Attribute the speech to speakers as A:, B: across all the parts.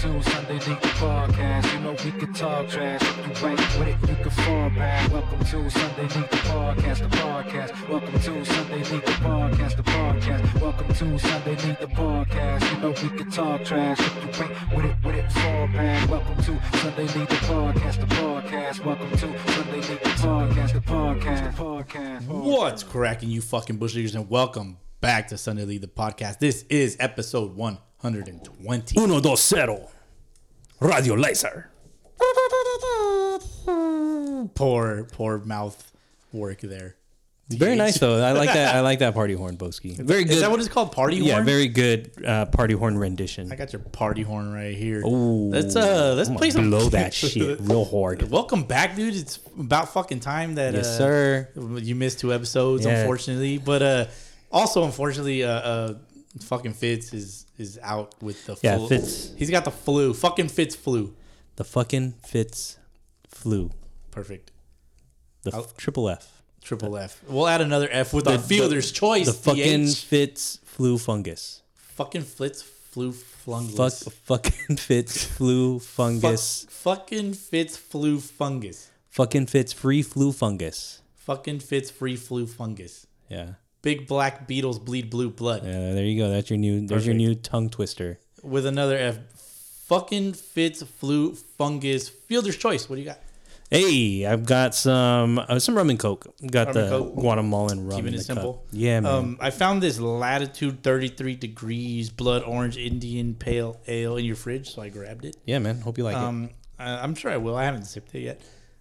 A: two Sunday League Podcast. You know we can talk trash. If you ain't with it, you can fall back. Welcome to Sunday League Podcast, the podcast. Welcome to Sunday League Podcast, the podcast. Welcome to Sunday League Podcast. You know we can talk trash. If you ain't with it, with it, fall back. Welcome to Sunday League Podcast, the podcast. Welcome to Sunday League Podcast, the podcast. The podcast.
B: What's cracking, you fucking bush leaders, and welcome back to Sunday League the podcast. This is episode 120.
C: Uno dos cero. Radio Laser.
B: Poor, poor mouth work there.
D: Very nice though. I like that. I like that party horn, Boski. Very good.
B: Is that what it's called? Party
D: yeah,
B: horn?
D: very good uh, party horn rendition.
B: I got your party horn right here.
D: Ooh.
B: let's uh, let's
D: I'ma
B: play some.
D: blow that shit real hard.
B: Welcome back, dude. It's about fucking time that
D: Yes,
B: uh,
D: sir.
B: You missed two episodes,
D: Yeah.
B: unfortunately, but uh, also unfortunately, uh, uh, fucking Fitz is is out with the
D: Yeah,
B: flu.
D: Fitz.
B: He's got the flu. Fucking Fitz flu.
D: The fucking Fitz flu.
B: Perfect. Oh.
D: The f- triple F.
B: Triple F. We'll add another F with our fielder's choice.
D: The fucking
B: DH.
D: Fitz flu fungus.
B: fucking Fitz flu fungus.
D: Fuck. Fucking Fitz flu fungus.
B: fucking Fitz flu fungus.
D: Fucking Fitz free flu fungus.
B: Fucking Fitz free flu fungus.
D: Yeah.
B: Big black beetles bleed blue blood.
D: Yeah. There you go. That's your new. There's your
B: Perfect.
D: new tongue twister.
B: With another F. Fucking Fitz flu fungus. Fielder's choice. What do you got?
D: Hey, I've got some uh, some rum and coke. Got
B: Rum
D: the
B: and coke.
D: Guatemalan rum.
B: Keeping
D: in
B: it
D: the
B: simple.
D: Cup. Yeah, man.
B: Um, I found this latitude 33 degrees blood orange Indian pale ale in your fridge, so I grabbed it.
D: yeah, man. Hope you like it.
B: Um, I, I'm sure I will. I haven't sipped it yet.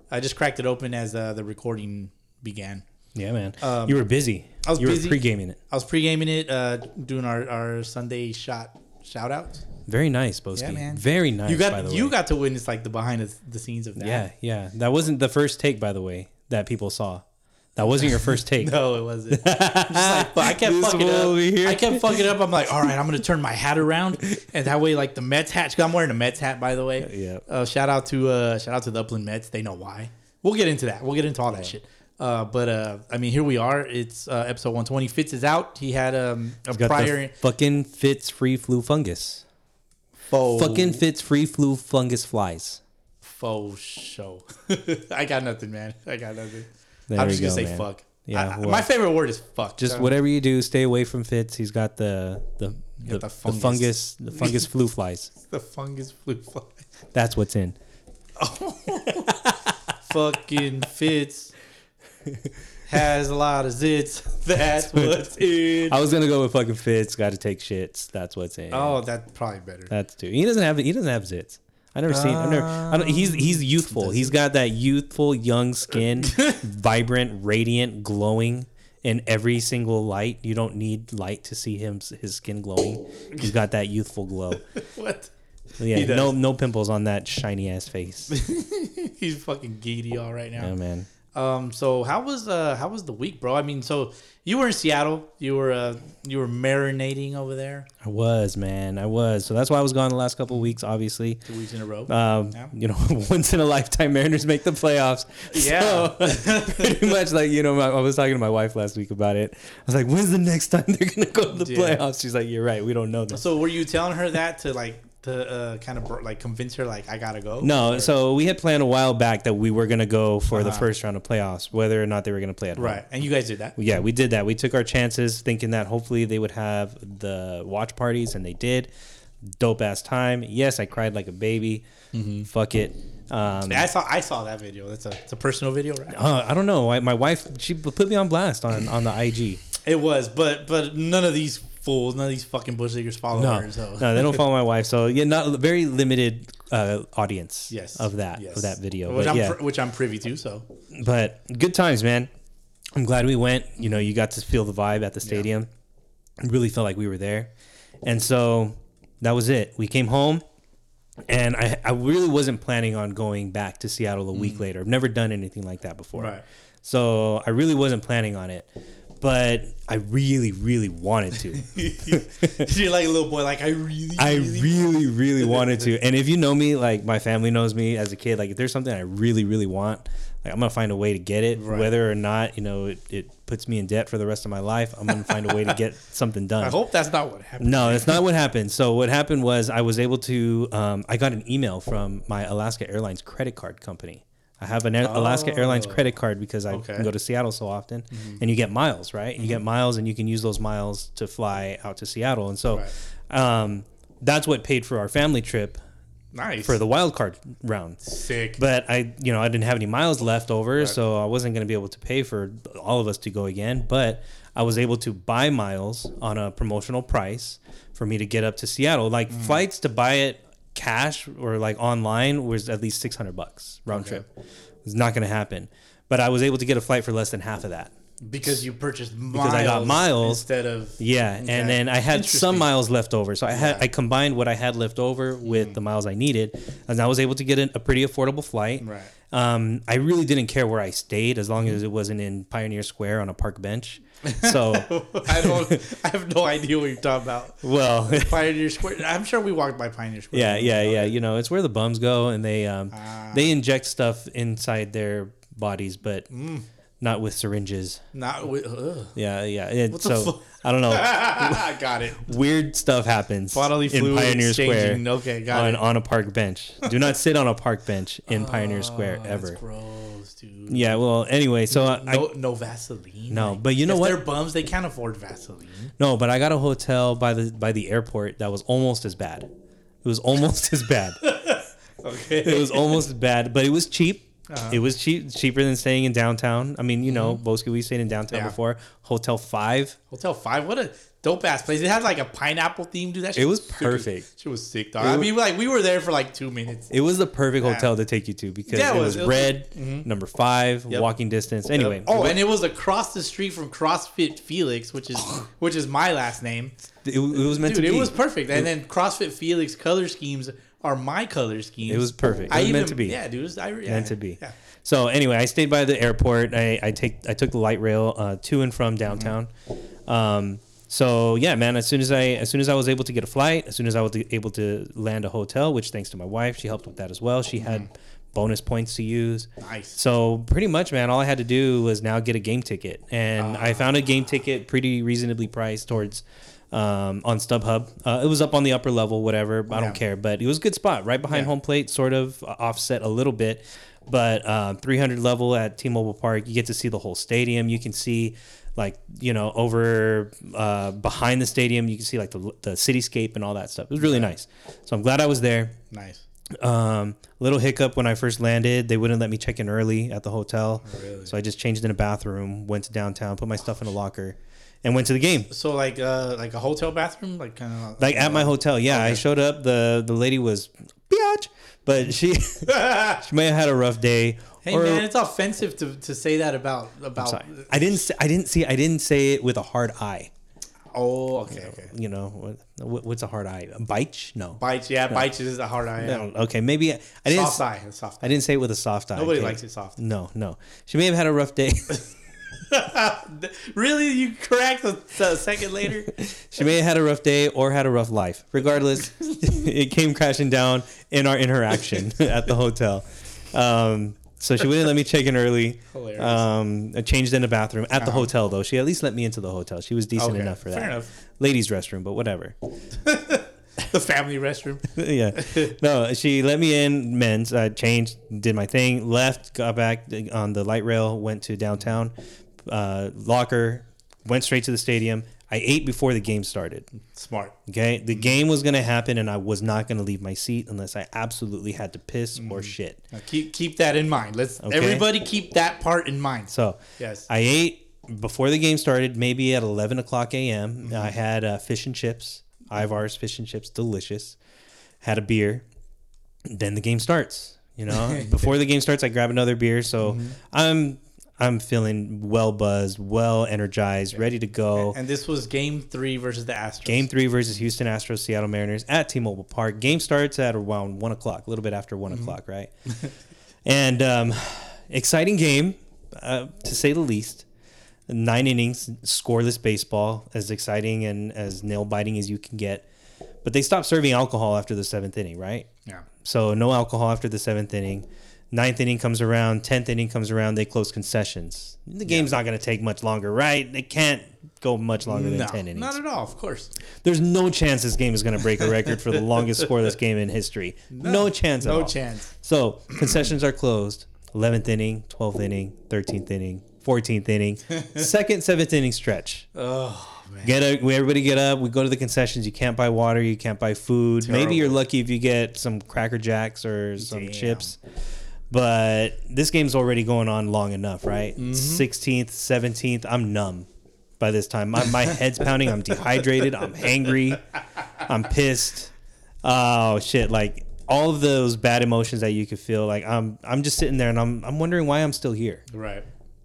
B: I just cracked it open as uh, the recording began.
D: Yeah, man. you were busy.
B: um, I was
D: you
B: busy.
D: were pre-gaming it.
B: I was pre-gaming it, uh, doing our, our Sunday shot shout outs.
D: Very nice, Boski. Very nice.
B: You got
D: by the
B: you
D: way.
B: got to witness like the behind the, the scenes of that.
D: Yeah, yeah. That wasn't the first take, by the way, that people saw. That wasn't your first take.
B: No, it wasn't. I'm just like, but I kept
D: This
B: fucking
D: one
B: up.
D: over here.
B: I kept fucking up. I'm like, all right, I'm gonna turn my hat around, and that way, like the Mets hat. 'cause I'm wearing a Mets hat, by the way.
D: Yeah.
B: Uh, shout out to uh, shout out to the Upland Mets. They know why. We'll get into that. We'll get into all that shit. Uh, but uh, I mean, here we are. It's uh, episode 120. Fitz is out. He had um, a
D: Got
B: prior
D: the fucking Fitz free flu fungus.
B: faux
D: Fucking Fitz free flu fungus flies.
B: faux show. I got nothing, man. I got nothing.
D: There
B: I'm
D: you
B: just gonna
D: go,
B: say
D: man.
B: fuck.
D: Yeah,
B: I- I-
D: well.
B: my favorite word is fuck.
D: Just
B: So-
D: whatever you do, stay away from Fitz. He's got the the
B: got
D: the,
B: the
D: the
B: fungus.
D: fungus. the fungus flu flies.
B: the fungus flu fly.
D: That's what's in.
B: fucking fits. Has a lot of zits. That's what's in.
D: I was gonna go with fucking Fitz. Got to take shits. That's what's in.
B: Oh, that's probably better.
D: That's too. He doesn't have. He doesn't have zits. I never seen. I never. I don't, he's he's youthful. He's got that youthful, young skin, vibrant, radiant, glowing in every single light. You don't need light to see him his skin glowing. He's got that youthful glow.
B: What? He
D: Yeah.
B: does.
D: No no pimples on that shiny ass face.
B: He's fucking giddy all right
D: Yeah,
B: now.
D: man.
B: Um. So how was uh how was the week, bro? I mean, so you were in Seattle. You were uh you were marinating over there
D: I was man. I was. So that's why I was gone the last couple of weeks. Obviously.
B: two weeks in a row.
D: Um,
B: Yeah.
D: You know, once in a lifetime, Mariners make the playoffs.
B: Yeah.
D: So, pretty much like you know, my, I was talking to my wife last week about it. I was like, "When's the next time they're gonna go to the
B: Yeah.
D: playoffs?" She's like, "You're right. We don't know this."
B: so were you telling her that to like to uh kind of like convince her like I gotta go?
D: no,
B: Or-
D: so we had planned a while back that we were gonna go for the first round of playoffs, whether or not they were gonna play at home.
B: Uh-huh. Right, and you guys did that.
D: yeah, we did that. We took our chances thinking that hopefully they would have the watch parties, and they did. Dope ass time. Yes, I cried like a baby.
B: Mm-hmm.
D: Fuck it. Um,
B: I saw I saw that video. That's a it's a personal video, right?
D: Uh, I don't know. I, my wife she put me on blast on on the IG.
B: It was, but but none of these fools, none of these fucking bush leaguers follow her. So
D: no, they don't follow my wife. So yeah, not very limited uh, audience.
B: yes,
D: of that
B: yes.
D: of that video.
B: which
D: But,
B: I'm
D: yeah,
B: pri- which I'm privy to. So
D: but good times, man. I'm glad we went. You know, you got to feel the vibe at the stadium. I really felt like we were there, and so that was it. We came home. And I, I really wasn't planning on going back to Seattle a week later. I've never done anything like that before.
B: Right.
D: So I really wasn't planning on it. but I really, really wanted to.
B: You're like a little boy. Like I really,
D: I
B: really
D: really, really wanted to. And if you know me, like my family knows me as a kid, like if there's something I really, really want, like I'm gonna find a way to get it,
B: Right.
D: whether or not you know it, it puts me in debt for the rest of my life. I'm gonna find a way to get something done.
B: I hope that's not what happened.
D: No, that's not what happened. So what happened was I was able to. Um, I got an email from my Alaska Airlines credit card company. I have an Air- Alaska Airlines credit card because I
B: Okay.
D: can go to Seattle so often, and you get miles, right? You get miles, and you can use those miles to fly out to Seattle, and so um, that's what paid for our family trip
B: Nice
D: for the wild card round.
B: sick.
D: But I, you know, I didn't have any miles left over, so I wasn't going to be able to pay for all of us to go again. But I was able to buy miles on a promotional price for me to get up to Seattle. Like
B: Mm.
D: flights to buy it cash or like online was at least six hundred bucks round
B: Okay.
D: trip. It's not going to happen. But I was able to get a flight for less than half of that.
B: because you purchased miles
D: I got miles.
B: instead of
D: Yeah,
B: Okay.
D: and then I had some
B: Interesting.
D: miles left over, so I had I combined what I had left over with
B: Mm.
D: the miles I needed, and I was able to get an, a pretty affordable flight.
B: Right.
D: Um, I really didn't care where I stayed as long as it wasn't in Pioneer Square on a park bench. So,
B: I don't. I have no idea what you're talking about.
D: well,
B: Pioneer Square. I'm sure we walked by Pioneer Square.
D: yeah, yeah, yeah. You know, it's where the bums go, and they um,
B: Ah.
D: they inject stuff inside their bodies, but
B: Mm.
D: not with syringes.
B: Not with. Ugh.
D: Yeah, yeah. And
B: the
D: so
B: fuck?
D: I don't know.
B: I got it.
D: weird stuff happens
B: Bodily
D: in
B: fluids
D: Pioneer Square.
B: exchanging. Okay, got
D: on,
B: it.
D: on a park bench. Do not sit on a park bench in Pioneer Square
B: Oh, That's
D: ever.
B: gross, dude.
D: Yeah. Well, anyway, so I, I
B: No, no Vaseline.
D: no,
B: Like,
D: but you know
B: if
D: what?
B: They're bums. They can't afford Vaseline.
D: No, but I got a hotel by the by the airport that was almost as bad. It was almost as bad. It
B: Okay.
D: was almost as bad, but it was cheap.
B: Uh-huh.
D: It was cheap, cheaper than staying in downtown. I mean, you know, Bosque, we stayed in downtown
B: Mm-hmm. Yeah.
D: before. Hotel Five.
B: Hotel Five. What a dope ass place. It had like a pineapple theme, dude. That shit
D: It was
B: sick.
D: perfect.
B: She was sick, dog. I mean, like we were there for like two minutes.
D: It was the perfect hotel to take you to because
B: Yeah, it
D: it
B: was-
D: was,
B: it was- mm-hmm.
D: red, number five,
B: Yep.
D: walking distance. Anyway,
B: Oh, and it was across the street from CrossFit Felix, which is which is my last name.
D: it, it was meant
B: Dude,
D: to
B: it
D: be.
B: was perfect. And then CrossFit Felix color schemes are my color schemes.
D: It was perfect. It was meant to be.
B: Yeah, dude. It was, I, yeah,
D: meant to be.
B: Yeah.
D: So anyway, I stayed by the airport. I, I take I took the light rail uh, to and from
B: Mm-hmm.
D: downtown. Um, so yeah, man. As soon as I as soon as I was able to get a flight, as soon as I was able to land a hotel, which thanks to my wife, she helped with that as well. She had bonus points to use.
B: Mm-hmm. Nice.
D: So pretty much, man, all I had to do was now get a game ticket, and
B: Ah.
D: I found a game ticket pretty reasonably priced towards. Um, on StubHub, uh, it was up on the upper level, whatever. I
B: Yeah.
D: don't care, but it was a good spot, right behind
B: Yeah.
D: home plate, sort of uh, offset a little bit. But uh, 300 level at T-Mobile Park, you get to see the whole stadium. You can see, like you know, over uh, behind the stadium, you can see like the, the cityscape and all that stuff. It was really nice. So I'm glad I was there.
B: Nice.
D: Um, little hiccup when I first landed, they wouldn't let me check in early at the hotel,
B: Oh,
D: so I just changed in a bathroom, went to downtown, put my stuff in a locker, and went to the game.
B: So like uh like a hotel bathroom, like kind of
D: Like at my hotel, yeah. I showed up. the The lady was biatch, but she she may have had a rough day.
B: Hey
D: or-
B: man, it's offensive to, to say that about about.
D: sorry, I didn't. Say, I didn't see. I didn't say it with a hard eye.
B: Oh, okay, okay.
D: You know what, what's a hard eye? A bite? No.
B: Bites, yeah, bites is a hard eye.
D: I don't- Okay, maybe I didn't.
B: Soft eye, soft.
D: I
B: Eye.
D: didn't say it with a soft eye.
B: Nobody
D: okay?
B: likes it soft.
D: No, no. She may have had a rough day.
B: Really, you cracked a, a second later.
D: she may have had a rough day or had a rough life. Regardless, it came crashing down in our interaction at the hotel. Um, so she wouldn't let me check in early.
B: Hilarious. Uh-huh.
D: Um, I changed in the bathroom at the hotel though. She at least let me into the hotel. She was decent
B: Okay,
D: enough for that.
B: fair enough.
D: Ladies' restroom, but whatever.
B: the family restroom.
D: yeah. No, she let me in, men's. I changed, did my thing, left, got back on the light rail, went to downtown, uh, locker, went straight to the stadium. I ate before the game started.
B: Smart.
D: Okay. The game was going to happen, and I was not going to leave my seat unless I absolutely had to piss or shit.
B: Now keep keep that in mind. Let's
D: Okay.
B: everybody keep that part in mind.
D: So
B: Yes.
D: I ate before the game started, maybe at 11 o'clock a.m. I had uh, fish and chips, Ivar's fish and chips, delicious. Had a beer. Then the game starts. You know, before the game starts, I grab another beer. So I'm. I'm feeling well buzzed, well energized, ready to go.
B: and this was game three versus the Astros.
D: Game three versus Houston Astros, Seattle Mariners at T-Mobile Park. Game starts at around one o'clock, a little bit after one
B: Mm-hmm.
D: o'clock, right? and um, exciting game, uh, to say the least. nine innings, scoreless baseball, as exciting and as nail biting as you can get. But they stopped serving alcohol after the seventh inning, right?
B: Yeah.
D: So no alcohol after the seventh inning. Ninth inning comes around. Tenth inning comes around. They close concessions. The game's not going to take much longer, right? They can't go much longer than
B: No,
D: ten innings.
B: not at all. Of course.
D: There's no chance this game is going to break a record for the longest scoreless game in history. No, chance. At
B: No
D: all.
B: chance.
D: So concessions are closed. 11th inning, 12th inning, 13th inning, 14th inning, second, seventh inning stretch.
B: Oh man.
D: Get up, we everybody get up. We go to the concessions. You can't buy water. You can't buy food. Maybe
B: Terrible.
D: you're lucky if you get some cracker jacks or some
B: Damn.
D: chips. But this game's already going on long enough, right? 16th, 17th. I'm numb by this time. My, my head's pounding. I'm dehydrated. I'm hangry. I'm pissed. Oh shit! Like all of those bad emotions that you could feel. Like I'm, I'm just sitting there and I'm, I'm wondering why I'm still here.
B: Right.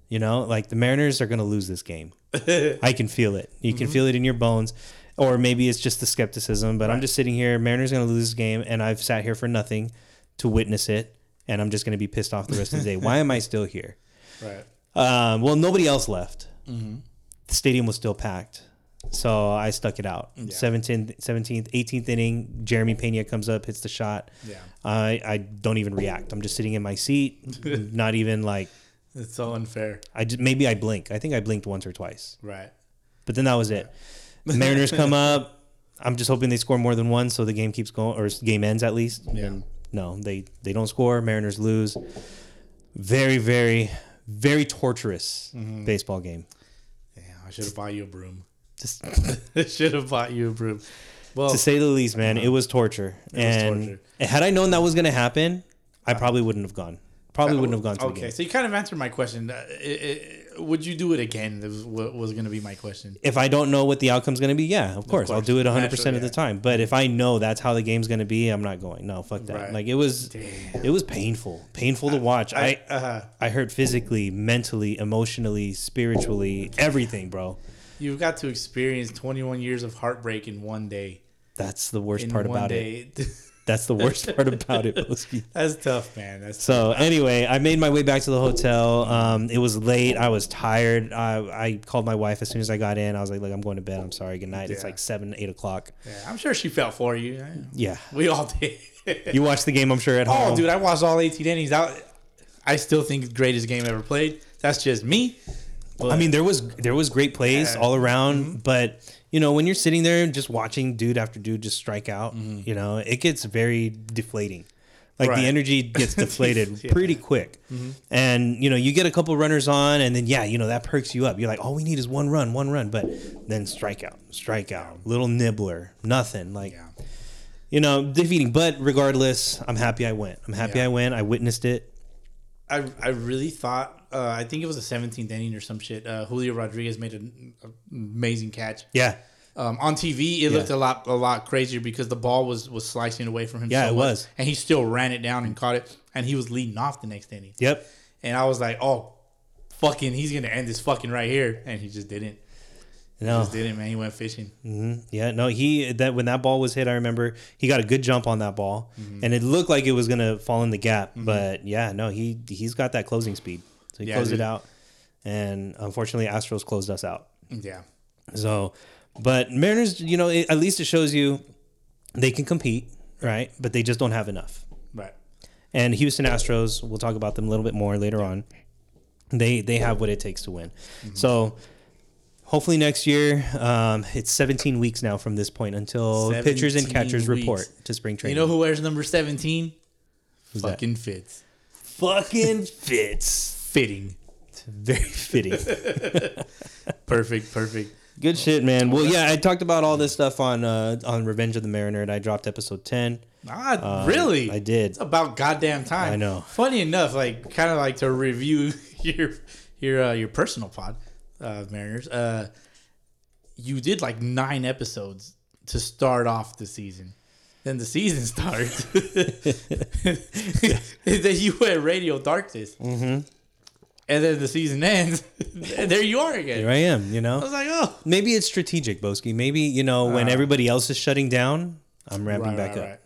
D: You know, like the Mariners are going to lose this game. I can feel it. You can feel it in your bones. Or maybe it's just the skepticism, but I'm just sitting here. Mariners going to lose this game, and I've sat here for nothing to witness it, and I'm just going to be pissed off the rest of the day. Why am I still here?
B: Right.
D: Um, well, nobody else left. The stadium was still packed. So I stuck it out. 17th, 17th, 18th inning, Jeremy Pena comes up, hits the shot.
B: Yeah.
D: I, I don't even react. I'm just sitting in my seat, not even like
B: It's so unfair.
D: I just maybe I blink. I think I blinked once or twice,
B: Right.
D: but then that was it. Mariners come up. I'm just hoping they score more than one, so the game keeps going, or s- game ends at least.
B: Yeah.
D: And no, they they don't score. Mariners lose. Very, very, very torturous
B: Mm-hmm.
D: baseball game.
B: Yeah. I should have bought you a broom.
D: Just
B: should have bought you a broom. Well,
D: to say the least, man, it was torture. and
B: Oh. torture. Uh,
D: had I known that was going to happen, I probably wouldn't have gone. Probably wouldn't have gone to the
B: okay.
D: game.
B: So you kind of answered my question. Uh, i i would you do it again? That was, what was going to be my question.
D: if I don't know what the outcome's going to be, yeah, of course, I'll
B: course.
D: do it 100% of
B: Naturally,
D: the
B: yeah.
D: time. But if I know that's how the game's going to be, I'm not going. No, fuck that.
B: Right.
D: Like it was it was painful. Painful to watch. I I,
B: uh-huh.
D: hurt physically, mentally, emotionally, spiritually, everything, bro.
B: You've got to experience 21 years of heartbreak in one day.
D: That's the worst
B: In
D: part
B: one
D: about it.
B: day.
D: That's the worst part about it, Boski.
B: That's tough, man. That's
D: So anyway, I made my way back to the hotel. Um, it was late. I was tired. I, I called my wife as soon as I got in. I was like, "Look, I'm going to bed. I'm sorry. Good night." It's
B: Yeah.
D: like seven, eight o'clock.
B: yeah, I'm sure she felt for you.
D: Yeah, Um,
B: We all did.
D: you watched the game. I'm sure at home.
B: oh, dude, I watched all 18 innings. I, I still think greatest game ever played. That's just me.
D: I mean, there was there was great plays
B: Yeah. Mm-hmm.
D: all around, but you know, when you're sitting there just watching dude after dude just strike out, you know, it gets very deflating.
B: Mm-hmm.
D: Like
B: Right.
D: the energy gets deflated
B: Yeah. Mm-hmm.
D: pretty quick, and you know, you get a couple runners on, and then yeah, you know, that perks you up. You're like, all we need is one run, one run, but then strikeout, strikeout, little nibbler, nothing. Like you know, defeating. But regardless, I'm happy I went. I'm happy
B: Yeah.
D: I went. I witnessed it.
B: I I really thought uh, I think it was the 17th inning or some shit. Uh, Julio Rodriguez made an amazing catch.
D: Yeah,
B: Um, on TV, it looked a lot a lot crazier because the ball was was slicing away from him.
D: Yeah,
B: so
D: it
B: much,
D: was.
B: and he still ran it down and caught it, and he was leading off the next inning.
D: yep.
B: And I was like, oh, fucking, he's gonna end this fucking right here, and he just didn't.
D: No,
B: Just didn't, man. He went fishing.
D: Yeah, no, he that when that ball was hit, I remember he got a good jump on that ball,
B: Mm-hmm.
D: and it looked like it was gonna fall in the gap. But yeah, no, he he's got that closing speed, so he
B: Yeah,
D: closed it
B: dude.
D: out, and unfortunately, Astros closed us out.
B: Yeah,
D: So, but Mariners, you know, it, at least it shows you they can compete, right? But they just don't have enough.
B: right.
D: And Houston Astros, we'll talk about them a little bit more later on. They they have what it takes to win.
B: Mm-hmm.
D: So hopefully next year, um, it's 17 weeks now from this point until pitchers and
B: 17
D: catchers
B: weeks.
D: report to spring
B: You
D: training.
B: know who wears number 17?
D: that?
B: Fucking fits.
D: fucking fits.
B: Fitting.
D: Very fitting.
B: Perfect. Perfect.
D: Good shit, man. Well, yeah, I talked about all this stuff on uh, on Revenge of the Mariner, and I dropped episode 10.
B: Ah,
D: Um,
B: really?
D: I did.
B: It's about goddamn time.
D: I know.
B: Funny enough, like kind of like to review your your uh, your personal pod, uh, Mariners. Uh, you did like nine episodes to start off the season. Then the season starts. then you went radio darkness, mm-hmm. and then the season ends. and there you are again.
D: Here I am, you
B: I
D: know?
B: was like, oh,
D: Maybe it's strategic, Boski. Maybe, you know, when everybody else is shutting down, I'm ramping
B: Uh, right,
D: back
B: right,
D: up.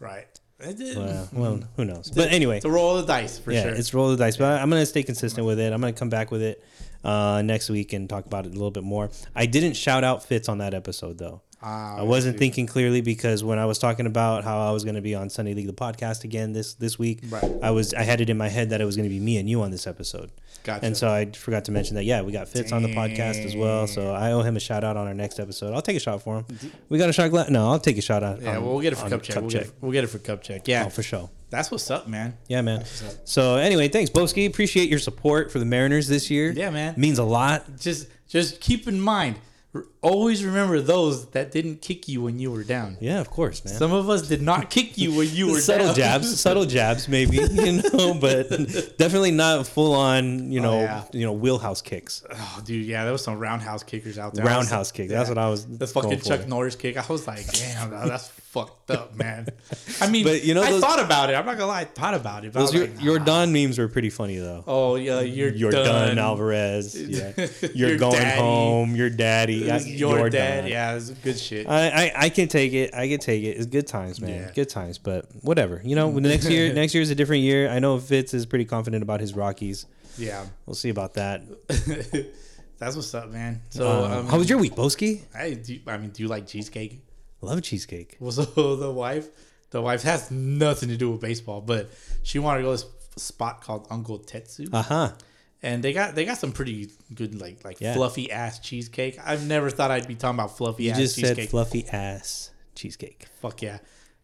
B: right, right. I did.
D: Well, Uh, well, who knows? But anyway,
B: It's a roll of the dice for
D: yeah,
B: sure.
D: it's roll of the dice. But I- I'm gonna stay consistent with it. I'm gonna come back with it uh, next week and talk about it a little bit more. I didn't shout out Fitz on that episode though.
B: Ah,
D: I wasn't thinking clearly because when I was talking about how I was going to be on Sunday League the podcast again this this week,
B: Right.
D: I was I had it in my head that it was going to be me and you on this episode.
B: Gotcha.
D: And so I forgot to mention that yeah, we got Fitz on the podcast as well, so I owe him a shout out on our next episode. I'll take a shot for him. We got a shot glass. No, I'll take a shot out.
B: yeah,
D: on-
B: well, we'll get it for
D: on
B: cup check. We'll, get it, we'll get it for cup check. Yeah,
D: Oh, for sure.
B: that's what's up, man.
D: Yeah, man. So anyway, thanks, Boski. Appreciate your support for the Mariners this year.
B: Yeah, man.
D: Means a lot.
B: Just just keep in mind, r- always remember those that didn't kick you when you were down.
D: Yeah, of course, man.
B: Some of us did not kick you when you were
D: subtle
B: down.
D: jabs, subtle jabs, maybe you know, but definitely not full on, you know,
B: Oh, yeah.
D: you know, wheelhouse kicks,
B: Oh, dude, yeah, there was some roundhouse kickers out there. I was-
D: roundhouse kicks. That's what I was.
B: the
D: going
B: fucking
D: for.
B: Chuck Norris kick. I was like, damn, dawg, that's fucked up, man. I mean,
D: But, you know,
B: I
D: those-
B: thought about it. I'm not gonna lie, I thought about it. But I
D: Those
B: was
D: your,
B: like,
D: your Don memes were pretty funny though.
B: oh yeah, you're
D: You're done, Alvarez. Yeah. You're
B: Your
D: going
B: daddy.
D: home. Your daddy. I-
B: Your,
D: you're
B: dad.
D: done. Uh,
B: Yeah, it's good shit.
D: I, I, I can take it. I can take it. It's good times, man.
B: Yeah.
D: Good times. But whatever. You know, next year next year is a different year. I know Fitz is pretty confident about his Rockies.
B: yeah,
D: We'll see about that.
B: that's what's up, man. So,
D: Um,
B: um,
D: how was your week, Boski?
B: I do. I mean, do you like cheesecake?
D: Love cheesecake.
B: Well, so the wife, the wife has nothing to do with baseball, but she wanted to go to this spot called Uncle Tetsu.
D: Uh huh.
B: and they got they got some pretty good like like
D: Yeah.
B: fluffy ass cheesecake. I've never thought I'd be talking about fluffy
D: You
B: ass
D: just
B: cheesecake.
D: said fluffy ass cheesecake.
B: Fuck yeah.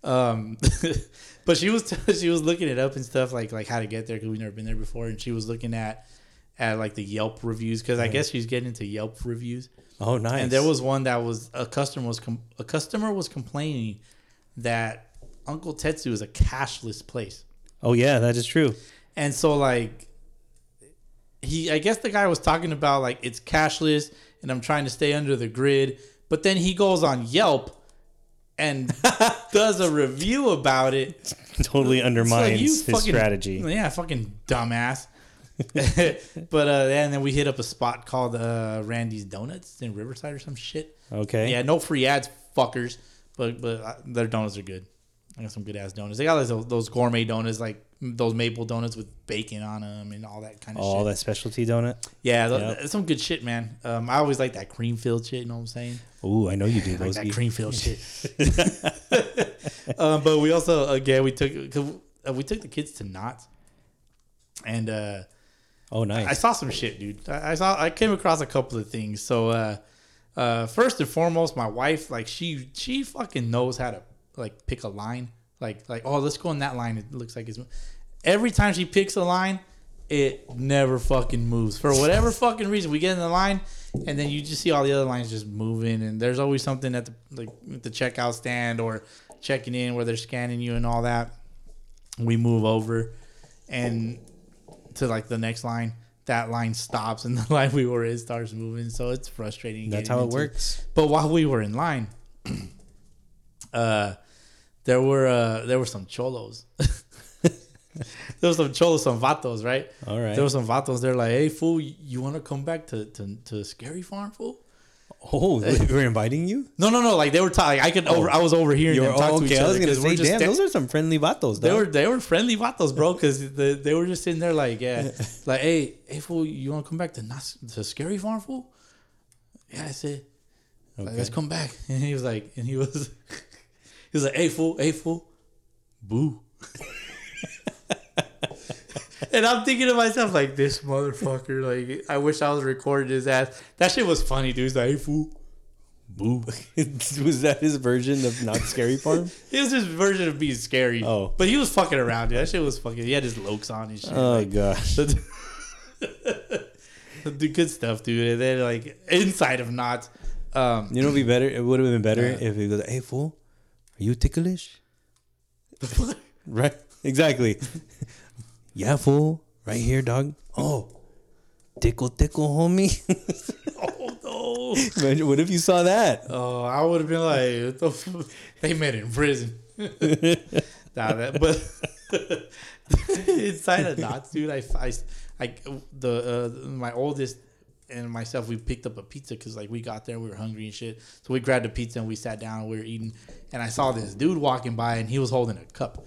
B: Um, but she was she was looking it up and stuff like like how to get there because we've never been there before, and she was looking at at like the Yelp reviews because I guess she's getting into Yelp reviews.
D: Oh, nice.
B: And there was one that was a customer was com- a customer was complaining that Uncle Tetsu is a cashless place.
D: Oh yeah, that is true.
B: And so like he I guess the guy was talking about like it's cashless and I'm trying to stay under the grid, but then he goes on Yelp and does a review about it. It's
D: Totally undermines
B: like, you
D: his
B: fucking-
D: strategy.
B: Yeah, fucking dumbass. but uh and then we hit up a spot called uh Randy's Donuts in Riverside or some shit.
D: Okay.
B: Yeah, no free ads, fuckers. But but uh, their donuts are good. I got some good ass donuts. They got like, those, those gourmet donuts, like those maple donuts with bacon on them and all that kind of
D: All
B: shit.
D: that specialty donut.
B: yeah, th-
D: Yep.
B: th- some good shit, man. Um, I always like that cream filled shit. You know what I'm saying?
D: Ooh, I know you do
B: Like
D: those.
B: that cream filled shit. um, but we also again we took 'cause, uh, we took the kids to Knott's, and uh,
D: oh,
B: I
D: nice.
B: saw some shit, dude. I, I saw I came across a couple of things. So uh uh first and foremost, my wife, like she she fucking knows how to like pick a line. Like like oh let's go in that line. It looks like it's every time she picks a line, it never fucking moves. For whatever fucking reason, we get in the line and then you just see all the other lines just moving and there's always something at the like at the checkout stand or checking in where they're scanning you and all that. We move over and to like the next line. That line stops and the line we were in starts moving, so it's frustrating.
D: That's
B: getting
D: how it
B: into-
D: works.
B: But while we were in line, uh, there were uh, there were some cholos. there was some cholos, some vatos, right?
D: All right.
B: There were some vatos. They're like, "Hey, fool, you want to come back to to to Scary Farm, fool?"
D: Oh, we're inviting you.
B: No, no, no. Like they were talking. I could over. I was overhearing
D: You're
B: them talk
D: oh,
B: to each
D: okay. I
B: other.
D: was gonna
B: 'cause we're
D: say,
B: just
D: damn,
B: sta-
D: those are some friendly vatos.
B: They
D: dog.
B: were they were friendly vatos, bro, because the, they were just sitting there like, yeah, like, hey, hey, fool, you want to come back to Nas- to Scary Farm, fool? Yeah, I said, like, let's come back. And he was like, and he was, he was like, hey, fool, hey, fool, boo. and I'm thinking to myself, like, this motherfucker, like, I wish I was recording his ass. That shit was funny, dude. He's like, hey, fool, boo.
D: was that his version of not scary farm?
B: It was his version of being scary.
D: Oh.
B: But he was fucking around, dude. That shit was fucking. He had his lokes on and shit.
D: oh gosh.
B: dude, good stuff, dude. And then, like, inside of knots. Um,
D: You know, it'd be better. It would have been better if he goes, "Hey fool, are you ticklish?" right. Exactly. yeah, fool. Right here, dog. Oh, tickle, tickle, homie.
B: oh, no.
D: Imagine, what if you saw that?
B: Oh, I would have been like, what the fu- they met in prison. nah, that, but inside of knots, dude, I, I, I the uh, my oldest and myself, we picked up a pizza because like we got there, we were hungry and shit. So we grabbed a pizza and we sat down and we were eating. And I saw this dude walking by and he was holding a cup.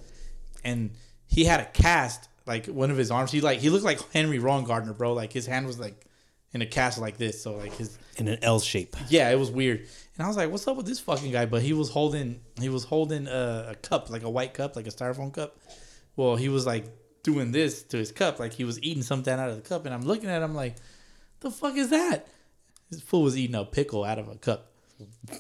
B: and he had a cast like one of his arms. He like he looked like Henry Ron Gardner, bro. Like his hand was like in a cast like this. So like his
D: in an L shape.
B: yeah, it was weird. And I was like, "What's up with this fucking guy?" But he was holding he was holding a, a cup, like a white cup, like a styrofoam cup. Well, he was like doing this to his cup, like he was eating something out of the cup. And I'm looking at him like, "The fuck is that?" This fool was eating a pickle out of a cup.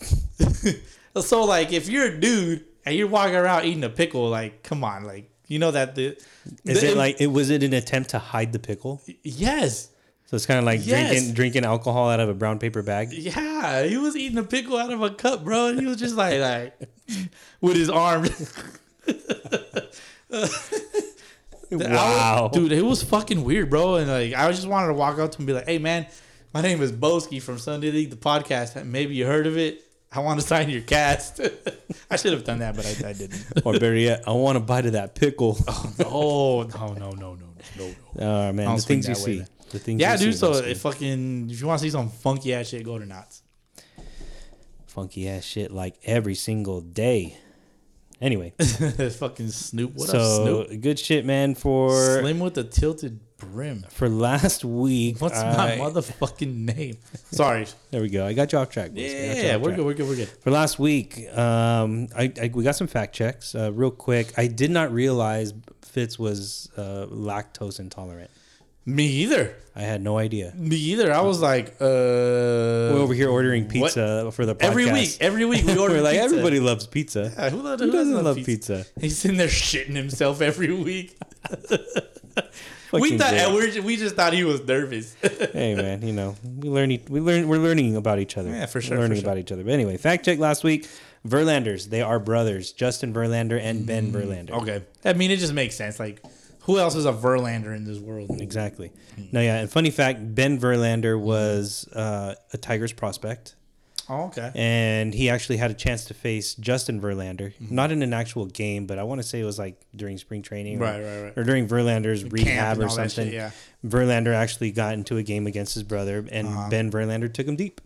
B: so like, if you're a dude and you're walking around eating a pickle, like, come on, like, you know that the
D: Is
B: the-
D: it like it was it an attempt to hide the pickle?
B: yes.
D: So it's kind of like
B: Yes.
D: drinking drinking alcohol out of a brown paper bag.
B: Yeah, he was eating a pickle out of a cup, bro, and he was just like, like with his arm. I
D: Wow,
B: was- dude, it was fucking weird, bro. And like, I just wanted to walk up to him and be like, "Hey, man, my name is Boski from Sunday League, the podcast. Maybe you heard of it. I want to sign your cast." I should have done that, but I, I didn't.
D: or better yet, I want a bite of that pickle.
B: oh no, no, no, no, no, no.
D: Oh man,
B: I'll
D: the
B: swing
D: things you
B: that way,
D: see.
B: man.
D: The things
B: Yeah,
D: you
B: dude.
D: see,
B: So
D: those
B: if fucking if you want to see some funky ass shit, go to Knots.
D: funky ass shit like every single day. Anyway,
B: fucking Snoop. What up,
D: so
B: Snoop?
D: good shit, man. For
B: Slim with the tilted brim.
D: for last week,
B: What's
D: I-
B: my motherfucking name? Sorry.
D: There we go. I got you off track. boys. I got you
B: Yeah,
D: off
B: we're
D: track.
B: good. We're good. We're good.
D: For last week, um, I, I we got some fact checks uh, real quick. I did not realize Fitz was uh, lactose intolerant.
B: Me either.
D: I had no idea.
B: Me either. I was like, uh,
D: We're over here ordering pizza for the podcast.
B: every week. Every week we order
D: We're like
B: pizza.
D: everybody loves pizza.
B: Yeah, who, lo-
D: Who doesn't love pizza?
B: He's in there shitting himself every week. we
D: Fucking
B: thought
D: great.
B: and we're, we just thought he was nervous.
D: hey man, you know we learn e- we learn we're learning about each other.
B: Yeah, for sure,
D: We're learning
B: for sure.
D: about each other. But anyway, fact check last week. Verlanders, they are brothers, Justin Verlander and Ben Verlander.
B: Mm, okay, I mean it just makes sense. Like, who else is a Verlander in this world?
D: Exactly.
B: Mm.
D: No, yeah. And funny fact, Ben Verlander was uh, a Tigers prospect,
B: Oh, okay.
D: and he actually had a chance to face Justin Verlander,
B: Mm-hmm.
D: not in an actual game, but I want to say it was like during spring training, or-
B: Right, right, right.
D: or during Verlander's rehab
B: and
D: or
B: all that shit,
D: something.
B: yeah.
D: Verlander actually got into a game against his brother, and
B: Uh-huh.
D: Ben Verlander took him deep.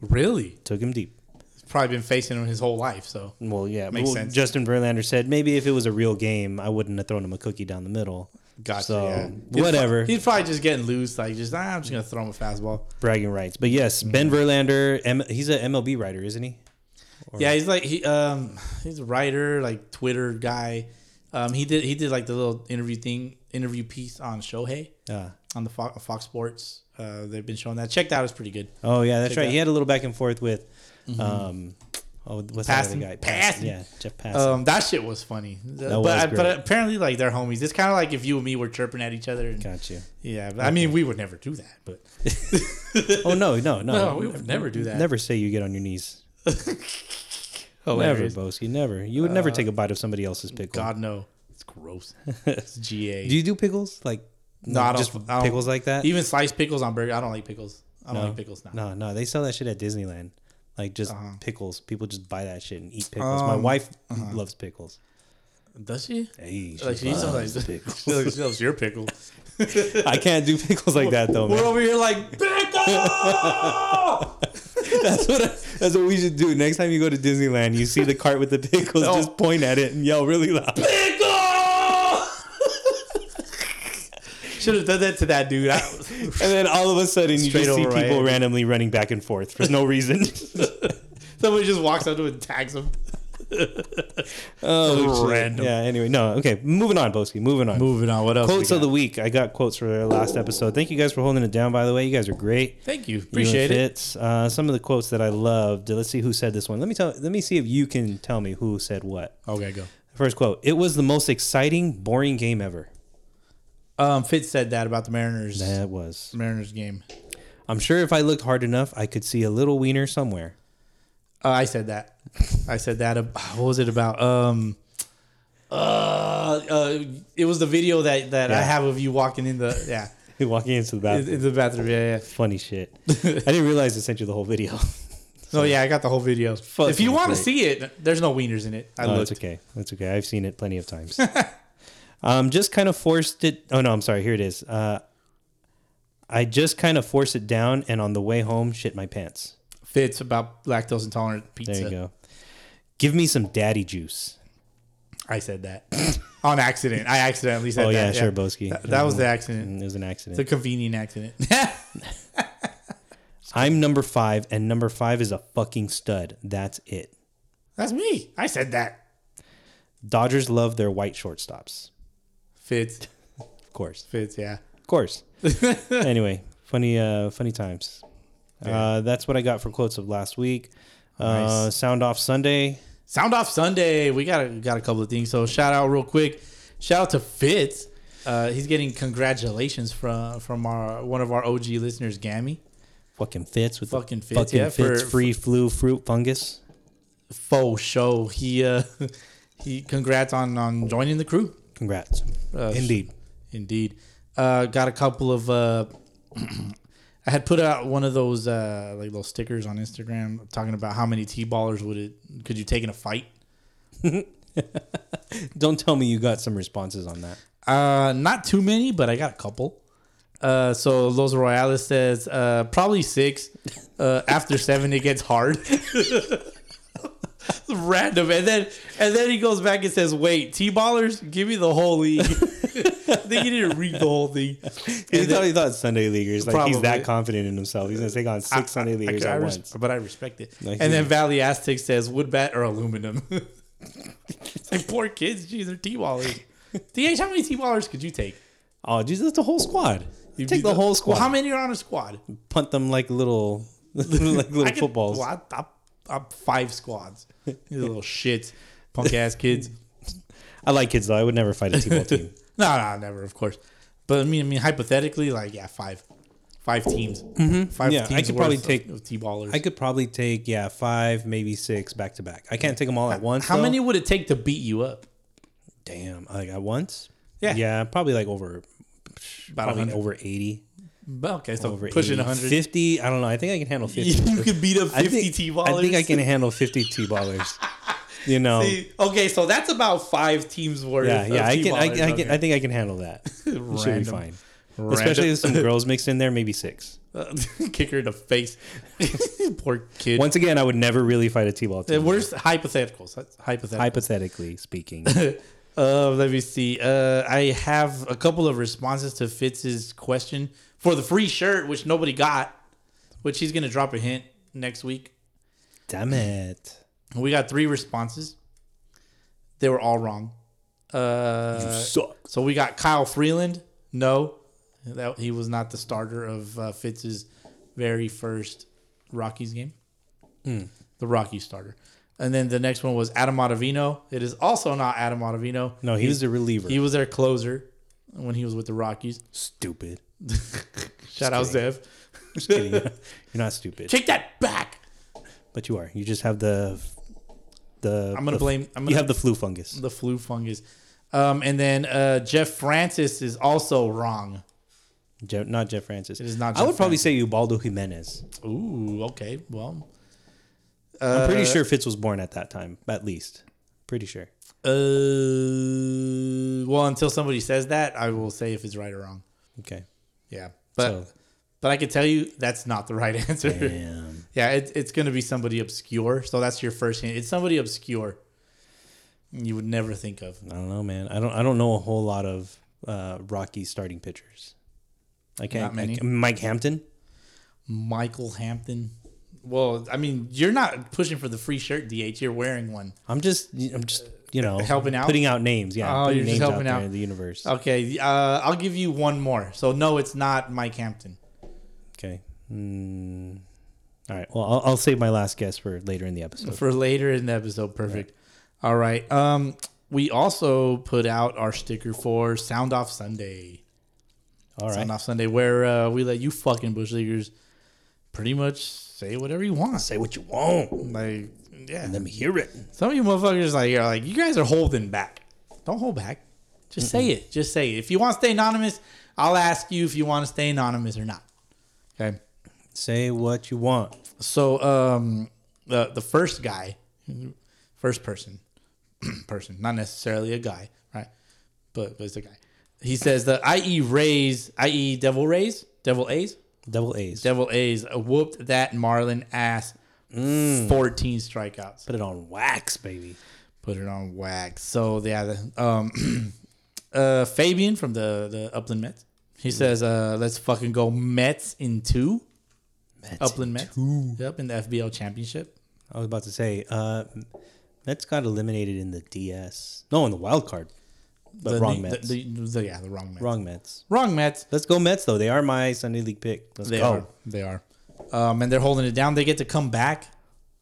B: Really?
D: Took him deep.
B: He's probably been facing him his whole life. So
D: Well, yeah,
B: Makes
D: well,
B: sense.
D: Justin Verlander said maybe if it was a real game, I wouldn't have thrown him a cookie down the middle.
B: gotcha.
D: So
B: yeah. He's
D: whatever,
B: pro- he's probably just getting loose. Like, just "Ah, I'm just gonna throw him a fastball.
D: bragging rights. But yes, Ben Verlander, M- he's an MLB writer, isn't he?
B: Yeah, he's like he um he's a writer, like Twitter guy. Um, he did he did like the little interview thing, interview piece on Shohei
D: Uh,
B: on the Fox, Fox Sports. Uh, they've been showing that. Check that out; it's pretty good.
D: oh yeah, that's
B: Check
D: right.
B: that. Mm-hmm.
D: He had a little back and forth with, um, oh
B: Passan.
D: what's that other guy?
B: Passan.
D: Yeah, Jeff Passan.
B: Um, that shit was funny, but
D: was
B: I,
D: great.
B: but apparently like they're homies. It's kind of like if you and me were chirping at each other. And,
D: Got you.
B: yeah, but, I mean we would never do that, but
D: Oh no, no, no.
B: No, we would never do that.
D: Never say you get on your knees.
B: Hilarious. Uh,
D: Never, Boski. Never. You would never take a bite of somebody else's pickle.
B: God no, it's gross. It's GA.
D: Do you do pickles like
B: No, I don't-
D: just
B: I don't-
D: pickles like that?
B: Even sliced pickles on burger. I don't like pickles. I don't like pickles now.
D: No, no, they sell that shit at Disneyland. Like just pickles. People just buy that shit and eat pickles. My
B: Um,
D: wife loves pickles.
B: Does she?
D: Hey,
B: Like she sounds like
D: pickles.
B: she loves- she loves your pickle.
D: I can't do pickles like that though,
B: We're
D: man.
B: over here like pickle.
D: That's what that's what we should do. Next time you go to Disneyland, you see the cart with the pickles,
B: No.
D: just point at it and yell really loud.
B: Should have done that to that dude. I was-
D: And then all of a sudden you
B: Straight
D: just see
B: over, right?
D: people randomly running back and forth for no reason.
B: Somebody just walks up to him and tags him.
D: oh, shit.
B: Random.
D: Yeah, anyway, no. Okay, moving on, Boski. Moving on.
B: Moving on. What else?
D: Quotes of the week. I got quotes for our last episode. Thank you guys for holding it down, by the way. You guys are great.
B: Thank you.
D: You and
B: Appreciate it.
D: Fitz. Uh, some of the quotes that I loved. Let's see who said this one. Let me tell. Let me see if you can tell me who said what.
B: Okay, go.
D: First quote: "It was the most exciting, boring game ever."
B: Um, Fitz said that about the Mariners.
D: That was.
B: Mariners game.
D: I'm sure if I looked hard enough, I could see a little wiener somewhere.
B: Uh, I said that. I said that. ab- What was it about? Um, uh, uh, it was the video that that I
D: Yeah.
B: have of you walking in the yeah
D: Walking into the
B: in,
D: bathroom.
B: in the bathroom. Yeah, yeah.
D: Funny shit. I didn't realize I sent you the whole video.
B: No, Oh, yeah, I got the whole video. if you
D: fucking
B: want to
D: great.
B: see it, there's no wieners in it. I
D: Oh,
B: looked.
D: that's okay. That's okay. I've seen it plenty of times. um, just kind of forced it. Oh no, I'm sorry. Here it is. Uh, I just kind of forced it down, and on the way home, shit my pants.
B: Fitz about lactose intolerant pizza.
D: There you go. Give me some daddy juice.
B: I said that. on accident. I accidentally said
D: Oh, yeah,
B: that.
D: sure, Boski. Mm-hmm.
B: That, that was the accident.
D: It was an
B: It's a
D: accident.
B: convenient accident.
D: I'm number five, and number five is a fucking stud. That's it.
B: That's me. I said that.
D: Dodgers love their white shortstops.
B: Fits.
D: Of course.
B: Fits, yeah.
D: Of course. anyway, funny uh funny times. Uh that's what I got for quotes of last week. Uh
B: Nice.
D: sound off Sunday.
B: Sound off Sunday. We got a, got a couple of things. So shout out real quick. Shout out to Fitz. Uh, he's getting congratulations from from our one of our OG listeners, Gammy.
D: Fucking fits with
B: Fucking
D: the
B: fits,
D: fucking
B: yeah,
D: fits
B: for-
D: free flu fruit fungus.
B: Faux show. He uh, he congrats on on joining the crew.
D: Congrats.
B: Uh,
D: Indeed.
B: Indeed. Uh, got a couple of. Uh, I had put out one of those uh, like little stickers on Instagram talking about how many T-ballers would it could you take in a fight.
D: Don't tell me you got some responses on that.
B: Uh, not too many, but I got a couple. Uh, so Los Royales says uh, probably six. Uh, after seven, it gets hard. Random, and then and then he goes back and says, "Wait, T ballers, give me the whole league." I think he didn't read the whole thing.
D: He
B: And then-
D: thought, he thought Sunday leaguers. Like he's
B: Probably.
D: that confident in himself. He's gonna take on six Sunday leaguers
B: I
D: at
B: res-
D: once.
B: But I respect it.
D: Like,
B: and
D: yeah.
B: then Valley Aztec says wood bat or aluminum. it's like poor kids, geez, they're T-ballers. DH, how many T-ballers could you take?
D: Oh, Jesus, that's the whole squad. You
B: You'd
D: take
B: be
D: the whole squad.
B: Well, how many are on a squad?
D: Punt them like little, like
B: I
D: little
B: could-
D: footballs.
B: Well, I, I, am five squads. These little shits, punk ass kids.
D: I like kids though. I would never fight a T-ball
B: no,
D: team.
B: no, never, of course. But I mean, I mean, hypothetically, like yeah, five, five teams, five
D: Mm-hmm. Yeah, I could probably
B: worth of-
D: take-
B: of T-ballers.
D: I could probably take yeah five, maybe six back to back. I can't take them all at once.
B: how
D: though.
B: many would it take to beat you up?
D: Damn, like at once.
B: Yeah.
D: yeah, probably like over,
B: About
D: probably
B: 100.
D: over eighty.
B: Okay, so
D: Over
B: pushing
D: 80.
B: 100.
D: 50, I don't know. I think I can handle fifty.
B: you could beat up 50
D: I think-
B: T-ballers.
D: I think I can handle fifty T-ballers. you know.
B: See, okay, so that's about five teams worth.
D: yeah, yeah,
B: of
D: I can,
B: T-ballers.
D: I, can- I can,
B: Okay.
D: I think I can handle that. It should be
B: Random.
D: fine. Especially if some girls mixed in there, maybe six.
B: kick her in the face. Poor kid.
D: Once again, I would never really fight a T-ball
B: Uh,
D: team.
B: Where's hypotheticals? That's Hypothetical.
D: hypothetically speaking.
B: uh, let me see. Uh, I have a couple of responses to Fitz's question for the free shirt, which nobody got, which he's gonna drop a hint next week.
D: Damn it.
B: We got three responses. They were all wrong. Uh,
D: Suck.
B: So we got Kyle Freeland. No, that he was not the starter of uh, Fitz's very first Rockies game.
D: Hmm.
B: The Rockies starter. And then the next one was Adam Ottavino. It is also not Adam Ottavino.
D: No, he was a reliever.
B: He was their closer when he was with the Rockies.
D: stupid.
B: Shout out Zev.
D: Just kidding. You're not stupid,
B: Take that back.
D: but you are. You just have the the.
B: I'm gonna
D: the-
B: blame. I'm gonna
D: you have the flu fungus.
B: the flu fungus. Um, and then uh, Jeff Francis is also wrong.
D: Jeff, not Jeff Francis. It
B: is not
D: I
B: Jeff
D: would probably say Ubaldo Jimenez.
B: Ooh, okay. Well,
D: I'm pretty sure Fitz was born at that time, at least. Pretty sure.
B: Uh, well, until somebody says that, I will say if it's right or wrong.
D: Okay.
B: Yeah, but
D: So-
B: but I can tell you that's not the right answer.
D: Damn.
B: Yeah, it, it's gonna be somebody obscure. So that's your first hint. It's somebody obscure. You would never think of.
D: I don't know, man. I don't. I don't know a whole lot of uh, Rocky starting pitchers. I can't.
B: Not many.
D: I can't- Mike Hampton.
B: Michael Hampton. Well, I mean, you're not pushing for the free shirt, DH. You're wearing one.
D: I'm just. I'm just. You know,
B: Helping out?
D: putting out names. Yeah.
B: Oh,
D: putting
B: you're just
D: names
B: helping
D: out,
B: out.
D: there in the universe.
B: Okay, uh, I'll give you one more. So no, it's not Mike Hampton.
D: Okay. Mm. All right. Well, I'll, I'll save my last guess for later in the episode.
B: for later in the episode. Perfect. All right. Um, we also put out our sticker for Sound Off Sunday.
D: All right.
B: Sound Off Sunday, where uh, we let you fucking bush leaguers pretty much say whatever you want.
D: Say what you want.
B: Like, yeah.
D: Let me hear it.
B: Some of you motherfuckers like are like, you guys are holding back. Don't hold back. Just say it. Just say it. If you want to stay anonymous, I'll ask you if you want to stay anonymous or not. Okay.
D: Say what you want.
B: So um, the the first guy, first person, person, not necessarily a guy, right? But, but it's a guy. He says the E IE Rays, IE E Devil Rays, Devil A's,
D: Double A's.
B: Devil A's whooped that Marlin ass. 14 strikeouts.
D: Put it on wax, baby.
B: Put it on wax. So yeah, the, um, uh, Fabian from the the Upland Mets. He says, uh, "Let's fucking go Mets in two. Upland Mets. Yep, in the FBL championship.
D: I was about to say, uh, Mets got eliminated in the DS. No, in the wild card. But
B: the, the-
D: wrong Mets.
B: the- the- yeah, the wrong Mets.
D: wrong Mets.
B: wrong Mets.
D: Let's go Mets though. They are my Sunday league pick. Let's
B: They
D: go.
B: are. They are. Um, and they're holding it down. They get to come back.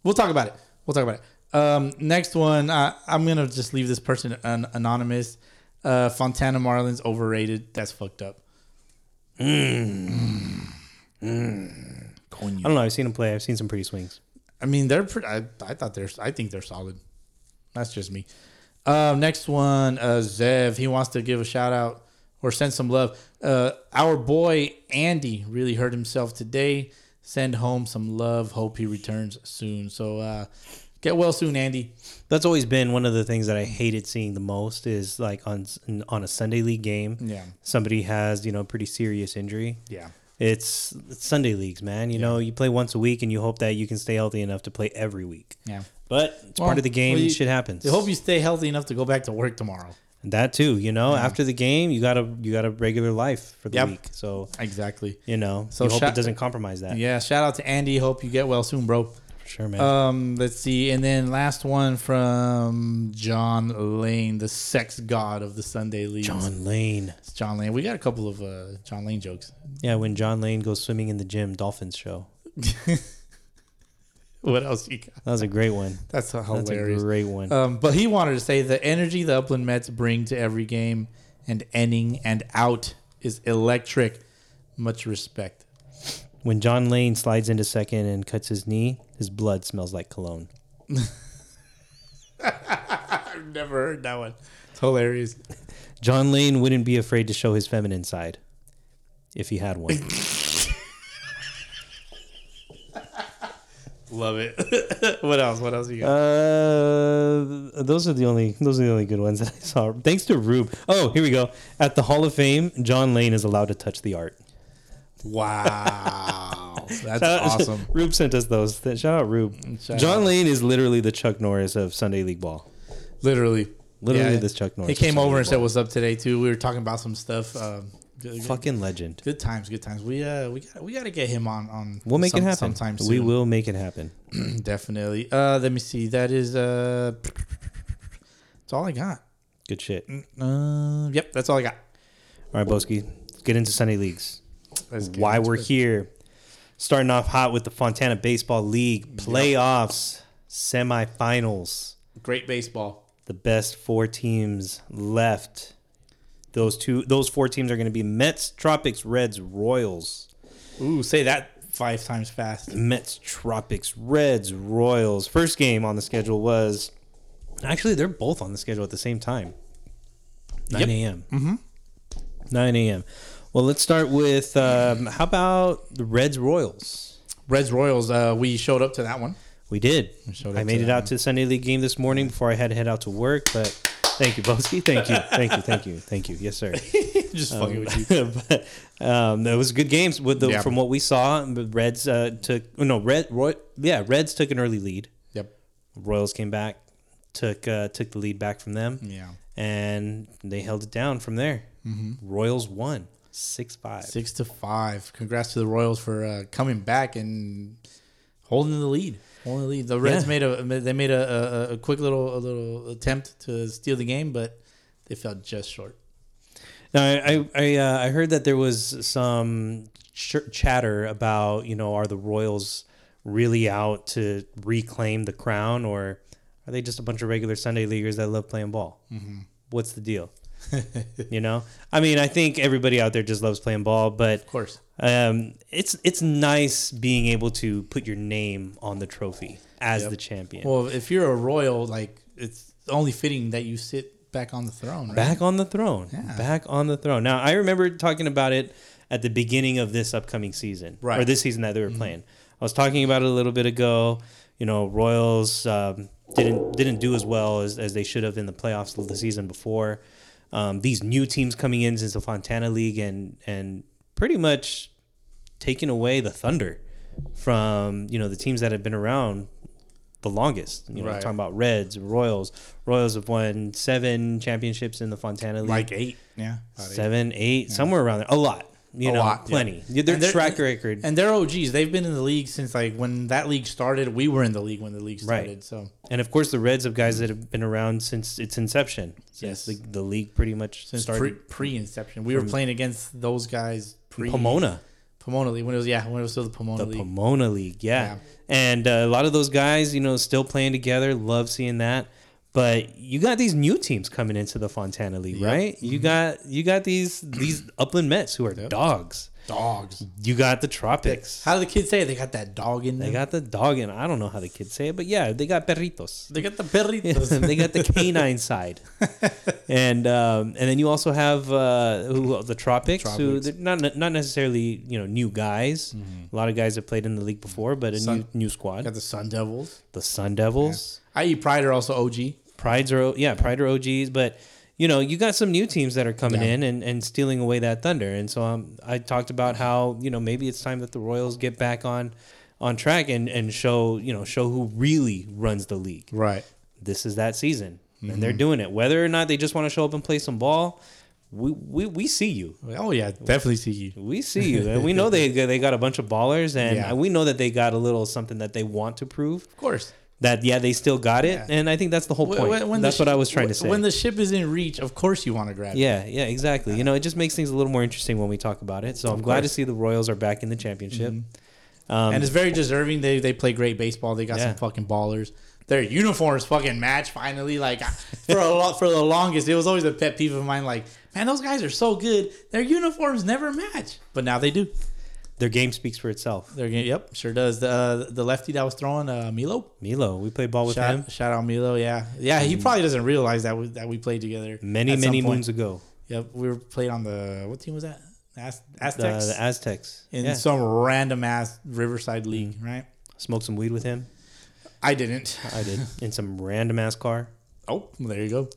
B: We'll talk about it. We'll talk about it. Um, next one, uh, I'm gonna just leave this person an- anonymous. Uh, Fontana Marlins overrated. That's fucked up. Mm.
D: I don't know. I've seen them play. I've seen some pretty swings.
B: I mean, they're pretty. I, I thought they're. I think they're solid. That's just me. Um, next one, uh, Zev. He wants to give a shout out or send some love. Uh, our boy Andy really hurt himself today. Send home some love. Hope he returns soon. So uh, get well soon, Andy.
D: That's always been one of the things that I hated seeing the most is like on on a Sunday league game.
B: Yeah.
D: Somebody has you know a pretty serious injury.
B: Yeah.
D: It's, it's Sunday leagues, man. You know you play once a week and you hope that you can stay healthy enough to play every week.
B: Yeah.
D: But it's
B: Well,
D: part of the game.
B: well, you-
D: and shit happens.
B: I hope you stay healthy enough to go back to work tomorrow.
D: That too, you know. After the game, you got a you got a regular life for the
B: Yep.
D: week, so
B: Exactly.
D: you know.
B: So
D: So you hope
B: shot-
D: it doesn't compromise that.
B: Yeah. Shout out to Andy. Hope you get well soon, bro.
D: Sure, man.
B: Um, let's see, and then last one from John Lane, the sex god of the Sunday League.
D: John Lane.
B: It's John Lane. We got a couple of uh, John Lane jokes.
D: Yeah, when John Lane goes swimming in the gym, Dolphins show.
B: What else you got?
D: That was a great one.
B: That's
D: That's
B: hilarious.
D: a great one.
B: um, but he wanted to say the energy the Upland Mets bring to every game and ending and out is electric. Much respect.
D: when John Lane slides into second and cuts his knee, his blood smells like cologne.
B: I've never heard that one. It's hilarious.
D: John Lane wouldn't be afraid to show his feminine side if he had one.
B: Love it. what else? What else you got?
D: Uh, those are the only those are the only good ones that I saw. Thanks to Rube. Oh, here we go. At the Hall of Fame, John Lane is allowed to touch the art.
B: wow. That's
D: Shout out-
B: awesome.
D: Uh, Rube sent us those. Th- Shout out Rube.
B: Shout
D: John
B: out.
D: Lane is literally the Chuck Norris of Sunday League ball.
B: Literally.
D: Literally this Chuck Norris
B: He
D: was
B: came
D: talking
B: over and said
D: about.
B: what's up today too. We were talking about some stuff. Um, good, good,
D: Fucking legend.
B: good times, good times. We uh we got we gotta get him on on
D: We'll make
B: some-
D: it happen.
B: sometime soon.
D: We will make it happen.
B: definitely. Uh let me see. That is uh that's all I got.
D: Good shit.
B: Uh, yep, that's all I got.
D: All right, Boski, let's get into Sunday leagues.
B: Let's get
D: Why
B: into
D: we're
B: it.
D: here. Starting off hot with the Fontana Baseball League playoffs, semifinals.
B: Great baseball.
D: The best four teams left. Those two, those four teams are going to be Mets, Tropics, Reds, Royals.
B: Ooh, say that five times fast.
D: Mets, Tropics, Reds, Royals. First game on the schedule was actually they're both on the schedule at the same time. 9
B: Yep.
D: a.m. Mm-hmm. 9 a.m. Well, let's start with um, how about the Reds Royals?
B: Reds Royals, uh we showed up to that one.
D: We did.
B: showed up
D: I
B: to
D: made it
B: that
D: out to the Sunday League game this morning before I had to head out to work, but thank you, Boski. Thank you. Thank you. Thank you. Thank you. Yes, sir.
B: Just fucking with you.
D: Oh. but um, it was good games. With the,
B: Yeah.
D: From what we saw, the Reds uh, took no Red Roy, yeah Reds took an early lead.
B: Yep.
D: Royals came back, took uh, took the lead back from them.
B: Yeah. Mm-hmm.
D: and they held it down from there. Royals won six five.
B: Six to five. Congrats to the Royals for uh, coming back and holding the lead. Holding the lead. The Reds
D: Yeah.
B: made a they made a, a, a quick little a little attempt to steal the game, but they fell just short.
D: Now I I I, uh, I heard that there was some ch- chatter about you know are the Royals really out to reclaim the crown or are they just a bunch of regular Sunday leaguers that love playing ball?
B: Mm-hmm.
D: What's the deal? you know, I mean, I think everybody out there just loves playing ball, but
B: Of course.
D: um, it's it's nice being able to put your name on the trophy as the champion.
B: Well, if you're a Royal, like it's only fitting that you sit back on the throne. Right?
D: back on the throne. Back on the throne. Now I remember talking about it at the beginning of this upcoming season,
B: Right. Mm-hmm.
D: Or this season that they were playing. I was talking about it a little bit ago. You know, Royals um, didn't didn't do as well as, as they should have in the playoffs the season before. Um, these new teams coming in since the Fontana League and and pretty much taking away the thunder from you know the teams that have been around the longest. You know,
B: Right.
D: talking about Reds, Royals. Royals have won seven championships in the Fontana League.
B: like eight. Yeah, about eight.
D: seven, eight, somewhere around there. A lot. You
B: A
D: know,
B: lot, yeah.
D: plenty. Yeah, Their
B: And they're-
D: track record. And,
B: And they're OGs. They've been in the league since like when that league started. We were in the league when the league
D: Right.
B: started. So
D: of course, the Reds have guys that have been around since its inception.
B: Yes.
D: Since the, the league pretty much
B: since pre,
D: started.
B: pre-inception, we were playing against those guys pre
D: Pomona.
B: Pomona League when it was yeah when it was still the Pomona
D: The
B: League.
D: Pomona League, yeah.
B: Yeah.
D: And uh, a lot of those guys, you know, still playing together. Love seeing that. But you got these new teams coming into the Fontana League, right?
B: Mm-hmm.
D: You got you got these these Upland Mets who are dogs.
B: Dogs.
D: You got the Tropics.
B: How do the kids say it? They got that dog in there.
D: They got the dog, and I don't know how the kids say it, but yeah, they got perritos.
B: they got the perritos.
D: they got the canine side, and um, and then you also have uh, who the tropics, who
B: Tropics. Mm-hmm.
D: they're not not necessarily you know new guys. A lot of guys have played in the league before, but a
B: Sun-
D: new new squad.
B: got the Sun Devils.
D: the Sun Devils,
B: IE Pride are also OG.
D: Prides are O- yeah, Pride are OGs, but you know you got some new teams that are coming
B: Yeah.
D: in and, and stealing away that thunder. And so um, I talked about how you know maybe it's time that the Royals get back on on track and and show you know show who really runs the league.
B: Right.
D: this is that season and
B: Mm-hmm.
D: they're doing it whether or not they just want to show up and play some ball we we, we see you
B: Oh yeah, definitely see you.
D: we see you and we know they they got a bunch of ballers and
B: Yeah.
D: we know that they got a little something that they want to prove
B: Of course.
D: that yeah they still got it
B: Yeah.
D: and i think that's the whole point that's
B: the
D: what i
B: shi-
D: was trying to
B: when-
D: say
B: When the ship is in reach, of course you want to grab it.
D: yeah yeah exactly you know it just makes things a little more interesting when we talk about it so i'm glad to see the royals are back in the championship
B: Mm-hmm.
D: um,
B: and it's very deserving. They they play great baseball. They got
D: Yeah.
B: some fucking ballers. Their uniforms fucking match finally. Like I- for a lot for the longest, it was always a pet peeve of mine. Like man, those guys are so good. Their uniforms never match, but now they do.
D: their game speaks for itself
B: They're gonna, yep, sure does. The uh, the lefty that was throwing uh, Milo.
D: milo we played ball with
B: Shout,
D: him Mm.
B: shout out Milo. Yeah, yeah. He probably doesn't realize that we, that we played together
D: many
B: at some
D: many
B: point.
D: moons ago
B: Yep, we were played on the what team was that? Az-
D: the,
B: Aztecs
D: the aztecs
B: in
D: yeah. Mm.
B: some random ass Riverside league, right?
D: smoked some weed with him
B: I didn't.
D: I did in some random ass car.
B: Oh, there you go.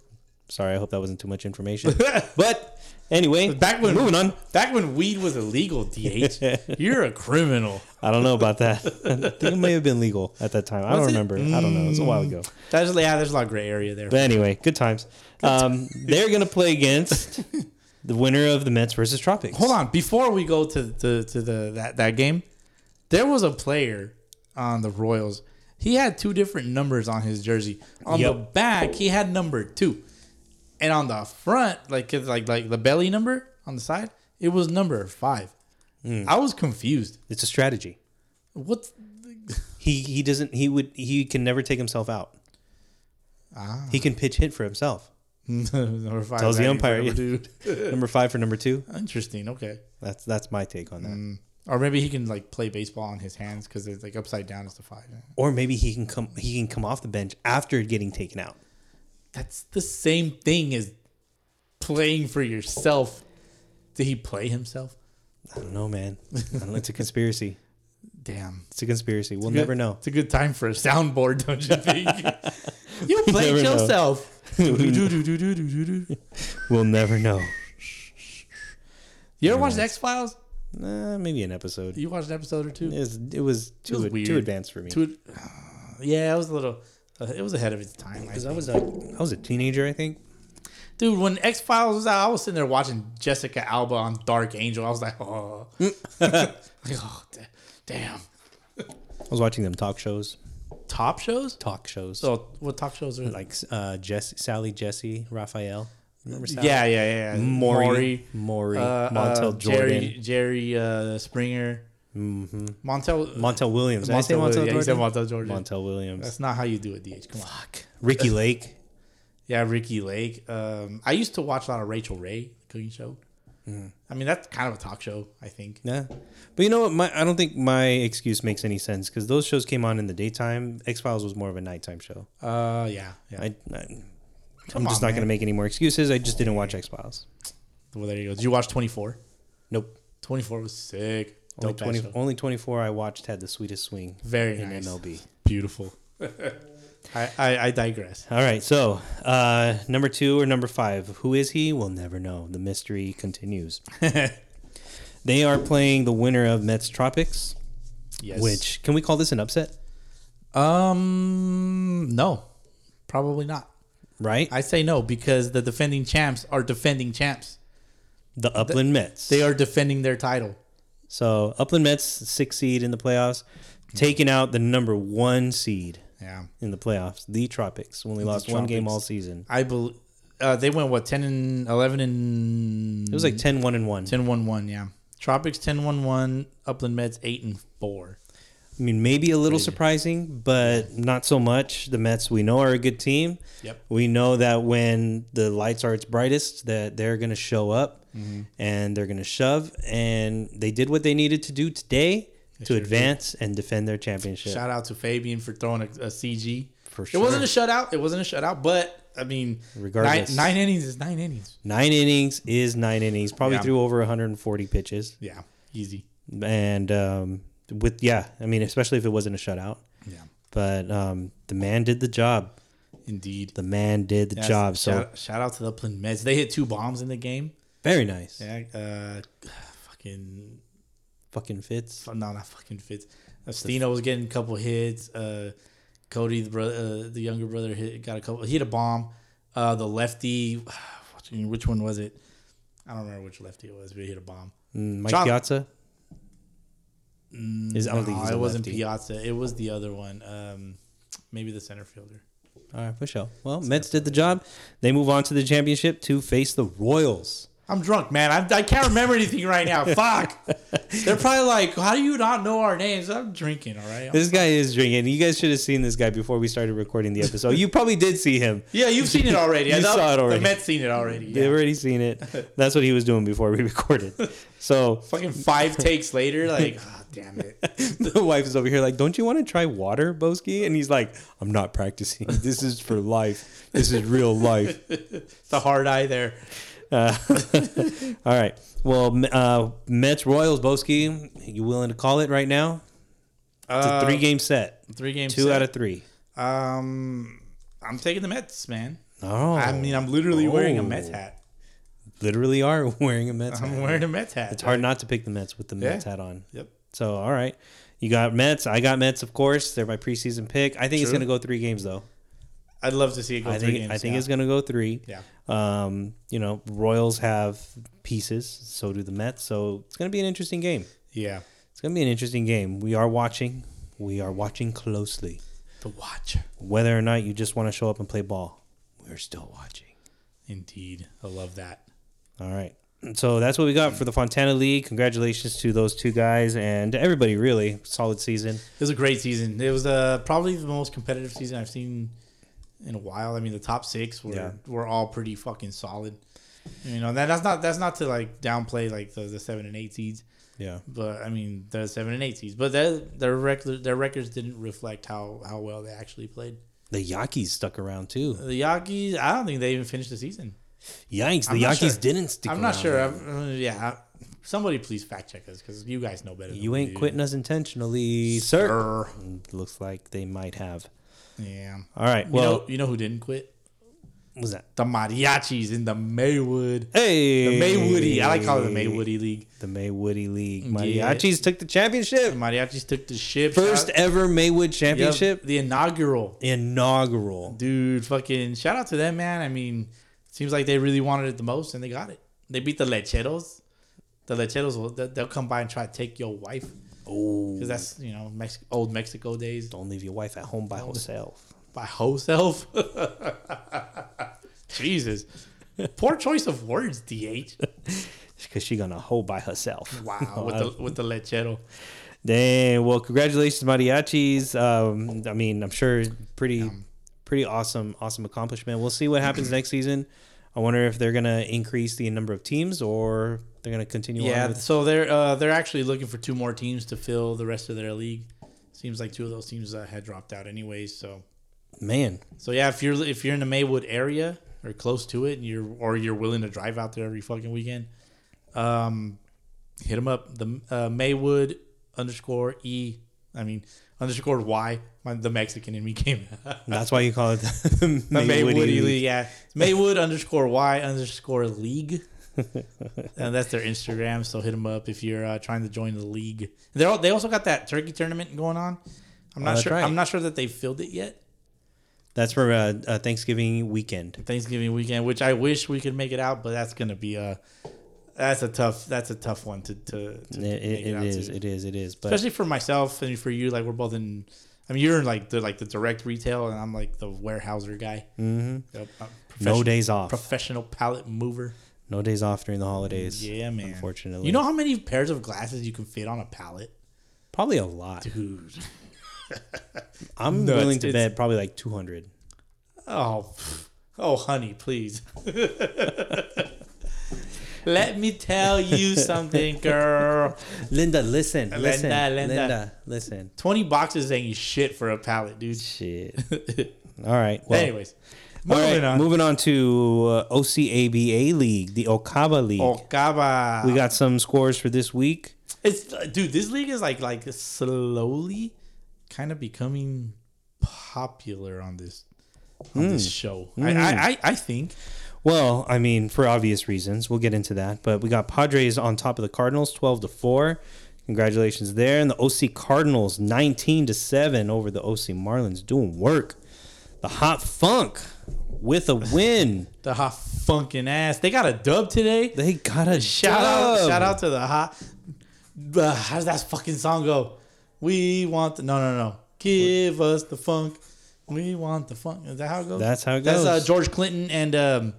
D: Sorry, I hope that wasn't too much information. but anyway,
B: Back when
D: moving on.
B: Back when weed was illegal, DH, you're a criminal.
D: I don't know about that. I think it may have been legal at that time. I don't
B: Was it? Mm.
D: remember. I don't know. It was a while ago.
B: That's yeah. There's a lot of gray area there.
D: But anyway, good times. Um, they're gonna play against the winner of the Mets versus Tropics.
B: Hold on, before we go to to, to the that, that game, there was a player on the Royals. He had two different numbers on his jersey. On the
D: Yep.
B: back, he had number two, and on the front, like it's like like the belly number on the side, it was number five.
D: Hmm.
B: I was confused.
D: It's a strategy.
B: What's
D: He he doesn't. He would. He can never take himself out. He can pitch hit for himself.
B: number five?
D: Tells the
B: right?
D: umpire, yeah.
B: dude.
D: Number five for number two.
B: Interesting. Okay.
D: That's that's my take on that.
B: Or maybe he can like play baseball on his hands because it's like upside down is the five.
D: Or maybe he can come. He can come off the bench after getting taken out.
B: That's the same thing as playing for yourself. Did he play himself?
D: I don't know, man. I don't know. It's a conspiracy.
B: Damn.
D: It's a conspiracy. We'll never know.
B: It's a good time for a soundboard, don't you think? you played
D: never know.
B: yourself. Do-do-do-do-do-do-do-do.
D: We'll never know.
B: you ever watched X Files?
D: Uh, maybe an episode. It
B: You watched an episode or two?
D: was, it was too
B: was weird.
D: too advanced for me.
B: Two- yeah, it was a little. uh, it was ahead of its time. I
D: Because I
B: think.
D: was a I was a teenager, I think.
B: Dude, when X Files was out, I was sitting there watching Jessica Alba on Dark Angel. I was like, oh, like,
D: Mm.
B: oh da- damn.
D: I was watching them talk shows.
B: Top shows?
D: Talk shows.
B: So what top shows are
D: like uh, Jess, Sally, Jesse, Raphael. Remember Sally?
B: Yeah, yeah, yeah. yeah.
D: Maury, Maury,
B: uh, uh,
D: Montel Jordan,
B: Jerry, Jerry uh, Springer, mm-hmm. Montel,
D: Montel Williams. Did I say Montel
B: Williams. Yeah, you said
D: Jordan?
B: Montel Jordan.
D: Montel Williams.
B: That's not how you do it, DH. Come on. Fuck.
D: Ricky Lake.
B: Yeah, Ricky Lake. Um, I used to watch a lot of Rachel Ray cooking show.
D: Mm.
B: I mean, that's kind of a talk show, I think.
D: Yeah, but you know what? My I don't think my excuse makes any sense because those shows came on in the daytime. X Files was more of a nighttime show.
B: Uh, yeah, yeah.
D: I, I
B: Come
D: I'm just
B: on,
D: not going to
B: man.
D: make any more excuses. I just didn't watch X Files.
B: Well, there you go. Did you watch Twenty Four?
D: Nope.
B: 24 was sick.
D: Only,
B: Dope
D: 20,
B: show.
D: only 24 I watched had the sweetest swing
B: Very
D: in
B: nice.
D: MLB.
B: Beautiful. I, I, I digress.
D: All right, so uh, number two or number five, who is he? We'll never know. The mystery continues. they are playing the winner of Mets Tropics,
B: Yes.
D: which can we call this an upset?
B: Um, no, probably not.
D: right?
B: I say no because the defending champs are defending champs.
D: the Upland Mets.
B: They are defending their title.
D: so Upland Mets six seed in the playoffs, taking out the number one seed
B: Yeah,
D: in the playoffs, the Tropics. Only lost one game
B: Tropics.
D: all season.
B: I believe uh, they went what ten and eleven and
D: It was like 10 1 and 1.
B: 10 1 1, yeah. Tropics 10 1 1, Upland Meds 8 and 4.
D: I mean, maybe a little surprising, but not so much. The Mets, we know, are a good team.
B: Yep.
D: We know that when the lights are its brightest, that they're going to show up
B: Mm-hmm.
D: and they're going to shove. And they did what they needed to do today to
B: sure did.
D: advance and defend their championship.
B: Shout out to Fabian for throwing a, a CG.
D: For
B: It wasn't a shutout. It wasn't a shutout, but I mean,
D: Regardless.
B: nine, nine innings is nine innings.
D: Nine innings is nine innings. Probably
B: Yeah.
D: threw over 140 pitches.
B: Yeah, easy.
D: And um, with, yeah, I mean, especially if it wasn't a shutout.
B: Yeah,
D: But um, the man did the job.
B: indeed.
D: The man did the
B: Yeah,
D: job. So
B: shout, shout out to the Upland Meds. They hit two bombs in the game.
D: very nice.
B: Yeah, uh, fucking
D: Fucking fits.
B: no, not fucking Fitz. Astino was getting a couple hits. Uh, Cody, the brother, uh, the younger brother, hit, got a couple. He hit a bomb. Uh, the lefty, fucking- which one was it? I don't remember which lefty it was, but he hit a bomb.
D: Mm, Mike
B: Chop.
D: Piazza. Is, I don't think
B: Mm, No,
D: he's
B: it wasn't
D: Piazza.
B: Piazza. It was the other one. Um, maybe the center fielder.
D: All right, for sure. Well, Mets did the job. They move on to the championship to face the Royals.
B: I'm drunk, man. I, I can't remember anything right now. Fuck. They're probably like, how do you not know our names? I'm drinking, all right?
D: This guy is drinking. You guys should have seen this guy before we started recording the episode. you probably did see him.
B: yeah, you've seen it already.
D: You
B: I thought
D: saw it already.
B: The Mets seen it already. Yeah.
D: They've already seen it. That's what he was doing before we recorded. So
B: Fucking five takes later, like, ah, damn it.
D: the wife is over here like, "Don't you want to try water, Boski?" And he's like, "I'm not practicing. This is for life. This is real life."
B: the hard eye there.
D: Uh, all right. Well, uh, Mets Royals Boski, you willing to call it right now? It's
B: Uh,
D: a three game set.
B: Three games.
D: Two out of three.
B: three. Um, I'm taking the Mets, man.
D: Oh,
B: I mean, I'm literally wearing a
D: Oh.
B: Mets hat.
D: literally are wearing a Mets.
B: I'm
D: hat.
B: wearing a Mets hat.
D: It's hard not to pick the Mets with the Mets hat on.
B: Yep.
D: So, all right, you got Mets. I got Mets, of course. They're my preseason pick. I think it's
B: True.
D: going to go three games though.
B: I'd love to see it go
D: I
B: three
D: think
B: games.
D: I think
B: yeah.
D: it's going to go three.
B: Yeah.
D: Um, you know, Royals have pieces. So do the Mets. So it's going to be an interesting game.
B: Yeah.
D: It's gonna be an interesting game. We are watching. We are watching closely.
B: The Watcher.
D: Whether or not you just want to show up and play ball, we're still watching.
B: Indeed. I love that.
D: All right. So that's what we got for the Fontana League. Congratulations to those two guys and to everybody. Really solid season.
B: It was a great season. It was uh, probably the most competitive season I've seen in a while. I mean, the top six were
D: Yeah.
B: were all pretty fucking solid. You know, that, that's not that's not to like downplay like the, the seven and eight seeds.
D: Yeah.
B: But I mean, the seven and eight seeds. But their their record their records didn't reflect how how well they actually played.
D: The Yankees stuck around too.
B: The Yankees, I don't think they even finished the season.
D: Yikes! The
B: I'm not
D: Yankees
B: sure.
D: didn't stick.
B: I'm not
D: around.
B: sure. I'm, uh, yeah, I- somebody please fact check us because you guys know better. Than
D: You
B: we
D: ain't
B: do.
D: quitting us intentionally, sir. Looks like they might have.
B: Yeah.
D: All right.
B: Well,
D: Well,
B: you know, you know who didn't quit?
D: what was that?
B: The mariachis in the Maywood.
D: Hey,
B: The Maywoody. I like calling it the Maywoody League.
D: The Maywoody League.
B: Yeah.
D: Mariachis took the championship.
B: The mariachis took the ship.
D: First
B: Shout-
D: ever Maywood
B: Yep,
D: championship.
B: the inaugural.
D: Inaugural.
B: Dude, fucking shout out to them, man. I mean, seems like they really wanted it the most, and they got it. They beat the Lecheros. The Lecheros will they- they'll come by and try to take your wife
D: Oh,
B: because that's you know Mex- old Mexico days
D: don't leave your wife at home by herself.
B: by whole self. Jesus, poor choice of words, DH.
D: Because she gonna hoe by herself.
B: Wow, with the with the Lechero.
D: Dang. Well, congratulations, mariachis. Um, I mean, I'm sure pretty, pretty awesome, awesome accomplishment. We'll see what happens next season. I wonder if they're gonna increase the number of teams or they're gonna continue. on
B: Yeah,
D: with,
B: so they're uh, they're actually looking for two more teams to fill the rest of their league. Seems like two of those teams uh, had dropped out anyways, so.
D: man.
B: So yeah, if you're if you're in the Maywood area or close to it, and you're or you're willing to drive out there every fucking weekend, um, hit them up. The uh, Maywood underscore e, I mean underscore y. My, the Mexican in me came.
D: That's why you call it the
B: The Maywood
D: Maywoody League.
B: League, yeah. It's Maywood underscore Y underscore League, and that's their Instagram. So hit them up if you're uh, trying to join the league. They they also got that turkey tournament going on. I'm
D: Oh,
B: not
D: that's
B: sure.
D: right.
B: I'm not sure that they filled it yet.
D: That's for uh, uh, Thanksgiving weekend.
B: Thanksgiving weekend, which I wish we could make it out, but that's gonna be a that's a tough that's a tough one to to, to
D: It, it, it
B: out
D: is.
B: to.
D: It is. It is. But
B: especially for myself and for you. Like we're both in. I mean, you're in like the like the direct retail, and I'm like the warehouser guy. Mm-hmm.
D: no days off.
B: Professional pallet mover.
D: No days off during the holidays.
B: Yeah, man.
D: Unfortunately,
B: You know how many pairs of glasses you can fit on a pallet,
D: probably a lot.
B: dude?
D: I'm
B: nuts,
D: willing to
B: it's-
D: bet probably like 200.
B: Oh, pff. oh, honey, please. Let me tell you something, girl.
D: Linda, listen, listen,
B: Linda.
D: Linda, listen.
B: Twenty boxes ain't shit for a pallet, dude.
D: Shit. All right. Well,
B: Anyways,
D: all
B: moving
D: right,
B: on.
D: Moving on to uh, OCABA League, the Okaba League.
B: Oh, Okaba.
D: We got some scores for this week.
B: It's uh, dude, this league is like like slowly kind of becoming popular on this on
D: Hmm.
B: this show. I, I I I think
D: Well, I mean, for obvious reasons, we'll get into that. But we got Padres on top of the Cardinals, twelve to four. Congratulations there, and the OC Cardinals nineteen to seven over the OC Marlins, doing work. The Hot Funk with a win.
B: the hot funkin' ass. They got a dub today.
D: they got a
B: Shout out
D: dub.
B: shout out to the hot uh, how does that fucking song go? We want the no no no. Give us the funk. We want the funk. Is that how it goes?
D: That's how it
B: That's uh,
D: goes.
B: George Clinton and um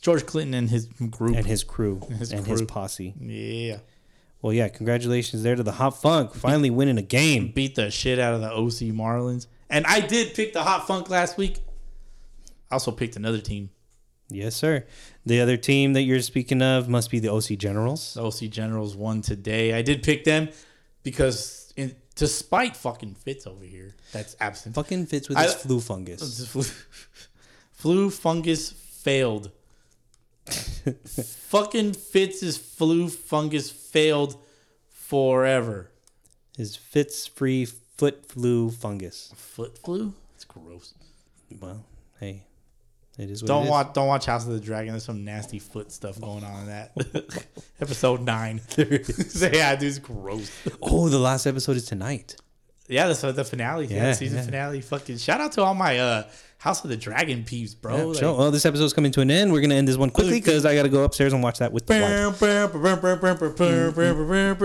B: George Clinton and his group.
D: and his crew
B: his
D: and his
B: crew.
D: posse.
B: yeah.
D: Well, yeah, congratulations there to the Hot Funk finally winning a game.
B: beat the shit out of the OC Marlins. And I did pick the Hot Funk last week. I also picked another team,
D: Yes, sir. The other team that you're speaking of must be the OC Generals.
B: the OC Generals won today. I did pick them because, in, despite fucking Fitz over here, that's absent.
D: Fucking fits with
B: I-
D: his flu fungus.
B: Flu, flu fungus failed. fucking Fitz's flu fungus failed forever.
D: His fits free foot flu fungus.
B: Foot flu? It's gross.
D: Well, hey, it is what it
B: Don't
D: is.
B: watch. Don't watch House of the Dragon. There's some nasty foot stuff going on in that episode nine. so yeah, dude's gross.
D: Oh, the last episode is tonight.
B: Yeah, that's the finale. Yeah,
D: Yeah,
B: season
D: yeah.
B: finale. Fucking shout out to all my uh House of the Dragon peeps, bro.
D: Yeah,
B: Oh, Like,
D: so- well, oh, this episode's coming to an end. We're gonna end this one quickly because I gotta go upstairs and watch that with the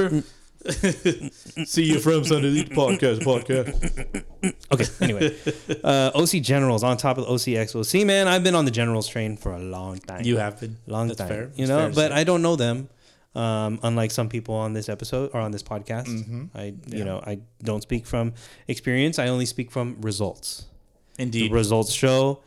D: wife. Mm,
B: See you from Sunday League podcast. Podcast.
D: Okay. Anyway, uh, OC Generals on top of OCX. Well, see, man, I've been on the Generals train for a long time.
B: You have been
D: long
B: That's
D: time.
B: fair.
D: You
B: That's
D: know,
B: fair to
D: but
B: say.
D: I don't know them. Um, unlike some people on this episode or on this podcast,
B: Mm-hmm.
D: I you know I don't speak from experience. I only speak from results. The
B: indeed.
D: results show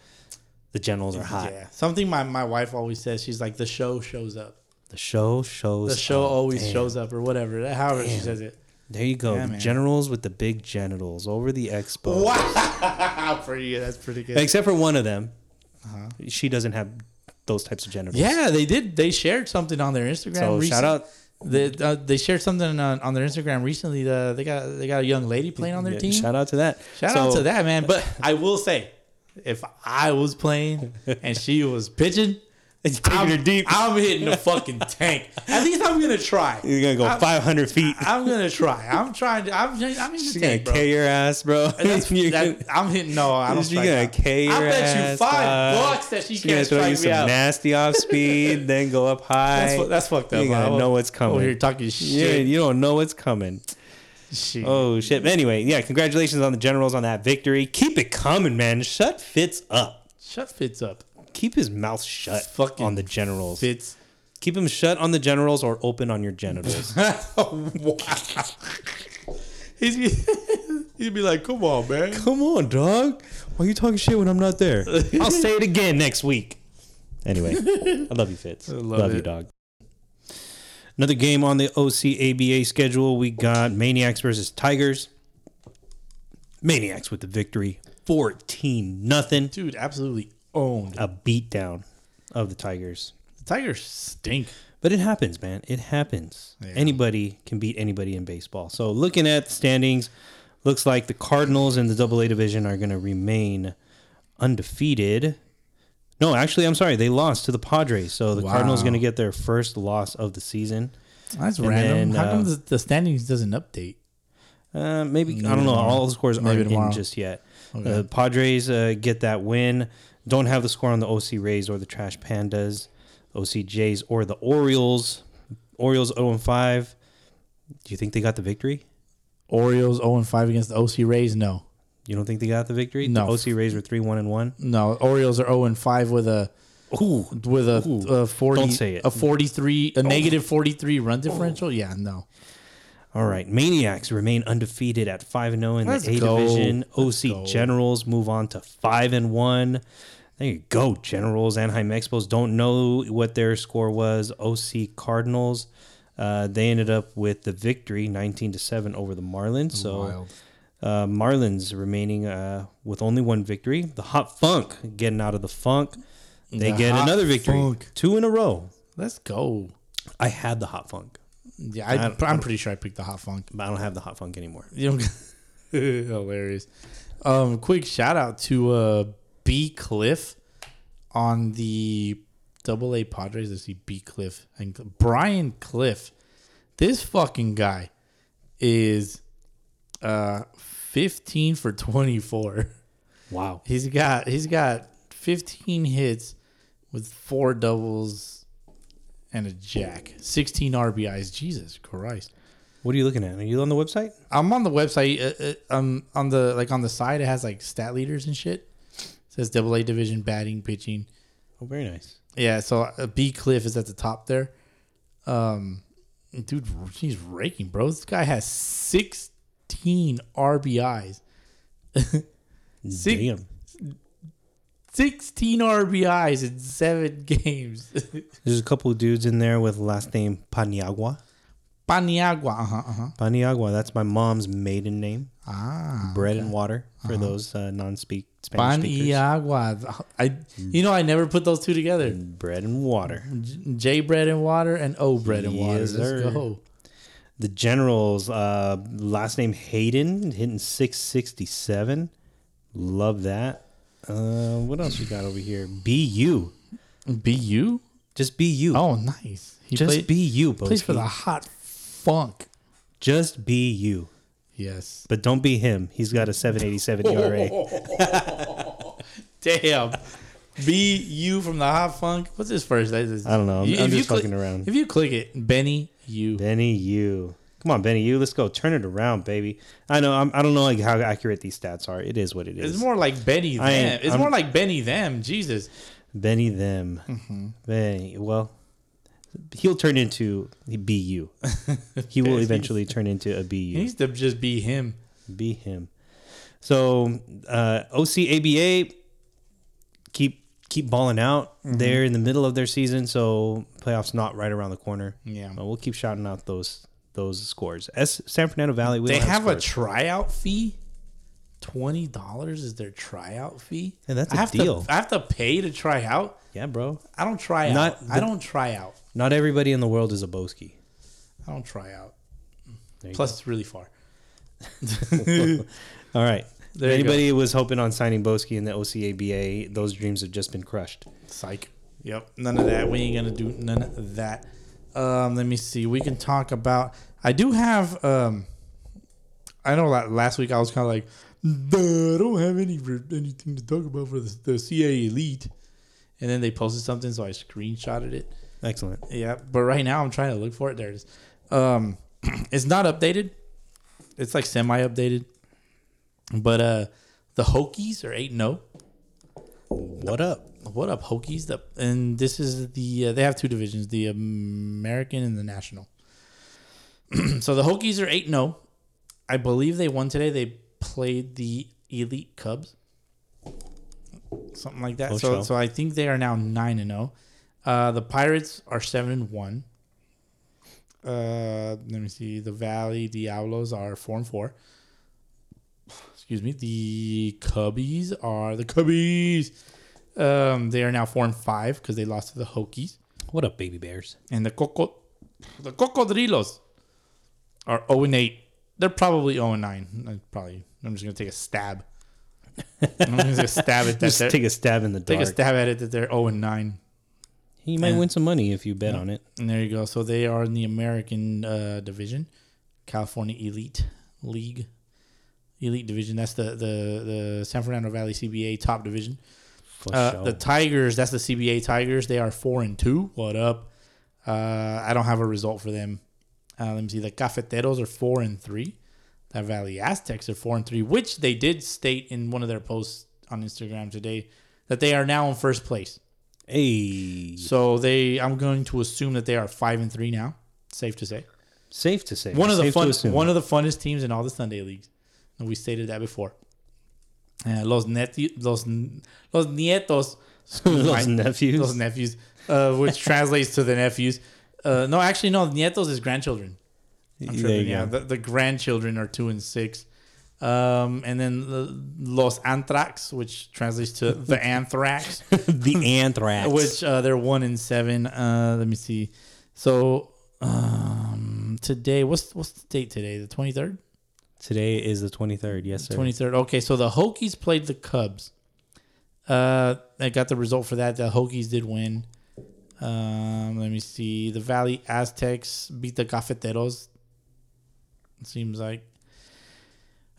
D: the generals are hot.
B: Yeah, something my, my wife always says. She's like, the show shows up.
D: The show shows.
B: The show
D: up.
B: always
D: Damn.
B: shows up, or whatever. However she says it.
D: There you go.
B: Yeah,
D: the
B: man.
D: generals with the big genitals over the expo.
B: Wow, pretty. That's pretty good.
D: Except for one of them, she doesn't have those types of genitals.
B: Uh-huh. Yeah, they did. They shared something on their Instagram.
D: So
B: recent-
D: shout out.
B: They, uh, they shared something on, on their Instagram recently. Uh, they got they got a young lady playing on their
D: yeah,
B: team. Shout,
D: Shout out to that.
B: out
D: So,
B: to that man. But I will say, if I was playing and she was pitching,
D: It's taking
B: I'm,
D: her deep.
B: I'm hitting the fucking tank. At least I'm gonna try.
D: You're gonna go
B: I'm-
D: 500 feet.
B: I'm gonna try. I'm trying to. I'm, I'm in the
D: She's gonna
B: tank, bro.
D: K your ass, bro.
B: That's,
D: You're
B: that, I'm hitting. No, I don't.
D: She's
B: strike
D: gonna
B: out.
D: K
B: I
D: your
B: bet you
D: ass,
B: five
D: dog.
B: bucks that she
D: She's gonna
B: can't
D: throw
B: strike
D: you some
B: me out.
D: nasty off speed, then go
B: That's,
D: up high.
B: fu- that's fucked up.
D: You gotta
B: I
D: know what's
B: Over
D: coming.
B: here talking
D: yeah,
B: shit.
D: you don't know what's coming.
B: shit.
D: Oh shit! Anyway, yeah, congratulations on the Generals on that victory. Keep it coming, man. Shut Fitz up.
B: Shut Fitz up.
D: Keep his mouth shut
B: Fucking
D: on the Generals.
B: Fitz.
D: Keep him shut on the Generals or open on your genitals.
B: Oh, wow. He's, he'd be like, come on, man.
D: Come on, dog. Why are you talking shit when I'm not there? I'll say it again next week. Anyway, I love you, Fitz.
B: love
D: love you,
B: it.
D: dog. Another game on the OCABA schedule. We got Maniacs versus Tigers. Maniacs with the victory, fourteen nothing.
B: Dude, absolutely owned.
D: A beatdown of the Tigers,
B: The Tigers stink.
D: but it happens, man. It happens. Anybody can beat anybody in baseball. So looking at the standings, looks like the Cardinals in the AA division are going to remain undefeated. No, actually, I'm sorry. They lost to the Padres, so the Cardinals
B: Wow.
D: going to get their first loss of the season.
B: That's uh,
D: random. How come
B: the, standings doesn't update?
D: Uh, maybe I don't know. All the scores aren't
B: tomorrow.
D: in just yet. Uh, Padres uh, get that win. Don't have the score on the OC Rays or the Trash Pandas, OC Jays or the Orioles. Orioles zero and five. Do you think they got the victory?
B: Orioles 0 and 5 against the OC Rays. No,
D: You don't think they got the victory?
B: No.
D: The OC Rays were three one and one.
B: no. Orioles are 0 and 5 with a
D: Ooh,
B: with a, a 40
D: Don't say it.
B: a 43 a negative 43 run differential. Yeah, no.
D: All right, Maniacs remain undefeated at five and zero in
B: Let's
D: the A
B: go.
D: division.
B: Let's
D: OC
B: go.
D: Generals move on to five and one. There you go, Generals. Anaheim Expos don't know what their score was. OC Cardinals, uh, they ended up with the victory, nineteen to seven over the Marlins. So uh, Marlins remaining uh, with only one victory. The Hot Funk getting out of the funk. They
B: The
D: get
B: Hot
D: another victory,
B: Funk.
D: two in a row.
B: Let's go.
D: I had the Hot Funk,
B: Yeah, I, I'm pretty sure I picked the hot funk.
D: but I don't have the Hot Funk anymore.
B: You know, hilarious. Um, quick shout out to uh, B Cliff on the Double A Padres. I see B Cliff and Cl- Brian Cliff. This fucking guy is uh 15 for 24.
D: Wow.
B: He's got he's got 15 hits with four doubles and a jack. 16 RBIs. Jesus Christ.
D: What are you looking at? Are you on the website?
B: I'm on the website. Uh, uh, um, on the like on the side, it has like stat leaders and shit. It says Double A division batting, pitching.
D: Oh, very nice.
B: Yeah, so uh, B Cliff is at the top there. Um, dude, he's raking, bro. This guy has 16 RBIs. Six-
D: Damn.
B: 16 RBIs in seven games.
D: There's a couple of dudes in there with last name Paniagua.
B: Paniagua. Uh huh. Uh-huh.
D: Paniagua, that's my mom's maiden name.
B: Ah.
D: Bread and water for those uh, non-speak Spanish speakers.
B: Paniagua. I, you know, I never put those two together.
D: Bread and water.
B: J- J bread and water and O bread and water.
D: Yes,
B: Let's
D: sir.
B: go.
D: The general's uh, last name Hayden, hitting 667. Love that. Uh, what else you got over here? BU.
B: BU?
D: Just BU.
B: Oh, nice. He played,
D: Just BU,
B: plays for
D: Boski.
B: the hot funk.
D: Just BU.
B: Yes.
D: But don't be him. He's got a E 787
B: Oh,
D: ERA.
B: Damn. BU from the hot funk. What's his first? I
D: I don't know. I'm- I'm just
B: click,
D: fucking around.
B: If you click it, Benny U.
D: Benny you Come on, Benny you Let's go. Turn it around, baby. I know. I'm, I don't know like how accurate these stats are. It is what it is.
B: It's more like Benny them.
D: I ain't-
B: it's
D: I'm-
B: more like Benny them. Jesus.
D: Benny them.
B: Mm-hmm.
D: Benny. Well, he'll turn into BU. he will eventually turn into a
B: He
D: BU.
B: needs to just be him.
D: Be him. So uh, OCABA keep keep balling out.
B: Mm-hmm.
D: They're in the middle of their season, so playoffs not right around the corner.
B: Yeah.
D: But we'll keep shouting out those those scores. S San Fernando Valley. We
B: they
D: don't
B: have, a
D: scores.
B: tryout fee. Twenty dollars is their tryout fee.
D: Yeah, that's
B: I
D: a
B: have
D: deal.
B: To, I have to pay to try out.
D: yeah, bro.
B: I don't try
D: Not
B: out. I don't try out.
D: Not everybody in the world is a Boski.
B: I don't try out.
D: There you
B: Plus, it's really far.
D: All right.
B: There you
D: Anybody who was hoping on signing Boski in the OCABA, those dreams have just been crushed.
B: Psych. Yep. None of that. We ain't gonna do none of that. Um, let me see. We can talk about. I do have. Um, I know that last week I was kind of like, "Duh, I don't have any anything to talk about for the, the CA Elite, and then they posted something, so I screenshotted it.
D: Excellent.
B: Yeah, but right now I'm trying to look for it. There it is. Um, it's not updated. It's like semi updated. But uh, the Hokies are eight oh, eight zero. What up? What up, Hokies? The, and this is the uh, they have two divisions: the American and the National. so the Hokies are eight eight zero. I believe they won today. They played the Elite Cubs, something like that.
D: Oh,
B: so
D: sure.
B: so I think they are now nine and zero. Uh, the Pirates are seven and one. Uh, let me see. The Valley Diablos are four and four. Excuse me. The Cubbies are the Cubbies. Um, they are now four and five because they lost to the Hokies
D: What up, baby bears?
B: and the coco, the cocodrilos are zero and eight. They're probably zero and nine. I Probably. I'm just gonna take a stab. I'm just gonna stab at that.
D: Just
B: They're-
D: take a stab in the
B: take
D: dark.
B: a stab at it that they're zero and nine.
D: You might win some money if you bet on it.
B: And there you go. So they are in the American uh, division, California Elite, League, Elite Division. That's the the the San Fernando Valley CBA top division.
D: For
B: Uh,
D: sure.
B: The Tigers, that's the CBA Tigers. They are four and two. What up? Uh, I don't have a result for them. Uh, let me see. The Cafeteros are four and three. The Valley Aztecs are four and three, which they did state in one of their posts on Instagram today that they are now in first place.
D: hey,
B: So they, I'm going to assume that they are five and three now. Safe to say,
D: safe to say.
B: one of the
D: Safe to
B: fun,
D: assume.
B: one of the funnest teams in all the Sunday leagues. And we stated that before. Uh, los neti, los los nietos.
D: Those
B: Right.
D: nephews.
B: Those nephews, uh, which translates to the nephews. Uh, no, actually, no. Nietos is grandchildren. I'm
D: There
B: tripping,
D: you
B: yeah,
D: go.
B: the, the grandchildren are two and six, um, and then the- Los Anthrax, which translates to the Anthrax,
D: the anthrax.
B: which uh, they're one and seven. Uh, let me see. So um, today, what's what's the date today? The twenty third.
D: Today is the 23rd. Yes, sir.
B: Twenty third. Okay, so the Hokies played the Cubs. Uh, I got the result for that. The Hokies did win. Um, let me see. The Valley Aztecs beat the Cafeteros. It seems like.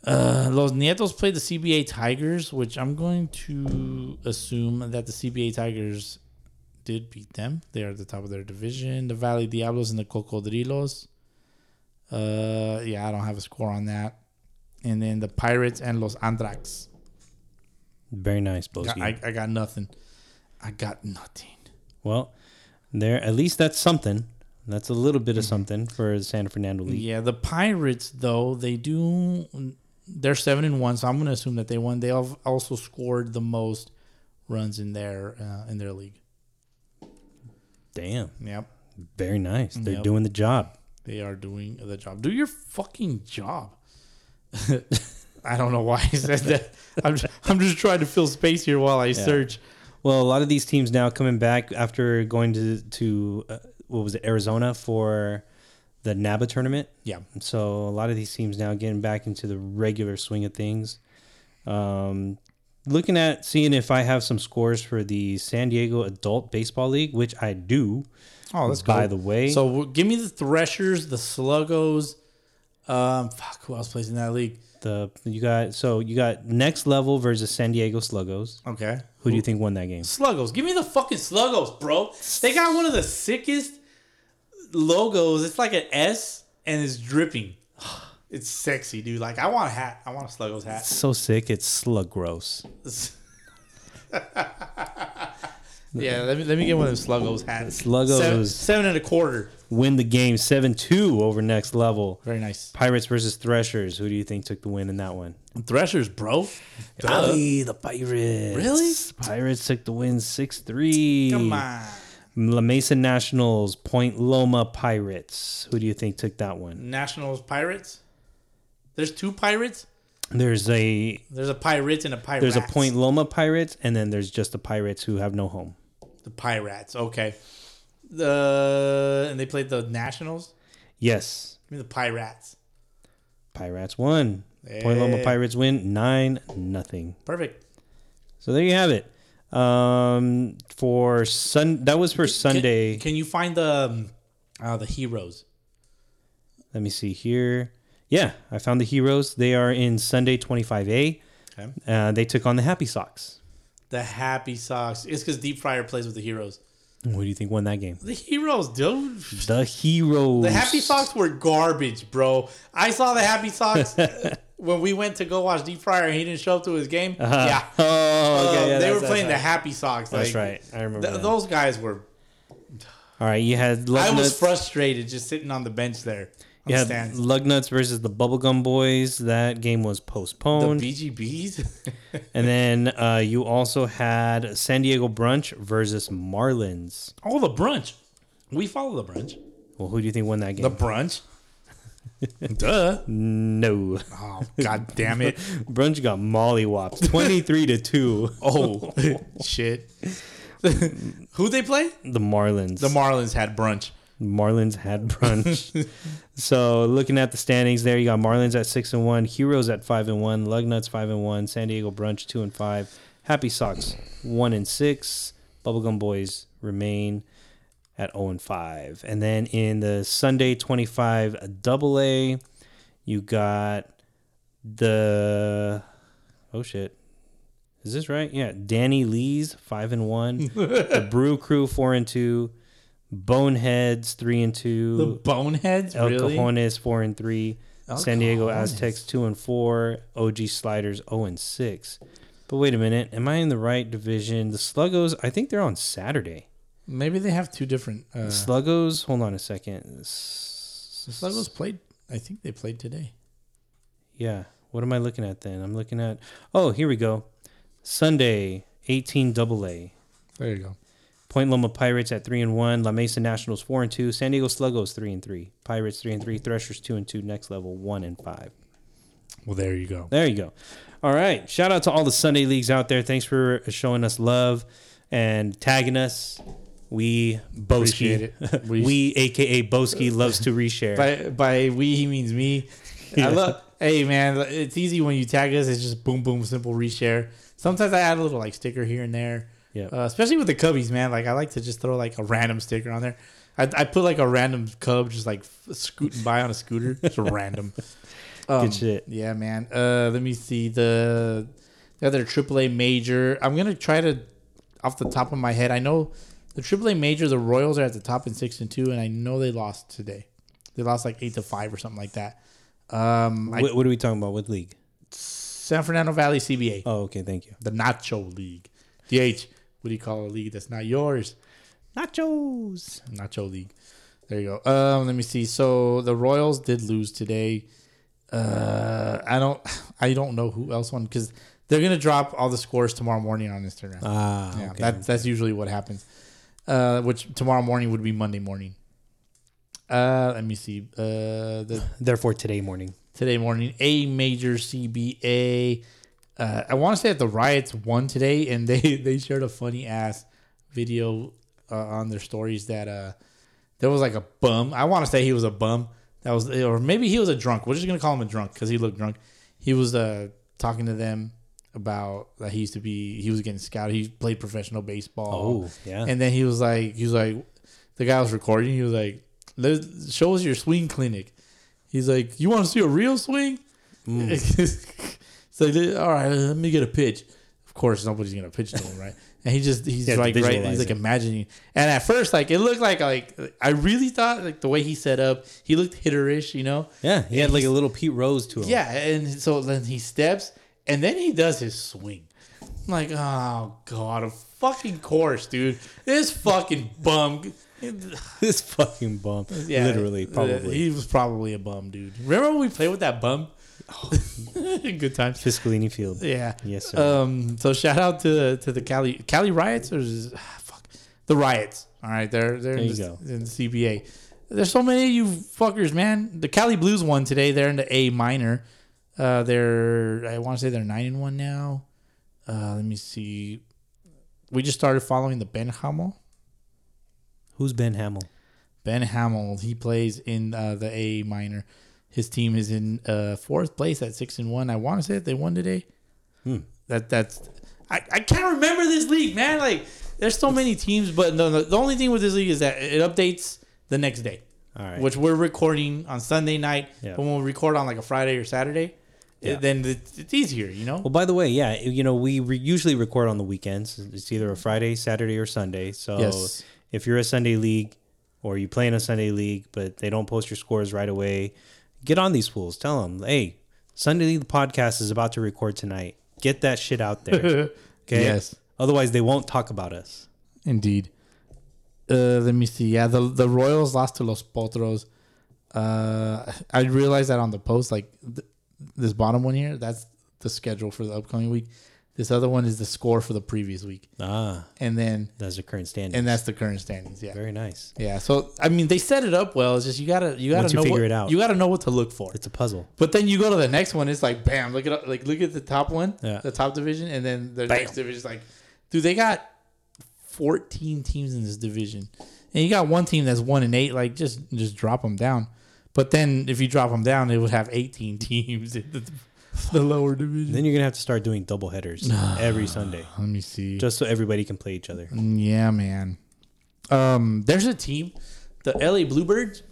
B: Uh, Los Nietos played the CBA Tigers, which I'm going to assume that the CBA Tigers did beat them. They are at the top of their division. The Valley Diablos and the Cocodrilos. Uh, yeah, I don't have a score on that and then the Pirates and Los Anthrax.
D: Very nice, Boski.
B: I, I got nothing. I got nothing.
D: well, there. At least that's something. That's a little
B: Mm-hmm.
D: bit of something for the San Fernando League.
B: Yeah, the Pirates though they do. They're seven and one, so I'm gonna assume that they won. They have also scored the most runs in their uh, in their league.
D: Damn.
B: Yep,
D: Very nice. They're
B: Yep.
D: doing the job.
B: they are doing the job. Do your fucking job. I don't know why I said that. I'm just, I'm just trying to fill space here while I search.
D: Well, a lot of these teams now coming back after going to to uh, what was it, Arizona for the NABA tournament.
B: Yeah,
D: So a lot of these teams now getting back into the regular swing of things. Um, looking at seeing if I have some scores for the San Diego Adult Baseball League, which I do.
B: Oh, that's
D: by
B: cool.
D: the way.
B: So w- give me the Threshers, the Sluggos. Um, fuck, who else plays in that league?
D: The you got so you got next level versus San Diego Sluggos.
B: Okay,
D: Who do you think won that game?
B: Sluggos. Give me the fucking Sluggos, bro. They got one of the sickest logos. It's like an S and it's dripping. It's sexy, dude. Like I want a hat. I want a Sluggos hat.
D: So sick, it's slug gross.
B: yeah, let me let me get one of those Sluggos hats.
D: Sluggos.
B: seven, seven and a quarter.
D: Win the game seven two over next level.
B: Very nice.
D: Pirates versus Threshers. Who do you think took the win in that one?
B: Threshers, bro. Duh.
D: Ali, the Pirates.
B: Really?
D: Pirates took the win 6 3.
B: Come on.
D: La Mesa Nationals, Point Loma Pirates. Who do you think took that one?
B: Nationals Pirates. There's two pirates.
D: There's a
B: There's a pirate and a pirate.
D: there's a Point Loma Pirates, and then there's just the Pirates who have no home.
B: The pirates. Okay. The and they played the Nationals.
D: Yes,
B: Give me the pirates.
D: Pirates won. Point Loma
B: Yeah.
D: Pirates win nine nothing.
B: Perfect.
D: So there you have it. Um, for Sun that was for
B: Can-
D: Sunday.
B: Can, you find the um, uh, the heroes?
D: Let me see here. Yeah, I found the heroes. They are in Sunday 25A.
B: Okay.
D: Uh, they took on the Happy Socks.
B: The happy socks. It's because Deep Fryer plays with the heroes.
D: What do you think won that game?
B: The heroes, dude.
D: The heroes.
B: The happy socks were garbage, bro. I saw the happy socks when we went to go watch Deep Fryer. and He didn't show up to his game. Yeah.
D: Oh, Uh-huh. okay,
B: Um, they
D: yeah, that's-
B: were
D: that's
B: playing the
D: right.
B: happy socks.
D: That's
B: like,
D: right. I remember.
B: th-
D: that.
B: those guys were
D: All right, you had
B: I
D: Lugnuts.
B: was frustrated just sitting on the bench there. On
D: you
B: the
D: had
B: stands.
D: Lugnuts versus the Bubblegum Boys. That game was
B: The
D: postponed.
B: BGBs.
D: and then uh, you also had San Diego Brunch versus Marlins.
B: oh, the brunch. We follow the brunch.
D: Well, who do you think won that game?
B: The brunch. Duh.
D: no,
B: Oh, god damn it.
D: Brunch got mollywopped, twenty-three to two.
B: Oh, shit. Who they play?
D: The Marlins.
B: The Marlins had brunch.
D: Marlins had brunch. so looking at the standings there, you got Marlins at six and one, Heroes at five and one, Lugnuts five and one, San Diego Brunch two and five, Happy Socks one and six, Bubblegum Boys remain oh at zero and five. And then in the Sunday twenty five double A, You got the oh shit. Is this right? Yeah, Danny Lee's five and one, the Brew Crew four and two, Boneheads three and
B: The
D: two,
B: Boneheads,
D: El
B: really?
D: Cajones four and three,
B: El
D: San Diego
B: Cajones.
D: Aztecs two and four, OG Sliders zero and six. But wait a minute, am I in the right division? The Sluggos, I think they're on Saturday.
B: Maybe they have two different. Uh,
D: Sluggos, hold on a second. S-
B: the Sluggos played. I think they played today.
D: Yeah. What am I looking at then? I'm looking at oh, here we go. Sunday, 18 double A.
B: There you go.
D: Point Loma Pirates at three and one, La Mesa Nationals four and two, San Diego Sluggos three and three, Pirates three and three, Threshers two and two, next level one and five.
B: Well, there you go.
D: There you go. All right. Shout out to all the Sunday leagues out there. Thanks for showing us love and tagging us. We Boski,
B: Appreciate it.
D: we,
B: We-
D: aka Boski, loves to reshare.
B: By by we he means me.
D: Yeah.
B: I love. Hey man, it's easy when you tag us. It's just boom boom simple reshare. Sometimes I add a little like sticker here and there.
D: Yeah.
B: Uh, especially with the cubbies, man. Like I like to just throw like a random sticker on there. I, I put like a random cub just like f- scooting by on a scooter. Just random. Um,
D: Good shit.
B: Yeah, man. Uh, let me see the the other AAA major. I'm gonna try to off the top of my head. I know the AAA major. The Royals are at the top in six and two, and I know they lost today. They lost like eight to five or something like that. Um, I,
D: what, what are we talking about? What league?
B: San Fernando Valley CBA,
D: Oh, okay. Thank you.
B: the Nacho League. DH. What do you call a league that's not yours?
D: Nachos.
B: Nacho League. There you go. Um, let me see. So the Royals did lose today. Uh, I don't, I don't know who else won because they're gonna drop all the scores tomorrow morning on Instagram.
D: Ah,
B: yeah,
D: okay.
B: that, that's usually what happens. Uh, which tomorrow morning would be Monday morning. Uh, let me see. Uh, the
D: Therefore, today morning.
B: today morning. A major CBA. Uh, I want to say that the riots won today, and they they shared a funny ass video uh, on their stories that uh there was like a bum. I want to say he was a bum. That was, or maybe he was a drunk. We're just gonna call him a drunk because he looked drunk. He was uh talking to them about that he used to be. He was getting scouted. He played professional baseball.
D: Oh, yeah.
B: And then he was like, he was like, the guy was recording. He was like, "Let- "Show us your swing clinic." He's like, "You want to see a real swing?"
D: Mm.
B: so they- all right, let me get a pitch. Of course, nobody's gonna pitch to him, right? And he just he's
D: Yeah, to
B: like right,
D: visualize
B: he's like
D: it.
B: imagining. And at first, like it looked like like I really thought like the way he set up, he looked hitterish, you know?
D: Yeah, he had like a little Pete Rose to him.
B: Yeah, and so then he steps, and then he does his swing. I'm like, oh god, a fucking course, dude. This fucking bum.
D: this fucking bum.
B: Yeah,
D: literally,
B: uh,
D: probably
B: he was probably a bum, dude. Remember when we played with that bum?
D: Oh,
B: Good times.
D: Fiscalini Field.
B: Yeah.
D: Yes, sir.
B: Um. So shout out to to the Cali Cali riots or is, ah, fuck the riots. All right, they're they're in,
D: There you
B: the,
D: go.
B: in the CBA. There's so many of you fuckers, man. The Cali Blues won today. They're in the A minor. Uh, they're I want to say they're nine and one now. Uh, let me see. We just started following the Ben Hamel.
D: Who's Ben Hamill?
B: Ben Hamill. He plays in uh, the A minor. His team is in uh, fourth place at six and one. I want to say that they won today.
D: Hmm.
B: That that's I, I can't remember this league, man. Like there's so many teams, but no, no, the only thing with this league is that it updates the next day,
D: All right.
B: which we're recording on Sunday night.
D: Yeah.
B: But when we record on like a Friday or Saturday,
D: Yeah.
B: it, then it's, it's easier, you know.
D: well, by the way, yeah, eh, you know, we re- usually record on the weekends. It's either a Friday, Saturday, or Sunday. So
B: Yes.
D: if you're a Sunday league or you play in a Sunday league, but they don't post your scores right away, get on these fools. Tell them, hey, Sunday League podcast is about to record tonight. Get that shit out there. Okay.
B: Yes.
D: Otherwise, they won't talk about us.
B: Indeed. Uh, let me see. Yeah, the the Royals lost to Los Potros. Uh, I realized that on the post, like th- this bottom one here, that's the schedule for the upcoming week. This other one is the score for the previous week,
D: Ah,
B: and then
D: that's the current standing.
B: and that's the current standings. Yeah,
D: Very nice.
B: yeah. So I mean, they set it up well. It's just you gotta you gotta
D: Once you
B: know
D: figure
B: what,
D: it out.
B: You gotta know what to look for.
D: It's a puzzle.
B: But then you go to the next one, it's like bam, look at like look at the top one,
D: Yeah.
B: the top division, and then the next division is like, dude, they got fourteen teams in this division, and you got one team that's one and eight. Like just just drop them down. But then if you drop them down, it would have eighteen teams in the, the lower division.
D: Then you're gonna have to start doing double headers every Sunday,
B: Let me see.
D: just so everybody can play each other.
B: yeah, man. Um, there's a team, the LA Bluebirds.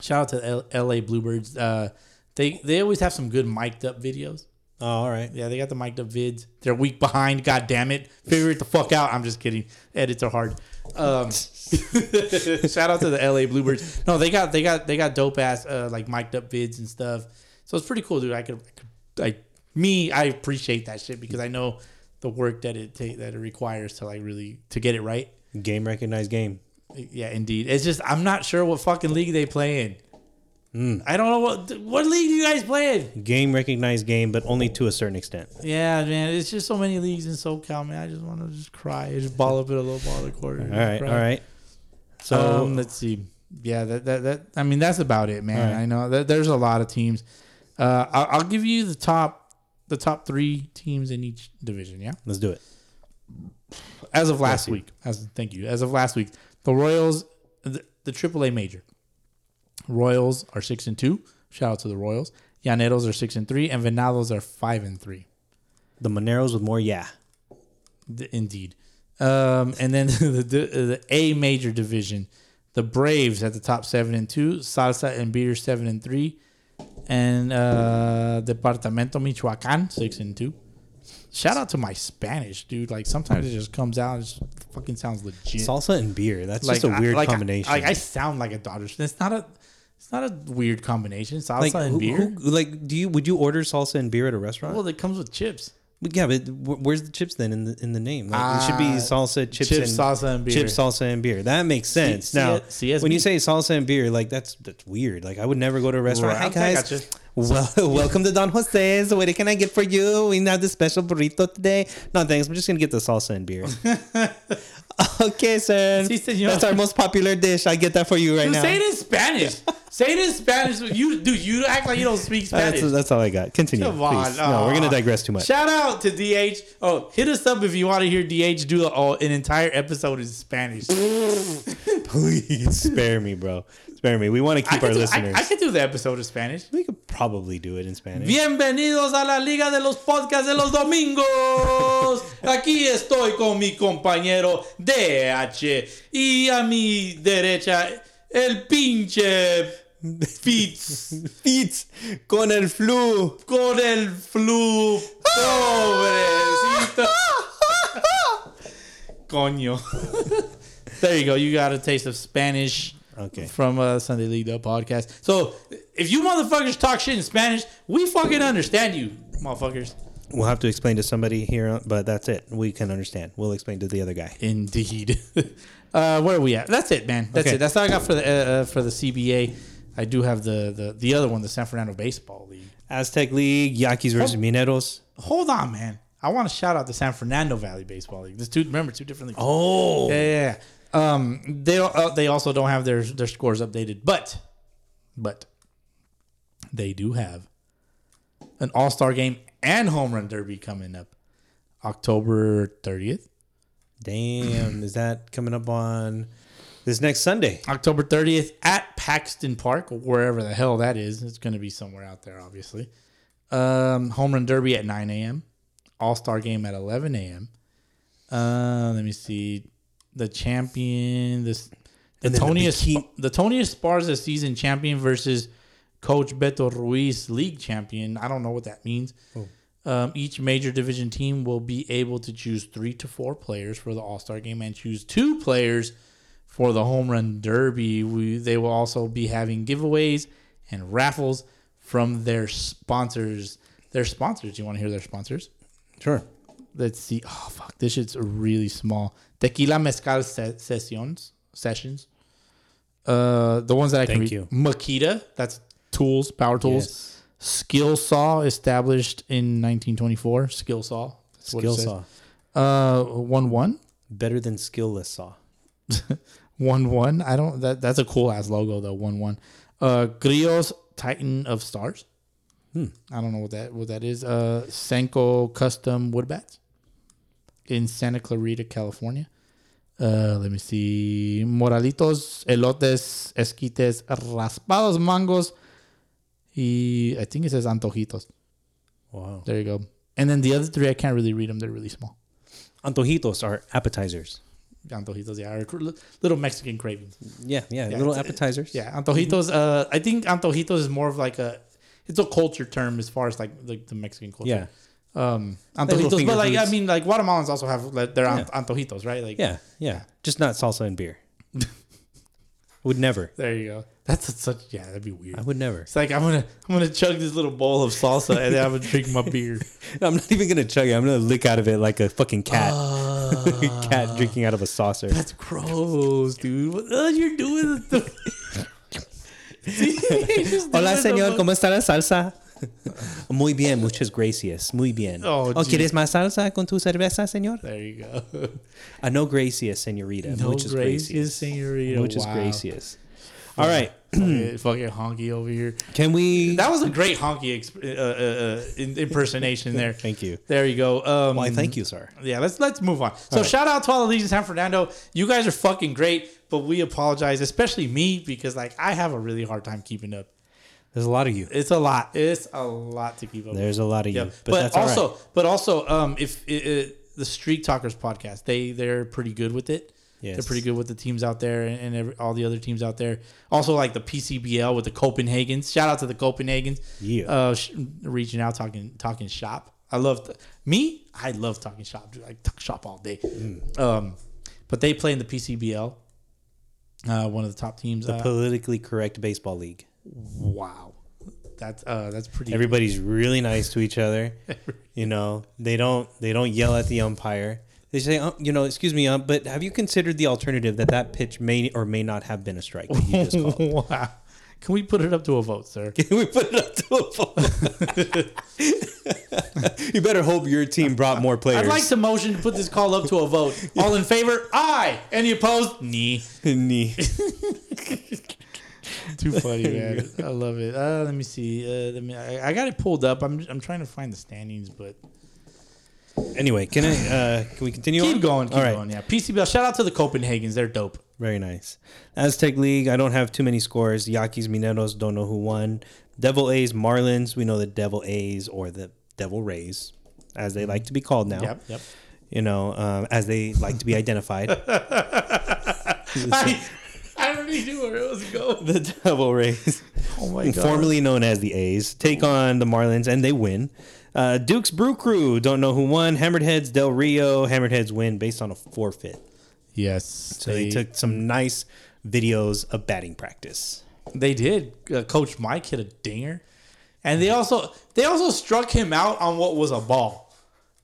B: Shout out to L- LA Bluebirds. Uh, They they always have some good mic'd up videos.
D: Oh, all right.
B: Yeah, they got the mic'd up vids. They're weak behind. God damn it! Figure it the fuck out. I'm just kidding. Edits are hard. Um, shout out to the LA Bluebirds. No, they got they got they got dope ass uh, like mic'd up vids and stuff. So it's pretty cool, dude. I could, I could I me I appreciate that shit because I know the work that it ta- that it requires to like really to get it right.
D: Game recognized game.
B: Yeah, indeed. It's just I'm not sure what fucking league they play in. I don't know what what league do you guys play in.
D: Game recognized game, but only to a certain extent.
B: Yeah, man, it's just so many leagues in SoCal, man. I just want to just cry, just ball up in a little ball of quarter.
D: All right. All right.
B: So
D: So
B: um, let's see. Yeah, that, that that I mean that's about it, man. I know that there's a lot of teams. Uh, I'll, I'll give you the top the top three teams in each division. Yeah,
D: let's do it.
B: as of last week. As thank you. As of last week, the Royals, the, the AAA major. Royals are six and two. Shout out to the Royals. Llaneros are six and three, and Venados are five and three.
D: The Moneros with more. Yeah.
B: D- Indeed. Um, and then the, the the A major division, the Braves at the top seven and two, Salsa and Beater seven and three, and uh, Departamento Michoacán six and two. Shout out to my Spanish, dude. Like sometimes it just comes out, it just fucking sounds legit.
D: Salsa and beer. That's
B: like
D: just a weird
B: I, like, I-
D: combination.
B: like I sound like a Dodgers. It's not a it's not a weird combination. Salsa
D: like
B: and
D: who-
B: beer.
D: who- like, do you would you order salsa and beer at a restaurant?
B: well, it comes with chips.
D: But yeah, but wh- where's the chips then in the in the name? Like, it should be
B: Ah,
D: salsa, chips,
B: chips,
D: and,
B: salsa, and beer.
D: Chips, salsa, and beer. That makes sense.
B: C-
D: now,
B: CS
D: when you say salsa and beer, like that's that's weird. Like I would never go to a restaurant.
B: Right,
D: Hi
B: I gotcha.
D: guys, well, welcome to Don Jose's. What can I get for you? We have the special burrito today. No thanks. I'm just gonna get the salsa and beer. okay, sir.
B: Sí, señor.
D: That's our most popular dish. I get that for you right
B: Dude,
D: now.
B: say it in Spanish. say it in Spanish. You dude, you act like you don't speak Spanish.
D: That's, that's all I got. Continue.
B: Come on.
D: please. No, we're gonna
B: aw.
D: digress too much.
B: Shout out to DH. Oh, hit us up if you want to hear DH do a, oh, an entire episode in Spanish. I
D: Please spare me, bro. Spare me. We want to keep our
B: could do, I,
D: listeners.
B: I could do the episode in Spanish.
D: we could probably do it in Spanish.
B: Bienvenidos a la Liga de los Podcasts de los Domingos. Aquí estoy con mi compañero DH y a mi derecha el pinche Fitz.
D: Fitz con el flu.
B: con el flu. Pobrecito. Coño. there you go. You got a taste of Spanish.
D: Okay.
B: From uh, Sunday League the podcast. So if you motherfuckers talk shit in Spanish, we fucking understand you, motherfuckers.
D: We'll have to explain to somebody here, but that's it. We can understand. We'll explain to the other guy.
B: Indeed. uh, where are we at? That's it, man. That's
D: Okay.
B: it. That's all I got for the uh, uh, for the CBA. I do have the, the the other one, the San Fernando Baseball League.
D: Aztec League, Yaquis versus Mineros.
B: Hold on, man. I want to shout out the San Fernando Valley Baseball League. There's two. Remember, two different leagues.
D: Oh,
B: Yeah, yeah, yeah. Um, they uh, they also don't have their their scores updated, but but they do have an All Star game and home run derby coming up October thirtieth.
D: damn! Is that coming up on this next Sunday?
B: October 30th at Paxton Park, or wherever the hell that is. It's going to be somewhere out there, obviously. Um, home run derby at 9 a.m. All star game at 11 a.m. Uh, let me see. The champion, this the
D: And then the
B: Tony,
D: bikini-
B: Esp- the Tony Esparza season champion versus Coach Beto Ruiz league champion. I don't know what that means.
D: Oh.
B: Um, each major division team will be able to choose three to four players for the All Star game and choose two players for the Home Run Derby. We, they will also be having giveaways and raffles from their sponsors. Their sponsors. You want to hear their sponsors?
D: Sure.
B: Let's see. Oh fuck, this shit's really small. Tequila Mezcal se- Sessions sessions. Uh, the ones that I can
D: Thank
B: read.
D: you.
B: Makita. That's tools, power tools.
D: Yes.
B: Skill Saw, established in 1924. Skill Saw. That's what it
D: Skill
B: says.
D: saw
B: Uh, one one
D: better than skillless saw.
B: one one. I don't. That that's a cool ass logo though. One one. Uh, Grios Titan of Stars. I don't know what that what that is. Uh, Senko Custom Wood Bats in Santa Clarita, California. Uh, let me see. Moralitos, elotes, esquites, raspados, mangos, y I think it says antojitos.
D: Wow.
B: There you go. And then the other three, I can't really read them. They're really small.
D: Antojitos are appetizers.
B: Antojitos, yeah, or cr- little Mexican cravings.
D: Yeah, yeah,
B: Yeah,
D: little
B: it's-
D: appetizers.
B: Mm-hmm. Yeah, antojitos. Uh, I think antojitos is more of like a. it's a culture term as far as like the, the Mexican culture.
D: Yeah.
B: Um,
D: little
B: antojitos,
D: finger
B: but like I
D: foods.
B: mean, like Guatemalans also have like, their an-
D: Yeah.
B: antojitos, right? Like,
D: Yeah, yeah. Just not salsa and beer. would never.
B: There you go. That's a, such yeah. That'd be weird.
D: I would never.
B: It's like I'm gonna I'm gonna chug this little bowl of salsa and then I'm gonna drink my beer.
D: I'm not even gonna chug it. I'm gonna lick out of it like a fucking cat. cat drinking out of a saucer.
B: That's gross, dude. What uh, you're doing? The-
D: Hola, señor. ¿Cómo está la salsa? Muy bien, muchas gracias. Muy bien.
B: Oh,
D: Oh,
B: gee.
D: ¿quieres más salsa con tu cerveza, señor?
B: There you go.
D: Uh, no gracias, señorita.
B: No
D: muchas
B: gracias,
D: gracias.
B: señorita.
D: Muchas
B: Wow.
D: gracias. All right.
B: fucking, fucking honky over here.
D: Can we?
B: That was a great honky exp- uh, uh, uh, in- impersonation there.
D: Thank you.
B: There you go. Um,
D: Why, thank you, sir.
B: Yeah, let's let's move on. So shout out to all the Legion San Fernando. You guys are fucking great, but we apologize, especially me, because like I have a really hard time keeping up.
D: There's a lot of you.
B: It's a lot. It's a lot to keep up. with.
D: There's a lot of you.
B: Yeah,
D: But,
B: but,
D: that's
B: also,
D: all right.
B: but also, um, if it, it, the Street Talkers podcast, they they're pretty good with it.
D: Yes.
B: They're pretty good with the teams out there and, and every, all the other teams out there. Also, like the PCBL with the Copenhagens. Shout out to the Copenhagens.
D: Yeah.
B: Uh, sh- reaching out, talking talking shop. I love th- me. I love talking shop. Dude. I talk shop all day.
D: Mm.
B: Um, but they play in the PCBL. Uh, one of the top teams. uh,
D: Politically correct baseball league.
B: wow, that's uh, that's pretty.
D: Everybody's really nice to each other. You know, they don't they don't yell at the umpire. They say, um, you know, excuse me, um, but have you considered the alternative that that pitch may or may not have been a strike? That you just called?
B: wow. Can we put it up to a vote, sir?
D: we put it up to a vote. you better hope your team brought more players.
B: I'd like to motion to put this call up to a vote. All in favor? Aye. Any opposed? Nee.
D: Knee.
B: Too funny, man. I love it. Uh, let me see. Uh, let me, I, I got it pulled up. I'm I'm trying to find the standings, but
D: anyway, can I? Uh, can we continue?
B: keep
D: on?
B: going. Keep
D: All right.
B: going. Yeah. PCBL. Shout out to the Copenhagens. They're dope.
D: Very nice. Aztec League, I don't have too many scores. Yaquis, Mineros, don't know who won. Devil A's, Marlins, we know the Devil A's or the Devil Rays, as they like to be called now.
B: Yep. Yep.
D: You know, um, as they like to be identified.
B: I, I already knew where it was going.
D: the Devil Rays,
B: Oh my god.
D: formerly known as the A's, take on the Marlins and they win. Uh, Duke's Brew Crew, don't know who won. Hammered Heads, Del Rio, Hammered Heads win based on a forfeit.
B: Yes.
D: So they took some nice videos of batting practice.
B: They did. Uh, Coach Mike hit a dinger, and they also they also struck him out on what was a ball.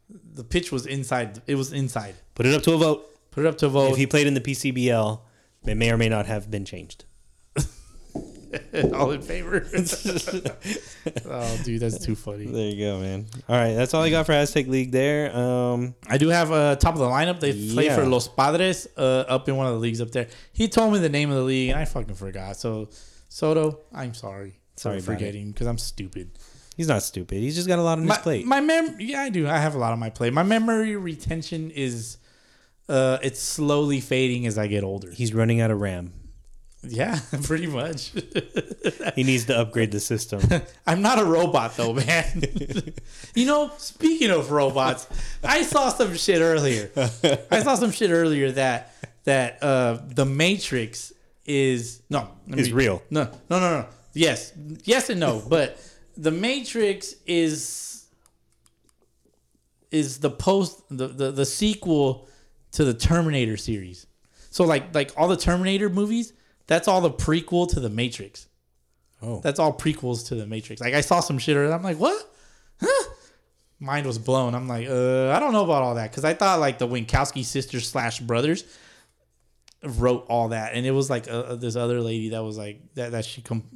B: The pitch was inside. It was inside.
D: Put it up to a vote.
B: Put it up to a vote.
D: If he played in the PCBL, it may or may not have been changed.
B: all in favor. oh, dude, that's too funny.
D: There you go, man. All right, that's all I got for Aztec League there. Um,
B: I do have uh, top of the lineup. They play
D: Yeah.
B: for Los Padres uh, up in one of the leagues up there. He told me the name of the league, and I fucking forgot. So, Soto, I'm sorry. Sorry
D: Sorry about
B: for
D: it.
B: forgetting because I'm stupid.
D: he's not stupid. He's just got a lot on his
B: my,
D: plate.
B: My mem, yeah, I do. I have a lot on my plate. My memory retention is, uh, it's slowly fading as I get older.
D: he's running out of RAM.
B: Yeah, pretty much.
D: He needs to upgrade the system.
B: I'm not a robot though, man. you know, speaking of robots, I saw some shit earlier. I saw some shit earlier that that uh, the Matrix is no let
D: Is real.
B: No, no, no, no. Yes, yes, and no. But the Matrix is is the post the, the the sequel to the Terminator series. So like like all the Terminator movies, that's all the prequel to the Matrix.
D: Oh.
B: That's all prequels to the Matrix. Like I saw some shit and I'm like, what? Huh? Mind was blown. I'm like, uh, I don't know about all that because I thought like the Winkowski sisters slash brothers wrote all that, and it was like uh, this other lady that was like that that she com-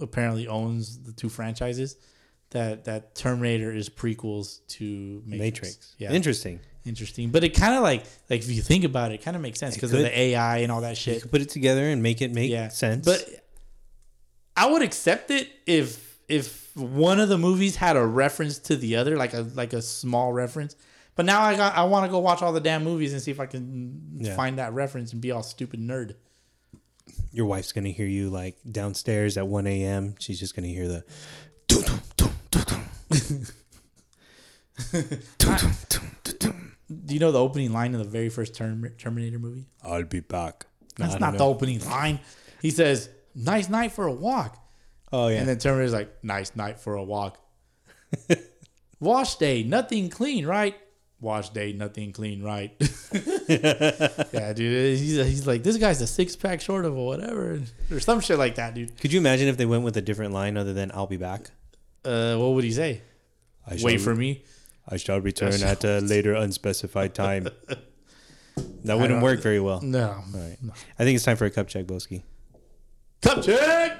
B: apparently owns the two franchises. That that Terminator is prequels to Matrix.
D: Matrix.
B: Yeah,
D: Interesting.
B: interesting. But it kind of like like if you think about it, it kind of makes sense because of
D: could.
B: the AI and all that
D: You
B: shit
D: could put it together and make it make
B: yeah.
D: sense.
B: But I would accept it if if one of the movies had a reference to the other, like a like a small reference. But now I got I want to go watch all the damn movies and see if I can
D: Yeah.
B: find that reference and be all stupid nerd.
D: your wife's gonna hear you like downstairs at 1 a.m. She's just gonna hear the. dum, dum, dum, dum, dum.
B: Do you know the opening line of the very first Term- Terminator movie?
D: I'll be back. No,
B: That's
D: I don't
B: not
D: know.
B: the opening line. He says, "Nice night for a walk."
D: Oh yeah.
B: And then Terminator's like, nice night for a walk. Wash day, nothing clean, right? Wash day, nothing clean, right? yeah, dude. He's, he's like, this guy's a six pack short of a whatever, or some shit like that, dude.
D: Could you imagine if they went with a different line other than "I'll be back"?
B: Uh, what would he say?
D: I
B: Wait for me.
D: I shall return at a later unspecified time. That
B: don't-
D: wouldn't work very well.
B: No.
D: All right. I think it's time for a cup check, Boski.
B: Cup check.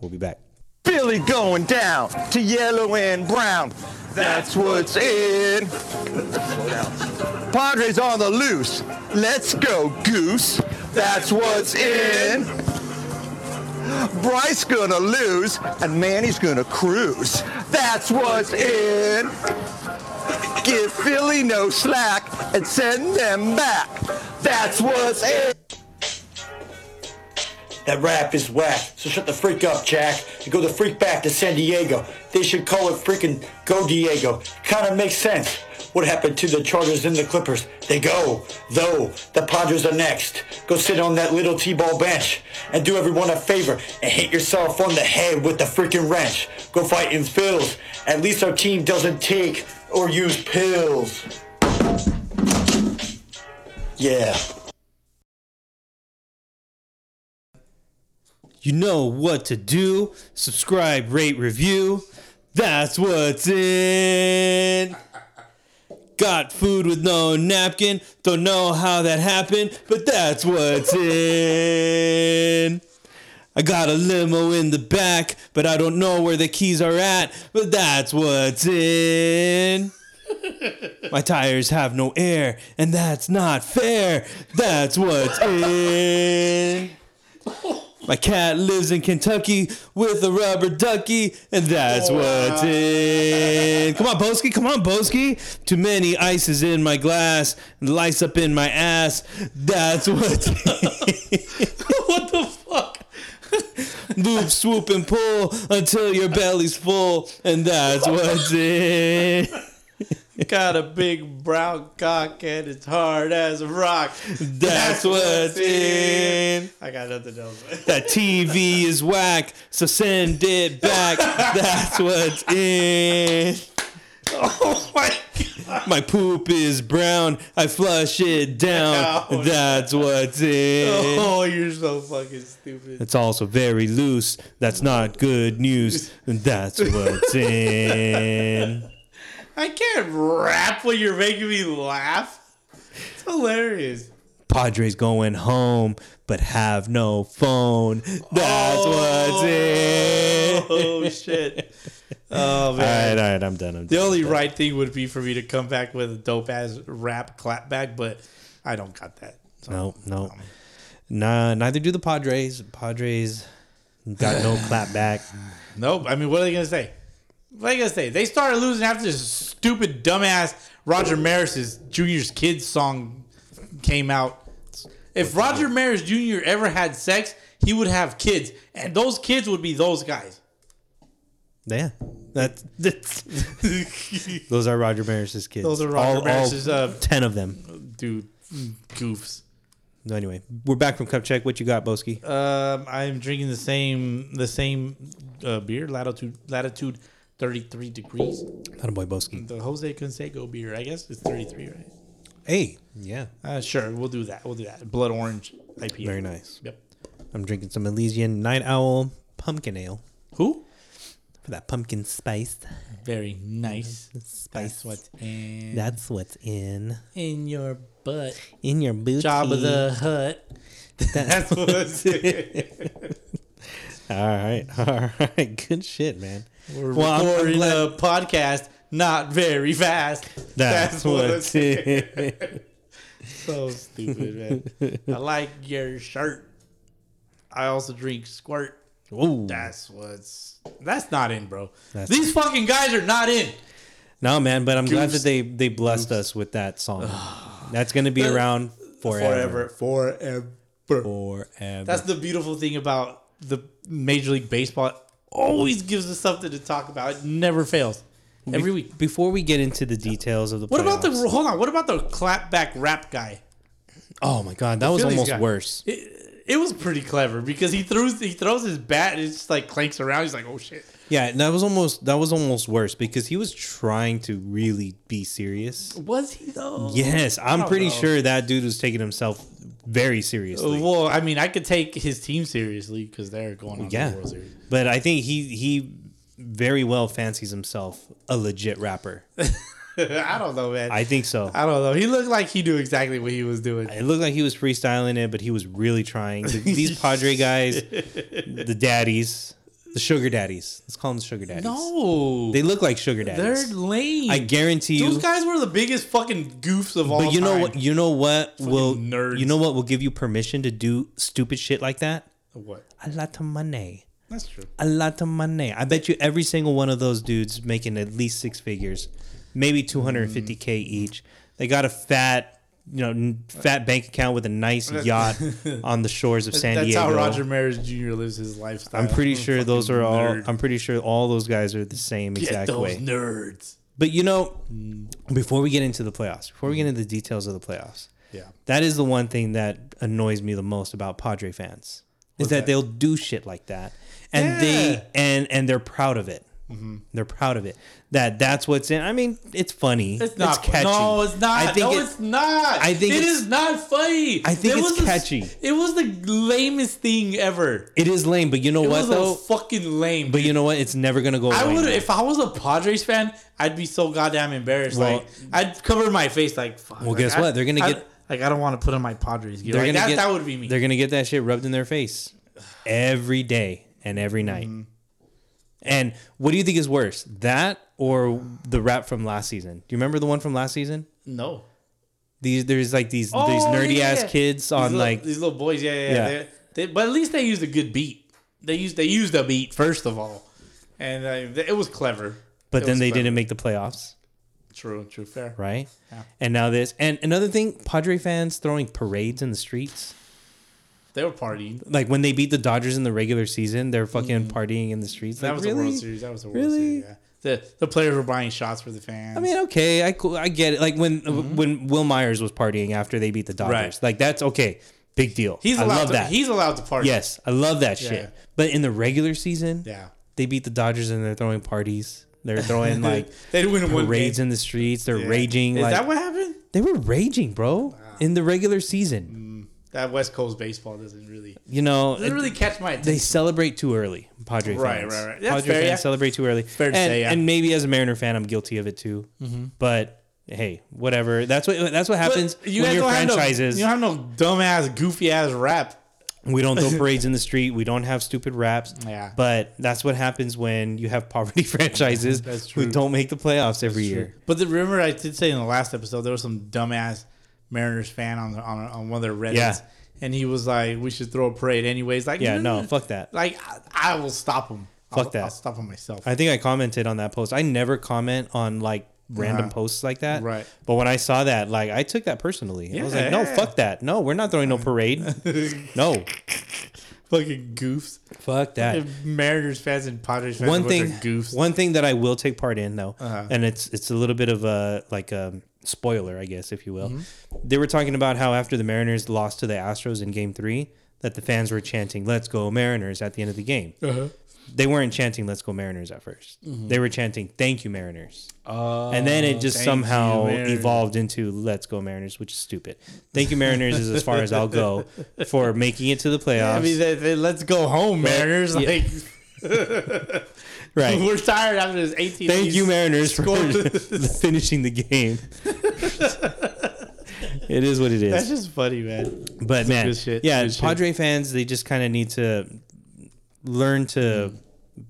D: We'll be back.
E: Billy going down to yellow and brown. That's what's in. Padres on the loose. Let's go, Goose. That's what's in. Bryce gonna lose, and Manny's gonna cruise. That's what's in. Give Philly no slack and send them back. That's what's in.
F: That rap is whack. So shut the freak up, Jack, and go the freak back to San Diego. They should call it freaking Go Diego. Kinda makes sense. What happened to the Chargers and the Clippers? They go, though. The Padres are next. Go sit on that little T-ball bench and do everyone a favor and hit yourself on the head with the freaking wrench. Go fight in fills. At least our team doesn't take or use pills. Yeah.
D: You know what to do. Subscribe, rate, review. That's what's in. Got food with no napkin. Don't know how that happened, but that's what's in. I got a limo in the back, but I don't know where the keys are at, but that's what's in. My tires have no air, and that's not fair. That's what's in. My cat lives in Kentucky with a rubber ducky, and that's what's in. Come on, Boski. Come on, Boski. Too many ices in my glass, and lice up in my ass. That's what's in.
B: What the fuck?
D: Loop, swoop, and pull until your belly's full, and that's what's in.
B: Got a big brown cock and it's hard as a rock.
D: That's what's in.
B: I got nothing else.
D: That TV is whack, so send it back. That's what's in.
B: oh my god.
D: My poop is brown. I flush it down.
B: Ouch.
D: That's what's in.
B: Oh, you're so fucking stupid.
D: It's also very loose. That's not good news. And that's what's in.
B: I can't rap when you're making me laugh. It's hilarious.
D: Padres going home, but have no phone. That's what's in.
B: Oh shit. Oh
D: All
B: man.
D: right, all right, I'm done. I'm
B: The
D: done.
B: only right thing would be for me to come back with a dope ass rap clapback, but I don't got that.
D: No, no.
B: Um,
D: Nah, neither do the Padres. Padres got no clap back.
B: Nope. I mean, what are they gonna say? What are they gonna say? They started losing after this stupid dumbass Roger Maris's Junior's kids song came out. If Roger Maris Jr. ever had sex, he would have kids, and those kids would be those guys.
D: Yeah. That, that's, those are Roger Maris's kids.
B: Those are Roger
D: All- all
B: Maris's uh,
D: 10 of them.
B: dude goofs.
D: No, anyway, we're back from cup check. What you got, Boski?
B: Um, I'm drinking the same the same uh, beer, latitude latitude 33 degrees.
D: Not a boy, Boski.
B: The Jose Canseco beer, I guess it's 33, right?
D: Hey, yeah,
B: Uh, sure, we'll do that. We'll do that. Blood orange IPA.
D: very nice.
B: Yep.
D: I'm drinking some Elysian Night Owl Pumpkin Ale
B: Who?
D: for that pumpkin spice.
B: Very nice.
D: Spice.
B: That's what's in,
D: That's what's in
B: in your butt.
D: in your booty.
B: Job of the Hut. That's what's in.
D: All right, all right, good shit, man.
B: We're
D: Well, I'm- I'm
B: recording
D: glad-
B: a podcast not very fast. That's,
D: That's, what's in.
B: So stupid, man. I like your shirt. I also drink squirt.
D: Ooh.
B: That's what's. That's not in, bro.
D: That's-
B: These fucking guys are not in.
D: No, man, but I'm glad
B: Goofs.
D: that they they blessed us with that song. That's gonna be around
B: Forever.
D: forever.
B: Forever.
D: Forever.
B: That's the beautiful thing about the Major League Baseball. It always gives us something to talk about. It never fails. Every week.
D: Before we get into the details of the
B: What about the
D: playoffs-
B: hold on? What about the clapback rap guy?
D: oh my god that was
B: Phillies
D: almost
B: guy.
D: worse
B: It, It was pretty clever because he throws he throws his bat and it just like clanks around. He's like, oh shit.
D: Yeah, and that was almost that was almost worse because he was trying to really be serious.
B: Was he though?
D: Yes, I'm
B: don't
D: pretty
B: know.
D: sure that dude was taking himself very seriously.
B: Well, I mean, I could take his team seriously because they're going on
D: yeah,
B: the World Series.
D: but I think he he very well fancies himself a legit rapper.
B: I don't know, man. I,
D: I think so.
B: don't know. He looked like he knew exactly what he was doing.
D: It looked like he was freestyling it, but he was really trying. The- these Padre guys, the daddies, the sugar daddies. Let's call them the sugar daddies.
B: no,
D: They look like sugar
B: they're
D: daddies.
B: lame.
D: I guarantee you.
B: Those guys were the biggest fucking goofs of all.
D: But you know
B: time.
D: what? You know what will
B: nerds.
D: you know what will give you permission to do stupid shit like that?
B: What?
D: A lot of money.
B: That's true.
D: A lot of money. I bet you every single one of those dudes making at least six figures, maybe 250k
B: Mm.
D: each. They got a fat, you know, n- fat bank account with a nice yacht on the shores of San
B: That's
D: Diego.
B: how Roger Maris Jr. lives his lifestyle.
D: I'm pretty sure those are all.
B: nerd.
D: I'm pretty sure all those guys are the same
B: Get
D: exact
B: those
D: way.
B: nerds.
D: But you know, before we get into the playoffs, before we get into the details of the playoffs,
B: Yeah.
D: that is the one thing that annoys me the most about Padre fans is that,
B: that?
D: they'll do shit like that, and
B: Yeah. Mm-hmm.
D: they and and they're proud of it. They're proud of it. That that's what's in. I mean, it's funny.
B: It's not.
D: catchy.
B: No, it's not.
D: I think
B: no,
D: it-
B: it's not.
D: I think
B: it
D: it's-
B: is not funny.
D: I think
B: It
D: it's
B: was the-
D: catchy.
B: it was the lamest thing ever.
D: it is lame. But you know
B: It
D: what
B: was
D: though?
B: a fucking lame.
D: but you know what? It's never gonna go.
B: I
D: away
B: would
D: now.
B: if I was a Padres fan, I'd be so goddamn embarrassed.
D: Well-
B: like I'd cover my face. Like, fuck,
D: Well,
B: like,
D: guess
B: I-
D: what? They're gonna
B: I-
D: get-
B: like I don't want to put on my Padres gear.
D: They're
B: Like,
D: gonna
B: that,
D: get
B: that would be me.
D: They're gonna get that shit rubbed in their face every day and every night.
B: Mm-hmm.
D: And what do you think is worse, that or the rap from last season? Do you remember the one from last season?
B: no.
D: These there's like these these
B: Oh,
D: nerdy
B: yeah,
D: ass
B: yeah.
D: kids
B: These
D: on
B: little-
D: like
B: these little boys. Yeah, yeah. yeah.
D: Yeah.
B: They, they, but at least they used a good beat. They used they used a beat first of all, and uh, it was clever.
D: but
B: it
D: then
B: was
D: they
B: clever.
D: didn't make the playoffs,
B: True, true, fair.
D: right? And now this and another thing, Padre fans throwing parades in the streets.
B: They were partying.
D: Like when they beat the Dodgers in the regular season, they're fucking partying in the streets.
B: Mm. That
D: Like,
B: was the
D: really?
B: World Series. That was the World
D: Really?
B: Series. Yeah. The the players were buying shots for the fans.
D: I mean, okay, I cool- I get it. Like when when Will Myers was partying after they beat the Dodgers,
B: Mm-hmm. Right.
D: like that's okay, big deal.
B: he's
D: I
B: allowed
D: love
B: to,
D: that.
B: He's allowed to party.
D: yes, I love that shit. But in the regular season,
B: Yeah.
D: they beat the Dodgers and they're throwing parties. They're throwing like
B: They didn't win one
D: parades
B: game.
D: in the streets. They're raging.
B: Is
D: like
B: that what happened?
D: they were raging, bro, in the regular season.
B: That West Coast baseball doesn't really
D: You know,
B: doesn't
D: it-
B: really catch my
D: they
B: attention.
D: celebrate too early. Padre
B: Right,
D: fans.
B: right, right. That's
D: Padre
B: fair,
D: fans
B: yeah.
D: celebrate too early.
B: Fair to
D: and,
B: say, yeah. Mm-hmm.
D: and maybe as a Mariner fan, I'm guilty of it too. But hey, whatever. That's what that's what happens when your franchises.
B: No, you don't have no dumbass, goofy ass rap.
D: we don't throw parades in the street. We don't have stupid raps.
B: Yeah.
D: But that's what happens when you have poverty franchises
B: That's
D: who
B: true.
D: don't make the playoffs every year.
B: But the, remember, I did say in the last episode there was some dumbass Mariners fan on the, on, on one of their Reddits,
D: Yeah.
B: and he was like, "We should throw a parade anyways." Like,
D: Yeah, no, fuck that.
B: Like, I, I will stop him.
D: Fuck
B: I'll,
D: that.
B: I'll stop him myself.
D: I think I commented on that post. I never comment on like random
B: Uh-huh.
D: posts like that.
B: Right.
D: But when I saw that, like I took that personally. I was like, no,
B: Yeah.
D: fuck that. No, we're not throwing no parade. no.
B: Fucking goofs.
D: Fuck that.
B: Mariners fans and Padres fans.
D: One
B: with their
D: thing
B: goofs. Uh-huh.
D: one thing that I will take part in though, and it's it's a little bit of a like a spoiler, I guess, if you will.
B: Mm-hmm.
D: They were talking about how after the Mariners lost to the Astros in game three, that the fans were chanting, Let's go Mariners at the end of the game.
B: Uh-huh.
D: They weren't chanting "Let's go Mariners" at 1st They were chanting "Thank you Mariners," and then it just
B: Mm-hmm. Oh, thank
D: somehow
B: you, Mariners.
D: evolved into "Let's go Mariners," which is stupid. "Thank you Mariners" is as far as I'll go for making it to the playoffs.
B: I mean, they, they- let's go home, Mariners.
D: yeah.
B: Like,
D: right?
B: we're tired after this 18.
D: Thank
B: innings.
D: you Mariners for
B: scored.
D: finishing the game. it is what it is.
B: That's just funny, man.
D: But man,
B: good shit.
D: yeah,
B: Good shit.
D: Padre fans, they just kind of need to learn to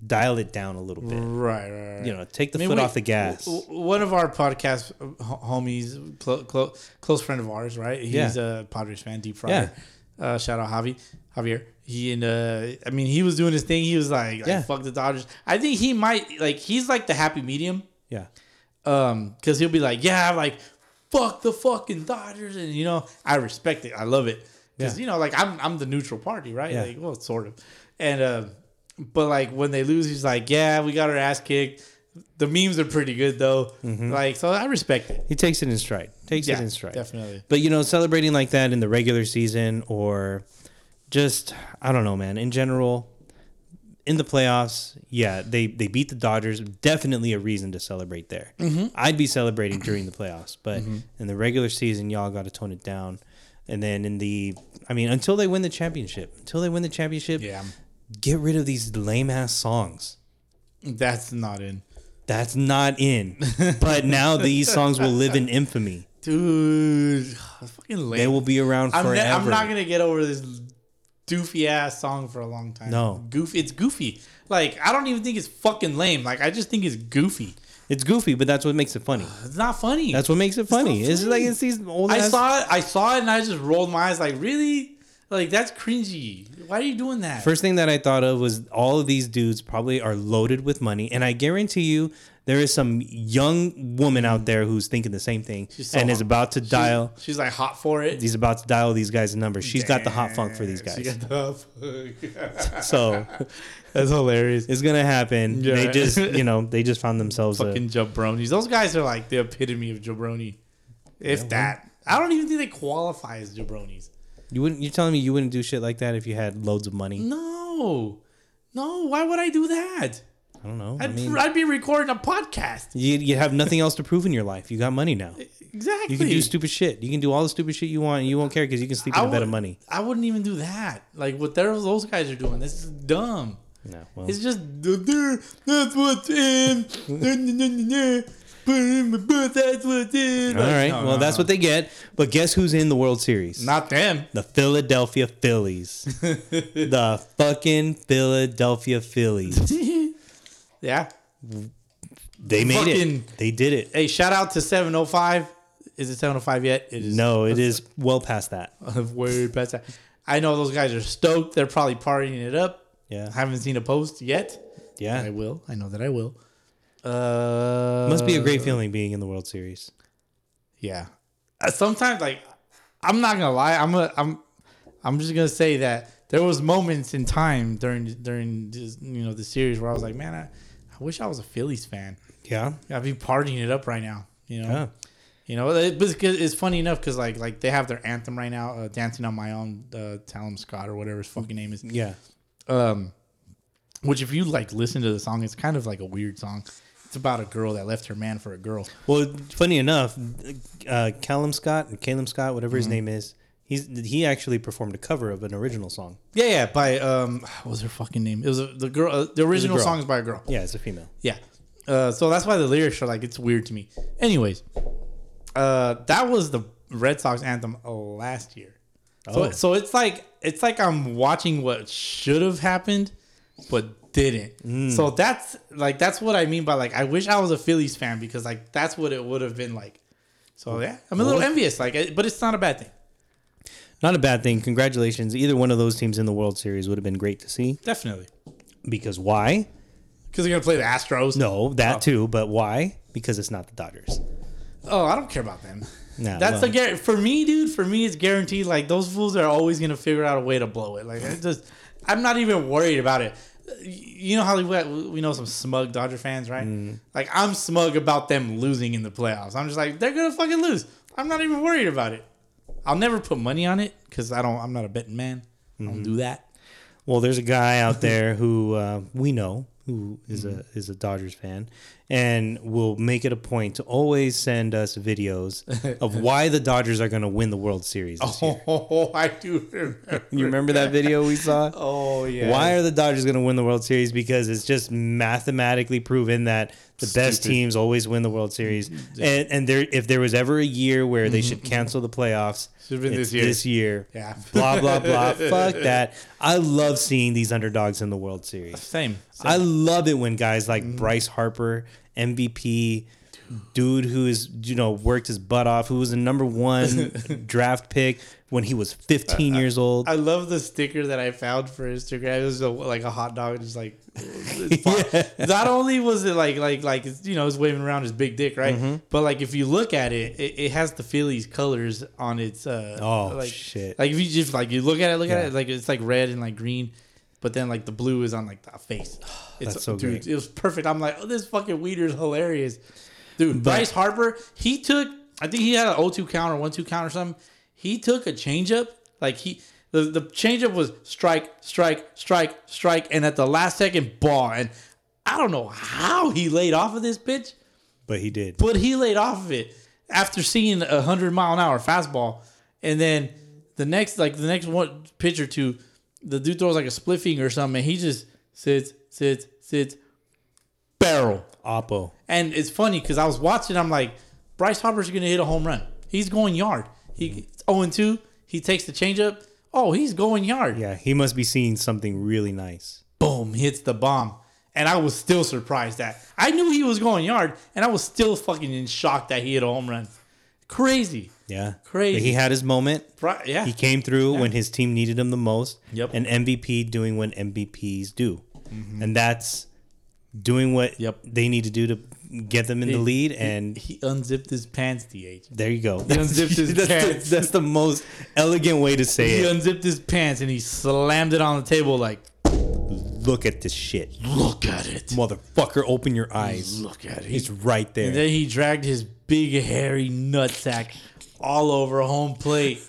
D: dial it down a little bit.
B: Right, right, right.
D: You know, take the
B: I mean,
D: foot
B: we-
D: off the gas.
B: w- w- One of our podcast h- homies, clo- clo- close friend of ours, right? He's
D: Yeah.
B: a Padres fan, deep fryer. Uh, shout out Javi, Javier. He and uh, I mean, he was doing his thing. He was like, like,
D: Yeah.
B: "Fuck the Dodgers." I think he might like. He's like the happy medium,
D: yeah,
B: um, because he'll be like, "Yeah, like, fuck the fucking Dodgers," and you know, I respect it. I love it because
D: Yeah.
B: you know, like, I'm I'm the neutral party, right?
D: Yeah.
B: Like, well, sort of, and uh, but like when they lose, he's like, "Yeah, we got our ass kicked." The memes are pretty good though,
D: Mm-hmm.
B: like, so I respect it.
D: he takes it in stride. Takes
B: Yeah,
D: it in stride.
B: definitely.
D: But you know, celebrating like that in the regular season or just I don't know, man. In general, in the playoffs, yeah, they they beat the Dodgers. Definitely a reason to celebrate there.
B: Mm-hmm.
D: I'd be celebrating during the playoffs, but in the regular season, y'all got to tone it down. And then in the, I mean, until they win the championship, until they win the championship,
B: Yeah.
D: get rid of these lame ass songs.
B: That's not in.
D: That's not in. but now these songs will live in infamy.
B: Dude, fucking lame.
D: They will be around
B: I'm,
D: forever.
B: ne- I'm not gonna get over this doofy ass song for a long time.
D: No.
B: goofy. It's goofy. Like I don't even think it's fucking lame. Like I just think it's goofy.
D: It's goofy, but that's what makes it funny.
B: It's not funny.
D: That's what makes it funny.
B: not
D: It's, like
B: funny.
D: it's these old.
B: I
D: ass-
B: saw it. I saw it, and I just rolled my eyes. Like really, like that's cringy. Why are you doing that?
D: First thing that I thought of was all of these dudes probably are loaded with money, and I guarantee you there is some young woman out there who's thinking the same thing
B: so
D: and is
B: hot.
D: about to
B: She's-
D: dial.
B: She's, like hot for it.
D: He's about to dial these guys numbers. She's got the hot funk for these
B: She
D: guys.
B: got the
D: So
B: That's hilarious.
D: it's gonna happen.
B: Yeah.
D: They just, you know, they just found themselves. A,
B: fucking jabronis. Those guys are like the epitome of jabroni. If that, I don't even think they qualify as jabronis.
D: you wouldn't. You're telling me you wouldn't do shit like that if you had loads of money?
B: No, no. Why would I do that?
D: I don't know. I
B: I'd,
D: mean,
B: I'd be recording a podcast.
D: you you have nothing else to prove in your life. You got money now.
B: Exactly.
D: You can do stupid shit. You can do all the stupid shit you want. and You won't care because you can sleep in
B: I
D: a bed of
B: would-
D: money.
B: I wouldn't even do that. Like what they're- those guys are doing. This is dumb.
D: No, well,
B: It's just that's what's in. Put it in my butt. That's what's in.
D: All right.
B: No,
D: well,
B: no,
D: that's
B: no.
D: what they get. But guess who's in the World Series?
B: Not them.
D: the Philadelphia Phillies. the fucking Philadelphia Phillies.
B: yeah.
D: They made
B: Fucking-
D: it. They did it.
B: Hey, shout out to 705. Is it 705 yet? It is.
D: No, it is well past that.
B: Word past that. I know those guys are stoked. They're probably partying it up.
D: Yeah.
B: haven't seen a post yet. I
D: Yeah.
B: will. I know that I will. Uh,
D: Must be a great feeling being in the World Series.
B: Yeah. Uh, Sometimes, like, I'm not gonna lie. I'm a, I'm, I'm just gonna say that there was moments in time during during this, you know the series where I was like, man, I, I wish I was a Phillies fan.
D: Yeah.
B: I'd be partying it up right now. You know.
D: Yeah.
B: You know, it, but it's, 'cause it's funny enough because like like they have their anthem right now, uh, "Dancing on My Own," uh, Talon Scott or whatever his fucking name is.
D: Yeah.
B: Um, which if you like listen to the song, it's kind of like a weird song. It's about a girl that left her man for a girl.
D: Well, funny enough, uh, Callum Scott, Calum Scott, whatever his name is, he's he actually performed a cover of an original song.
B: Yeah, yeah. By um, what was her fucking name? It was a, the girl. Uh, the original
D: girl.
B: song is by a girl.
D: Yeah, it's a female.
B: Yeah. Uh, so that's why the lyrics are like it's weird to me. Anyways, uh, that was the Red Sox anthem last year. So
D: Oh.
B: so it's like it's like I'm watching what should have happened but didn't. So that's like that's what I mean by like I wish I was a Phillies fan because like that's what it would have been like. So yeah, I'm a little envious like it- but it's not a bad thing.
D: Not a bad thing. Congratulations. Either one of those teams in the World Series would have been great to see.
B: Definitely.
D: Because why?
B: Cuz they're going to play the Astros.
D: No, that too. But why? Because it's not the Dodgers.
B: Oh, I don't care about them.
D: No,
B: That's
D: well,
B: a guar- for me, dude. For me, it's guaranteed. Like those fools are always gonna figure out a way to blow it. Like it just, I'm not even worried about it. You know how we we know some smug Dodger fans, right? Like I'm smug about them losing in the playoffs. I'm just like they're gonna fucking lose. I'm not even worried about it. I'll never put money on it because I don't. I'm not a betting man. I don't do that.
D: well, there's a guy out there who uh, we know who is a is a Dodgers fan, and will make it a point to always send us videos of why the Dodgers are going to win the World Series. This year.
B: Oh, I do. Remember.
D: You remember that video we saw?
B: Oh yeah.
D: Why are the Dodgers going to win the World Series? Because it's just mathematically proven that the best
B: Stupid. Mm-hmm.
D: teams always win the World Series. And, and there, if there was ever a year where they should cancel the playoffs,
B: Should've Mm-hmm. been
D: it's
B: this year.
D: This year,
B: Yeah.
D: Blah blah blah. Fuck that. I love seeing these underdogs in the World Series.
B: Same.
D: I love it when guys like
B: Mm-hmm.
D: Bryce Harper, MVP, dude who is you know worked his butt off, who was a number one draft pick when he was 15 years old.
B: I love the sticker that I found for Instagram. It was a, like a hot dog, just like. it's fine. Not only was it like like like it's, you know it's waving around his big dick, right?
D: Mm-hmm.
B: But like if you look at it, it, it has the Phillies colors on its. Uh,
D: Oh,
B: like,
D: shit.
B: Like if you just like you look at it, look at
D: Yeah.
B: it, like it's like red and like green, but then like the blue is on like the face. It's,
D: That's so
B: dude,
D: great.
B: It was perfect. I'm like, oh, this fucking weeder's hilarious, dude. Bryce Harper, he took. I think he had an 0-2 count or 1-2 count or something. He took a changeup. Like he The the changeup was strike, strike, strike, strike, and at the last second, ball. And I don't know how he laid off of this pitch,
D: But he did.
B: but he laid off of it after seeing a hundred mile an hour fastball, and then the next like the next one pitch or two, the dude throws like a split finger or something, and he just sits, sits, sits, barrel.
D: Oppo.
B: And it's funny because I was watching, I'm like, Bryce Harper's gonna hit a home run. He's going yard. He oh and two. He takes the changeup. Oh, he's going yard.
D: Yeah, he must be seeing something really nice.
B: Boom, hits the bomb. And I was still surprised that I knew he was going yard, and I was still fucking in shock that he hit a home run. Crazy.
D: Yeah.
B: Crazy.
D: He had his moment.
B: Bri- yeah.
D: He came through when his team needed him the most.
B: Yep. Mm-hmm.
D: And MVP doing what MVPs do. And that's doing what
B: Yep.
D: they need to do to get them in the
B: He-
D: lead. And
B: He unzipped his pants, DH.
D: there you go. That's,
B: unzipped his
D: that's the,
B: pants.
D: that's the most elegant way to say
B: He
D: it.
B: unzipped his pants and he slammed it on the table like,
D: Look at this shit.
B: look at it.
D: Motherfucker, open your eyes.
B: Look at it.
D: It's right there.
B: And then he dragged his big hairy nutsack all over home plate.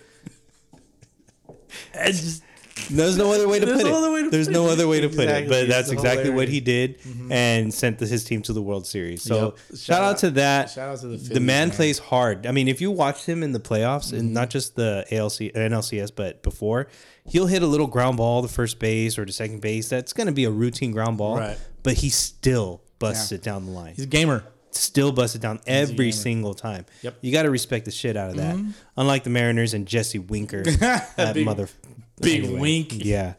B: And just
D: There's no other way to
B: There's
D: put
B: no
D: it.
B: other way to
D: There's
B: put
D: no
B: it. Mm-hmm.
D: other way to put it.
B: Exactly.
D: But
B: It's
D: that's exactly what
B: hilarious.
D: he did and sent the, his team to the World Series. So
B: Yep.
D: shout, out, to that.
B: shout out to the
D: the
B: Phillies,
D: man
B: man.
D: plays hard. I mean, if you watched him in the playoffs
B: Mm-hmm.
D: and not just the ALC NLCS, but before, he'll hit a little ground ball to first base or to second base. That's going to be a routine ground ball,
B: Right.
D: but he still busts
B: Yeah.
D: it down the line
B: he's a gamer.
D: still bust it down every
B: gamer.
D: single time.
B: Yep. Mm-hmm.
D: You got to respect the shit out of that. Unlike the Mariners and Jesse Winker, that
B: Big-
D: mother
B: big wink.
D: Yeah.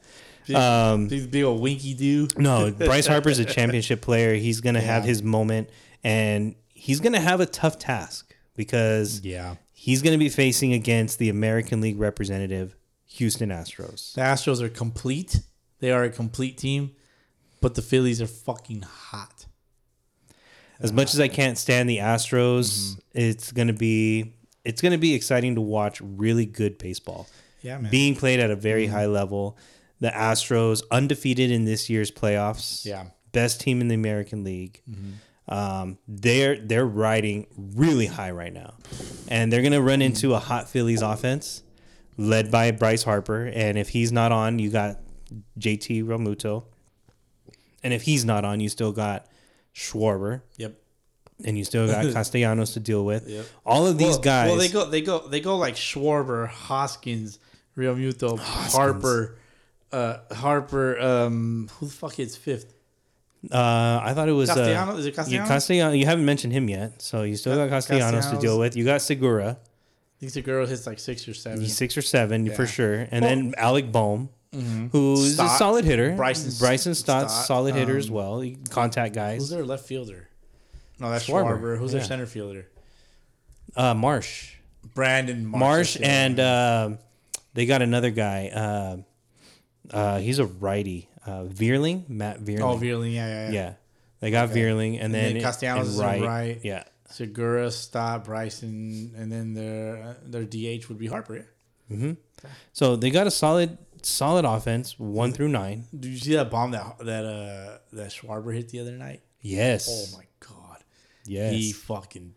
B: he's a big old winky dude.
D: No, Bryce Harper's a championship player. He's going to have his moment and he's going to have a tough task because
B: Yeah.
D: he's going to be facing against the American League representative Houston Astros.
B: The Astros are complete. They are a complete team, but the Phillies are fucking hot.
D: As much as I can't stand the Astros,
B: Mm-hmm.
D: it's going to be it's going to be exciting to watch really good baseball.
B: Yeah, man. Mm-hmm.
D: being played at a very high level. The Astros undefeated in this year's playoffs.
B: Yeah. Mm-hmm.
D: best team in the American League. Um, they're they're riding really high right now, and they're gonna run into a hot Phillies offense led by Bryce Harper. And if he's not on, you got JT Realmuto. And if he's not on, you still got Schwarber,
B: Yep.
D: and you still got Castellanos to deal with. All of these
B: well,
D: guys.
B: Well, they go, they go, they go like Schwarber, Hoskins, Real Muto, Harper, uh, Harper. Um, who the fuck is fifth?
D: Uh, I thought it was uh,
B: Castellanos? Is it Castellanos?
D: Yeah, Castellanos. You haven't mentioned him yet, so you still got Castellanos, to deal
B: Castellanos.
D: with. You got Segura,
B: These girl hits like six or seven.
D: he's six or seven for sure, and then Alec Bohm,
B: Mm-hmm.
D: who's a
B: Stott.
D: solid hitter.
B: Bryson-
D: Bryson Stott's
B: Stott,
D: solid hitter as well. Contact
B: um, Who's
D: guys.
B: their left fielder? No, that's
D: Schwarber.
B: Schwarber. Who's their
D: Yeah.
B: center fielder?
D: Uh, Marsh,
B: Brandon Marsh.
D: Marsh, and um they got another guy. Um uh, he's a righty. Uh, Veerling, Matt Veerling.
B: oh, Vierling. Yeah, yeah, yeah.
D: Yeah, they got Veerling, and, then,
B: then Castellanos is in right.
D: Yeah.
B: Segura, Stott, Bryson, and then their their DH would be Harper. Yeah.
D: So they got a solid, solid offense, one through nine.
B: Did you see that bomb that that uh that Schwarber hit the other night?
D: Yes.
B: Oh my god.
D: Yes.
B: He fucking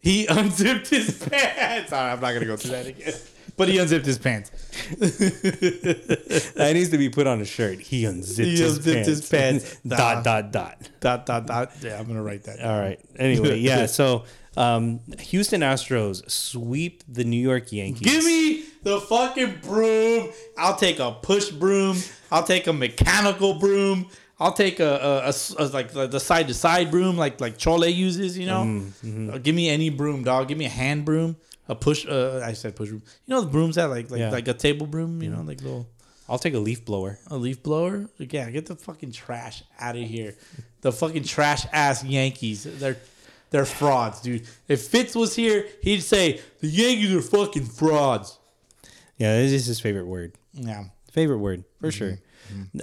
B: he unzipped his pants. All right, I'm not gonna go through that again. But he unzipped his pants.
D: that needs to be put on a shirt. He unzipped,
B: He
D: his,
B: unzipped
D: pants.
B: his pants.
D: dot dot dot.
B: Dot dot dot. Yeah, I'm gonna write that.
D: All right. Anyway, yeah. So, um, Houston Astros sweep the New York Yankees.
B: Give me the fucking broom. I'll take a push broom. I'll take a mechanical broom. I'll take a, a- a s- a- like the side to side broom like like Chole uses. You know,
D: Mm, mm-hmm.
B: Uh, give me any broom, dog. Give me a hand broom, a push. Uh, I said push broom. You know the brooms that like like
D: Yeah. Mm.
B: like a table broom. You know like little
D: I'll take a leaf blower.
B: a leaf blower. Like, Yeah, get the fucking trash out of here. The fucking trash ass Yankees. They're they're frauds, dude. If Fitz was here, he'd say the Yankees are fucking frauds.
D: Yeah, this is his favorite word.
B: Yeah.
D: Favorite word for sure.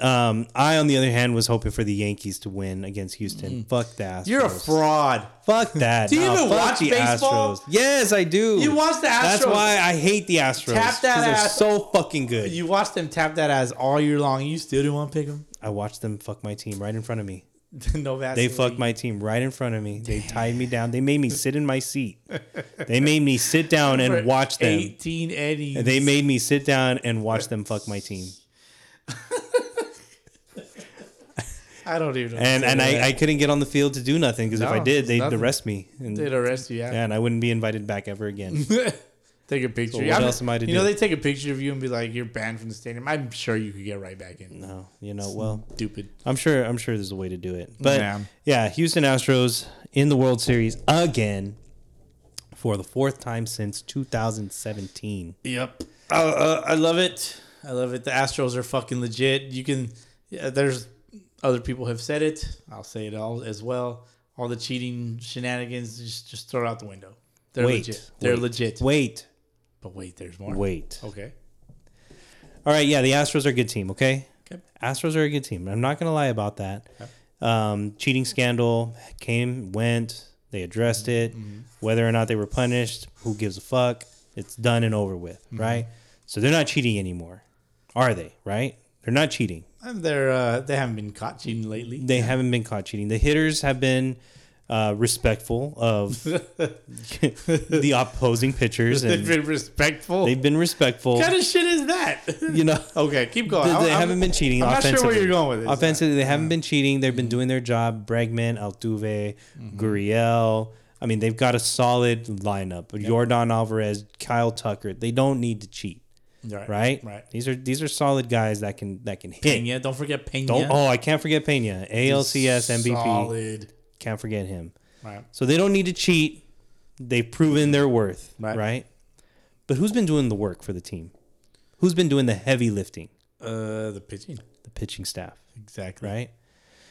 D: Um, I, on the other hand, was hoping for the Yankees to win against Houston. Fuck the Astros.
B: You're a fraud.
D: Fuck that.
B: Do you even
D: fuck
B: watch baseball?
D: Yes, I do.
B: You watch the
D: That's
B: Astros.
D: why I hate the Astros.
B: Tap that
D: 'cause They're
B: ass.
D: so fucking good.
B: You watch them tap that ass all year long. You still didn't want to pick them.
D: I watched them fuck my team right in front of me.
B: no
D: They
B: Vaseline.
D: fucked my team right in front of me. They tied me down. They made me sit in my seat. They made me sit down and watch them.
B: Eighteen Eddie.
D: They made me sit down and watch them fuck my team.
B: I don't even. know
D: And
B: what to
D: and
B: say to
D: I, I
B: that.
D: couldn't get on the field to do nothing because if I
B: No,
D: did, they'd
B: nothing.
D: arrest me. And,
B: they'd arrest you.
D: yeah,
B: Yeah.
D: and I wouldn't be invited back ever again.
B: Take a picture.
D: what
B: I'm-
D: else am I to
B: You know they
D: do?
B: take a picture of you and be like, "You're banned from the stadium." I'm sure you could get right back in.
D: no, you know, well,
B: Stupid.
D: I'm sure I'm sure there's a way to do it. But
B: Yeah.
D: yeah. Houston Astros in the World Series again for the fourth time since 2017.
B: Yep. Uh, uh, I love it. I love it. The Astros are fucking legit. You can. Yeah, there's other people have said it. I'll say it all as well. All the cheating shenanigans, just just throw it out the window. They're
D: Wait,
B: legit. They're
D: wait,
B: legit. Oh.
D: Wait,
B: But wait, there's more.
D: wait.
B: Okay.
D: All right, yeah, the Astros are a good team, okay?
B: Okay.
D: Astros are a good team. I'm not going to lie about that. Um, cheating scandal came, went, they addressed it.
B: Mm-hmm.
D: Whether or not they were punished, who gives a fuck? It's done and over with,
B: Mm-hmm.
D: right? So they're not cheating anymore. Are they, right? They're not cheating.
B: And they're uh, they haven't been caught cheating lately.
D: They haven't been caught cheating. The hitters have been uh, respectful of the opposing pitchers
B: They've
D: and
B: been respectful.
D: they've been respectful.
B: what kind of shit is that?
D: you know,
B: okay, keep going.
D: They,
B: I'm-
D: they
B: Oh, I'm-
D: haven't been cheating.
B: I'm not
D: offensively.
B: sure where you're going with this. Mm-hmm.
D: Offensively, they haven't been cheating. They've been doing their job. Bregman, Altuve, Gurriel. I mean, they've got a solid lineup. Jordan Alvarez, Kyle Tucker. They don't need to cheat,
B: Right.
D: right?
B: Right.
D: These are these are solid guys that can that can hit.
B: Pena. Don't forget Pena.
D: Don't, Oh, I can't forget Pena, ALCS MVP.
B: Solid.
D: Can't forget him.
B: Right.
D: So they don't need to cheat. They've proven their worth,
B: Right.
D: right? But who's been doing the work for the team? Who's been doing the heavy lifting?
B: Uh, the pitching.
D: The pitching staff,
B: Exactly.
D: right?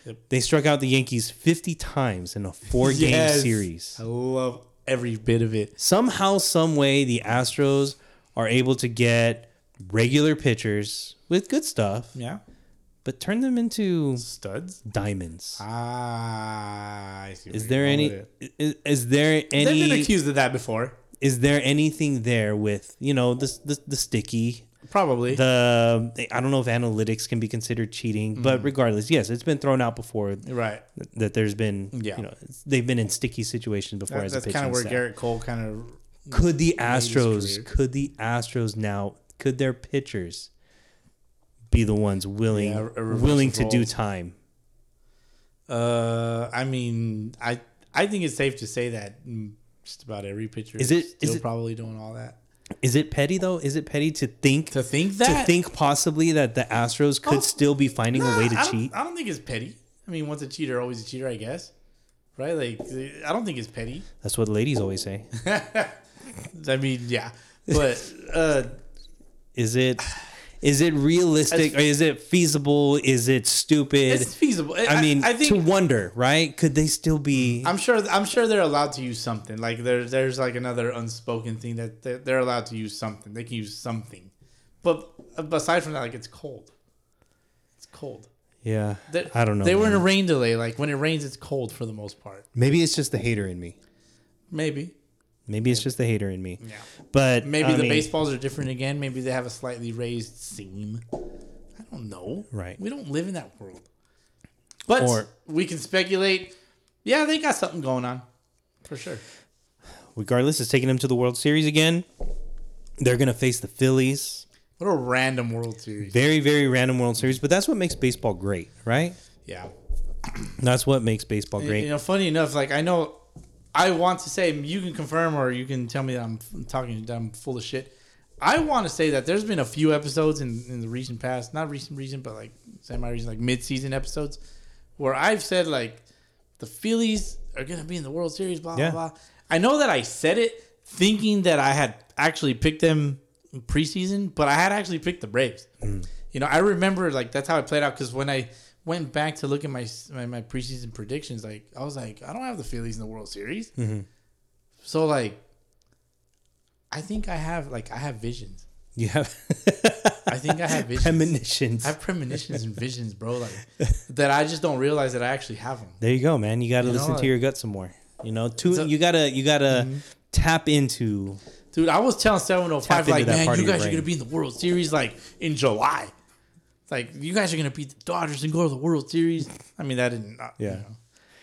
B: Yep.
D: They struck out the Yankees 50 times in a four game
B: Yes.
D: series.
B: I love every bit of it.
D: Somehow, some way, the Astros are able to get regular pitchers with good stuff,
B: Yeah.
D: but turn them into
B: Studs.
D: diamonds.
B: Ah, I see.
D: Is there any? Is, is there
B: They've
D: any?
B: been accused of that before.
D: is there anything there with you know the the, the sticky
B: Probably.
D: the I don't know if analytics can be considered cheating, but regardless, yes, it's been thrown out before
B: Mm. right.
D: that there's been
B: Yeah.
D: you know they've been in sticky situations before
B: That,
D: as a
B: that's
D: pitching
B: kind of where
D: staff.
B: Garrett Cole kind of.
D: could the
B: his career.
D: Astros could the Astros now could their pitchers be the ones willing
B: Yeah, a reverse
D: willing to do
B: roles.
D: time?
B: Uh, I mean, I I think it's safe to say that mm, just about every pitcher
D: Is it- is
B: still
D: it-
B: probably doing all that.
D: Is it petty though? Is it petty to think
B: To think
D: to
B: that
D: think possibly that the Astros could
B: Oh,
D: still be finding a way to
B: I don't-
D: cheat?
B: I don't think it's petty. I mean, once a cheater, always a cheater, I guess. Right? Like, I don't think it's petty.
D: That's what ladies always say.
B: I mean, yeah, but uh,
D: Is it is it realistic? Or is it feasible? Is it stupid?
B: it's feasible. I,
D: I mean,
B: I
D: to
B: think
D: wonder, right? Could they still be?
B: I'm sure. I'm sure they're allowed to use something. Like there's there's like another unspoken thing that they're, they're allowed to use something. They can use something, but uh, aside from that, like it's cold. It's cold.
D: yeah,
B: They-
D: I don't know.
B: They were in a
D: man.
B: rain delay. Like when it rains, it's cold for the most part.
D: Maybe it's just the hater in me.
B: Maybe.
D: Maybe it's just the hater in me.
B: Yeah.
D: But
B: Maybe
D: I
B: the
D: mean,
B: baseballs are different again. Maybe they have a slightly raised seam. I don't know.
D: Right.
B: We don't live in that world. But
D: Or-
B: we can speculate. Yeah, they got something going on. For sure.
D: regardless, it's taking them to the World Series again. They're gonna face the Phillies.
B: What a random World Series.
D: Very, very random World Series, but that's what makes baseball great, right?
B: Yeah.
D: That's what makes baseball great.
B: You know, funny enough, like I know I want to say you can confirm or you can tell me that I'm f- talking that I'm full of shit. I want to say that there's been a few episodes in, in the recent past, not recent recent, but like semi recent, like mid season episodes, where I've said like the Phillies are gonna be in the World Series, blah
D: Yeah.
B: blah blah. I know that I said it thinking that I had actually picked them preseason, but I had actually picked the Braves. You know, I remember like that's how it played out because when I went back to look at my, my my preseason predictions, like I was like, I don't have the Phillies in the World Series, so like, I think I have like I have visions.
D: You have
B: I think I have visions.
D: premonitions.
B: I have premonitions and visions, bro. Like that, I just don't realize that I actually have them.
D: There you go, man. You got to
B: know,
D: listen
B: like-
D: to your gut some more. You know, to,
B: So- Mm-hmm.
D: you gotta you gotta tap into
B: Dude, I was telling
D: Tap
B: 705,
D: into
B: like,
D: that
B: man,
D: part
B: you
D: of your
B: guys are
D: brain.
B: going to be in the World Series, like, in July. Like you guys are gonna beat the Dodgers and go to the World Series. I mean, that didn't. not- you
D: Yeah.
B: know.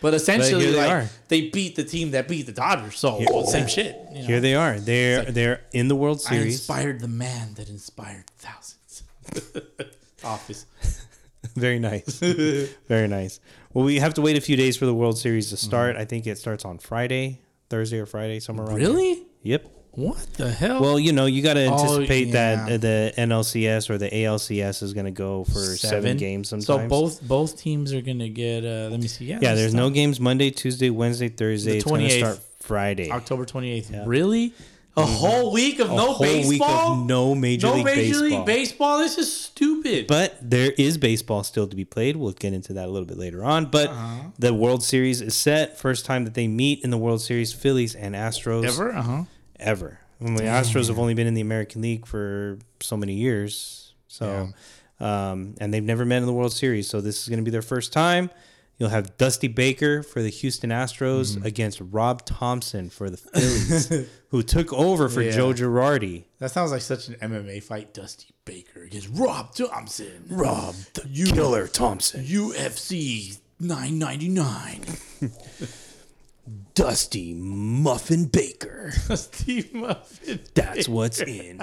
B: But essentially,
D: they
B: like
D: are.
B: they beat the team that beat the Dodgers, so well, same shit. You know?
D: Here they are. They're
B: It's like-
D: they're in the World
B: I
D: Series.
B: inspired the man that inspired thousands. Office.
D: Very nice. Very nice. Well, we have to wait a few days for the World Series to start. I think it starts on Friday, Thursday or Friday, somewhere around. there.
B: Mm-hmm. Really?
D: Yep.
B: What the hell?
D: Well, you know, you got to anticipate that
B: yeah.
D: uh, the NLCS or the ALCS is going to go for seven, games sometimes.
B: So both both teams are gonna get. Uh, let me see. Yeah,
D: Yeah,
B: this
D: there's
B: is
D: no games Monday, Tuesday, Wednesday, Thursday.
B: The
D: it's going to
B: 28th.
D: start Friday.
B: October 28th. Really? A whole week of
D: Mm-hmm. A
B: no
D: whole
B: baseball.
D: week of no Major
B: No
D: League
B: Major
D: Baseball.
B: League Baseball. This is stupid.
D: But there is baseball still to be played. We'll get into that a little bit later on. But
B: Uh-huh.
D: the World Series is set. First time that they meet in the World Series, Phillies and Astros.
B: ever? Uh huh.
D: Ever. I mean, the Astros have only been in the American League for so many years. So, um, and they've never met in the World Series. So this is going to be their first time. You'll have Dusty Baker for the Houston Astros
B: Mm-hmm.
D: against Rob Thompson for the Phillies, who took over for
B: Yeah.
D: Joe Girardi.
B: That sounds like such an MMA fight. Dusty Baker against Rob Thompson. Rob the
C: Killer Thompson.
B: UFC 999.
C: Dusty Muffin Baker.
B: Dusty Muffin.
D: That's what's in.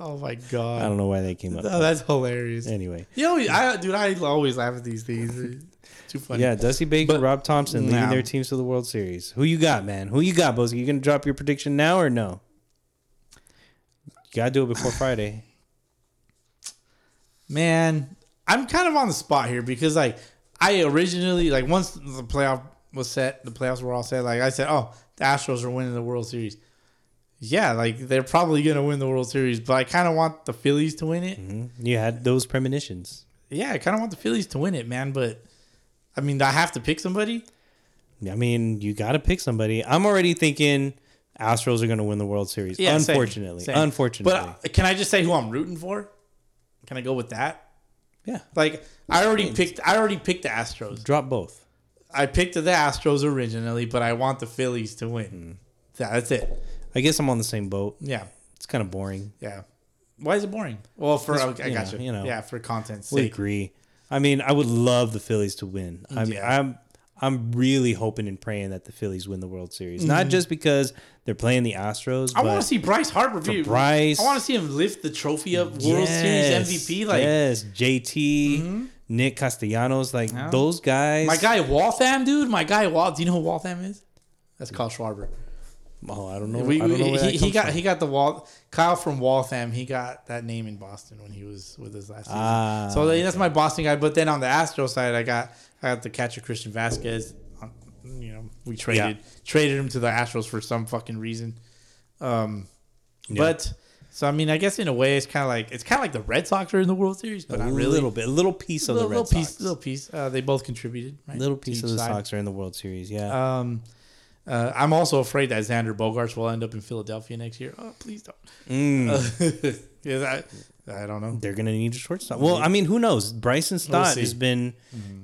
B: Oh my
D: I
B: god.
D: don't know why they came up.
B: Oh, that's hilarious.
D: Anyway.
B: You know, I, dude, I always laugh at these things. It's too funny.
D: Yeah, Dusty Baker,
B: But-
D: Rob Thompson leading
B: Nah.
D: their teams to the World Series. Who you got, man? Who you got, Bozy? You gonna drop your prediction now or no? You gotta do it before Friday.
B: man, I'm kind of on the spot here because like I originally like once the playoff was set, the playoffs were all set. Like I said, oh, the Astros are winning the World Series. Yeah, like they're probably gonna win the World Series, but I kind of want the Phillies to win it.
D: You had those premonitions.
B: Yeah, I kind of want the Phillies to win it, man. But I mean, I have to pick somebody.
D: I mean, you gotta pick somebody. I'm already thinking Astros are gonna win the World Series.
B: same,
D: unfortunately,
B: same.
D: unfortunately,
B: But uh, can I just say who I'm rooting for? Can I go with that?
D: yeah,
B: Like I already picked. I already picked the Astros.
D: drop both.
B: I picked the Astros originally, but I want the Phillies to win. That- That's it.
D: I guess I'm on the same boat.
B: Yeah,
D: It's kind of boring.
B: yeah. Why is it boring? Well, for okay, I
D: you
B: got
D: know,
B: you.
D: you know.
B: yeah, for content's
D: We
B: sake.
D: agree. I mean, I would love the Phillies to win. I mean,
B: Yeah.
D: I'm I'm really hoping and praying that the Phillies win the World Series, not just because they're playing the Astros.
B: Mm-hmm. I
D: but-
B: want to see Bryce Harper. Be,
D: Bryce.
B: I want to see him lift the trophy up, World
D: Yes,
B: Series MVP. Like Mm-hmm.
D: yes, JT, Nick Castellanos, like those guys.
B: my guy Waltham, dude. My guy Wal. Do you know who Waltham is? That's Kyle Schwarber.
D: Oh, I don't know.
B: We,
D: I don't know where that
B: he, he
D: comes
B: got
D: from.
B: he got the Wal Kyle from Waltham. He got that name in Boston when he was with us last season.
D: Ah,
B: so like, that's my Boston guy. But then on the Astro side, I got I got the catcher Christian Vasquez. Um, You know, we traded traded him to the Astros for some fucking reason. Um, but so I mean, I guess in a way, it's kind of like it's kind of like the Red Sox are in the World Series, but not
D: a
B: really.
D: little bit, a little piece of
B: little,
D: the Red
B: little
D: Sox.
B: piece, little piece. Uh, they both contributed. Right,
D: Little
B: to
D: piece of
B: each
D: the
B: side.
D: Sox are in the World Series. Yeah,
B: Um, uh, I'm also afraid that Xander Bogarts will end up in Philadelphia next year. Oh, please don't. Uh, yeah, I, I don't know.
D: Mm. they're gonna need a shortstop. Well, I mean, who knows? Bryson Stott
B: see. Mm-hmm.
D: has been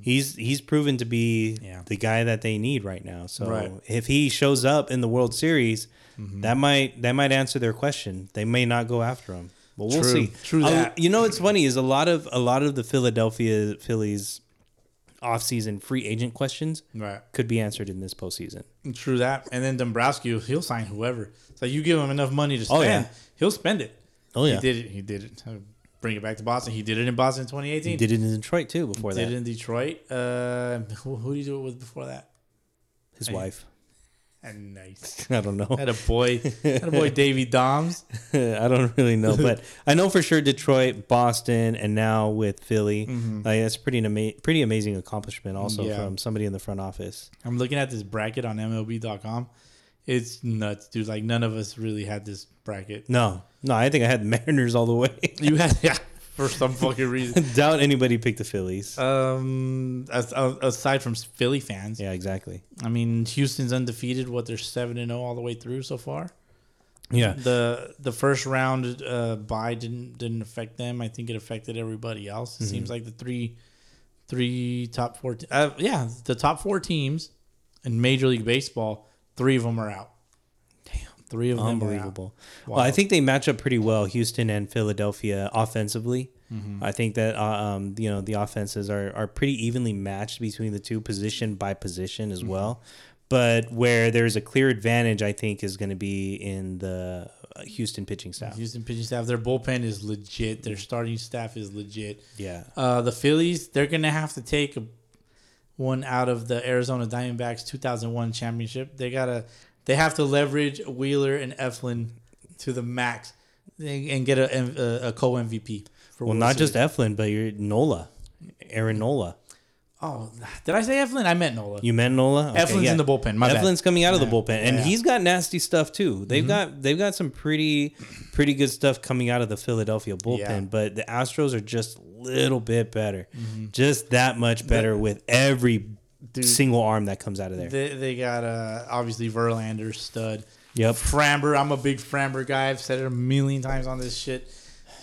D: he's he's proven to be
B: Yeah.
D: the guy that they need right now. So
B: Right. Mm-hmm.
D: if he shows up in the World Series, that might that might answer their question. They may not go after him, but we'll
B: True.
D: see.
B: True
D: A-
B: that.
D: you know, what's funny is a lot of a lot of the Philadelphia Phillies offseason free agent questions
B: Right.
D: could be answered in this postseason.
B: True that. And then Dombrowski, he'll sign whoever. So you give him enough money to
D: Oh,
B: spend,
D: yeah.
B: he'll spend it.
D: Oh
B: He did it. He did it. Uh, Bring it back to Boston. He did it in Boston in 2018.
D: He did it in Detroit too before
B: Did
D: that.
B: it in Detroit. Uh, who, who did he do it with before that?
D: His wife.
B: And nice.
D: I don't know.
B: Had a boy. Had a boy, Davy Doms.
D: I don't really know, but I know for sure Detroit, Boston, and now with Philly. Like that's pretty an ama- pretty amazing accomplishment also
B: Mm-hmm. Yeah.
D: from somebody in the front office.
B: I'm looking at this bracket on MLB.com. It's nuts, dude. Like none of us really had this bracket.
D: No, no, I think I had the Mariners all the way.
B: You had yeah for some fucking reason.
D: Doubt anybody picked the
B: Uh,
D: Phillies.
B: Um, as, a- aside from Philly fans,
D: yeah, exactly.
B: I mean Houston's undefeated. What they're seven and zero all the way through so far.
D: Yeah,
B: The the first round uh, bye didn't didn't affect them. I think it affected everybody else. It
D: Mm-hmm.
B: seems like the three three top four. Te- uh, yeah, the top four teams in Major League Baseball. Three of them are out. Damn, three of them are out.
D: unbelievable. Well, I think they match up pretty well, Houston and Philadelphia offensively.
B: Mm-hmm.
D: I think that uh, um, you know the offenses are are pretty evenly matched between the two, position by position
B: Mm-hmm.
D: as well. But where there's a clear advantage, I think is going to be in the uh, Houston pitching staff.
B: Houston pitching staff, their bullpen is legit. Their starting staff is legit.
D: Yeah.
B: Uh, the Phillies, they're gonna have to take a, one out of the Arizona Diamondbacks 2001 championship. They gotta, they have to leverage Wheeler and Eflin to the max, and and get a a, a co MVP.
D: Well, not just Eflin, but you're Nola, Aaron Nola.
B: Oh, did I say Eflin? I meant Nola.
D: You meant Nola. Okay,
B: Eflin's in the bullpen, my bad.
D: Eflin's coming out of the bullpen, and
B: yeah. Mm-hmm.
D: he's got nasty stuff too. They've got they've got some pretty pretty good stuff coming out of the Philadelphia bullpen,
B: Yeah.
D: but the Astros are just a little bit better,
B: Mm-hmm.
D: just that much better with every single arm that comes out of there.
B: They, they got uh, obviously Verlander stud.
D: Yep.
B: Framber, I'm a big Framber guy. I've said it a million times on this shit.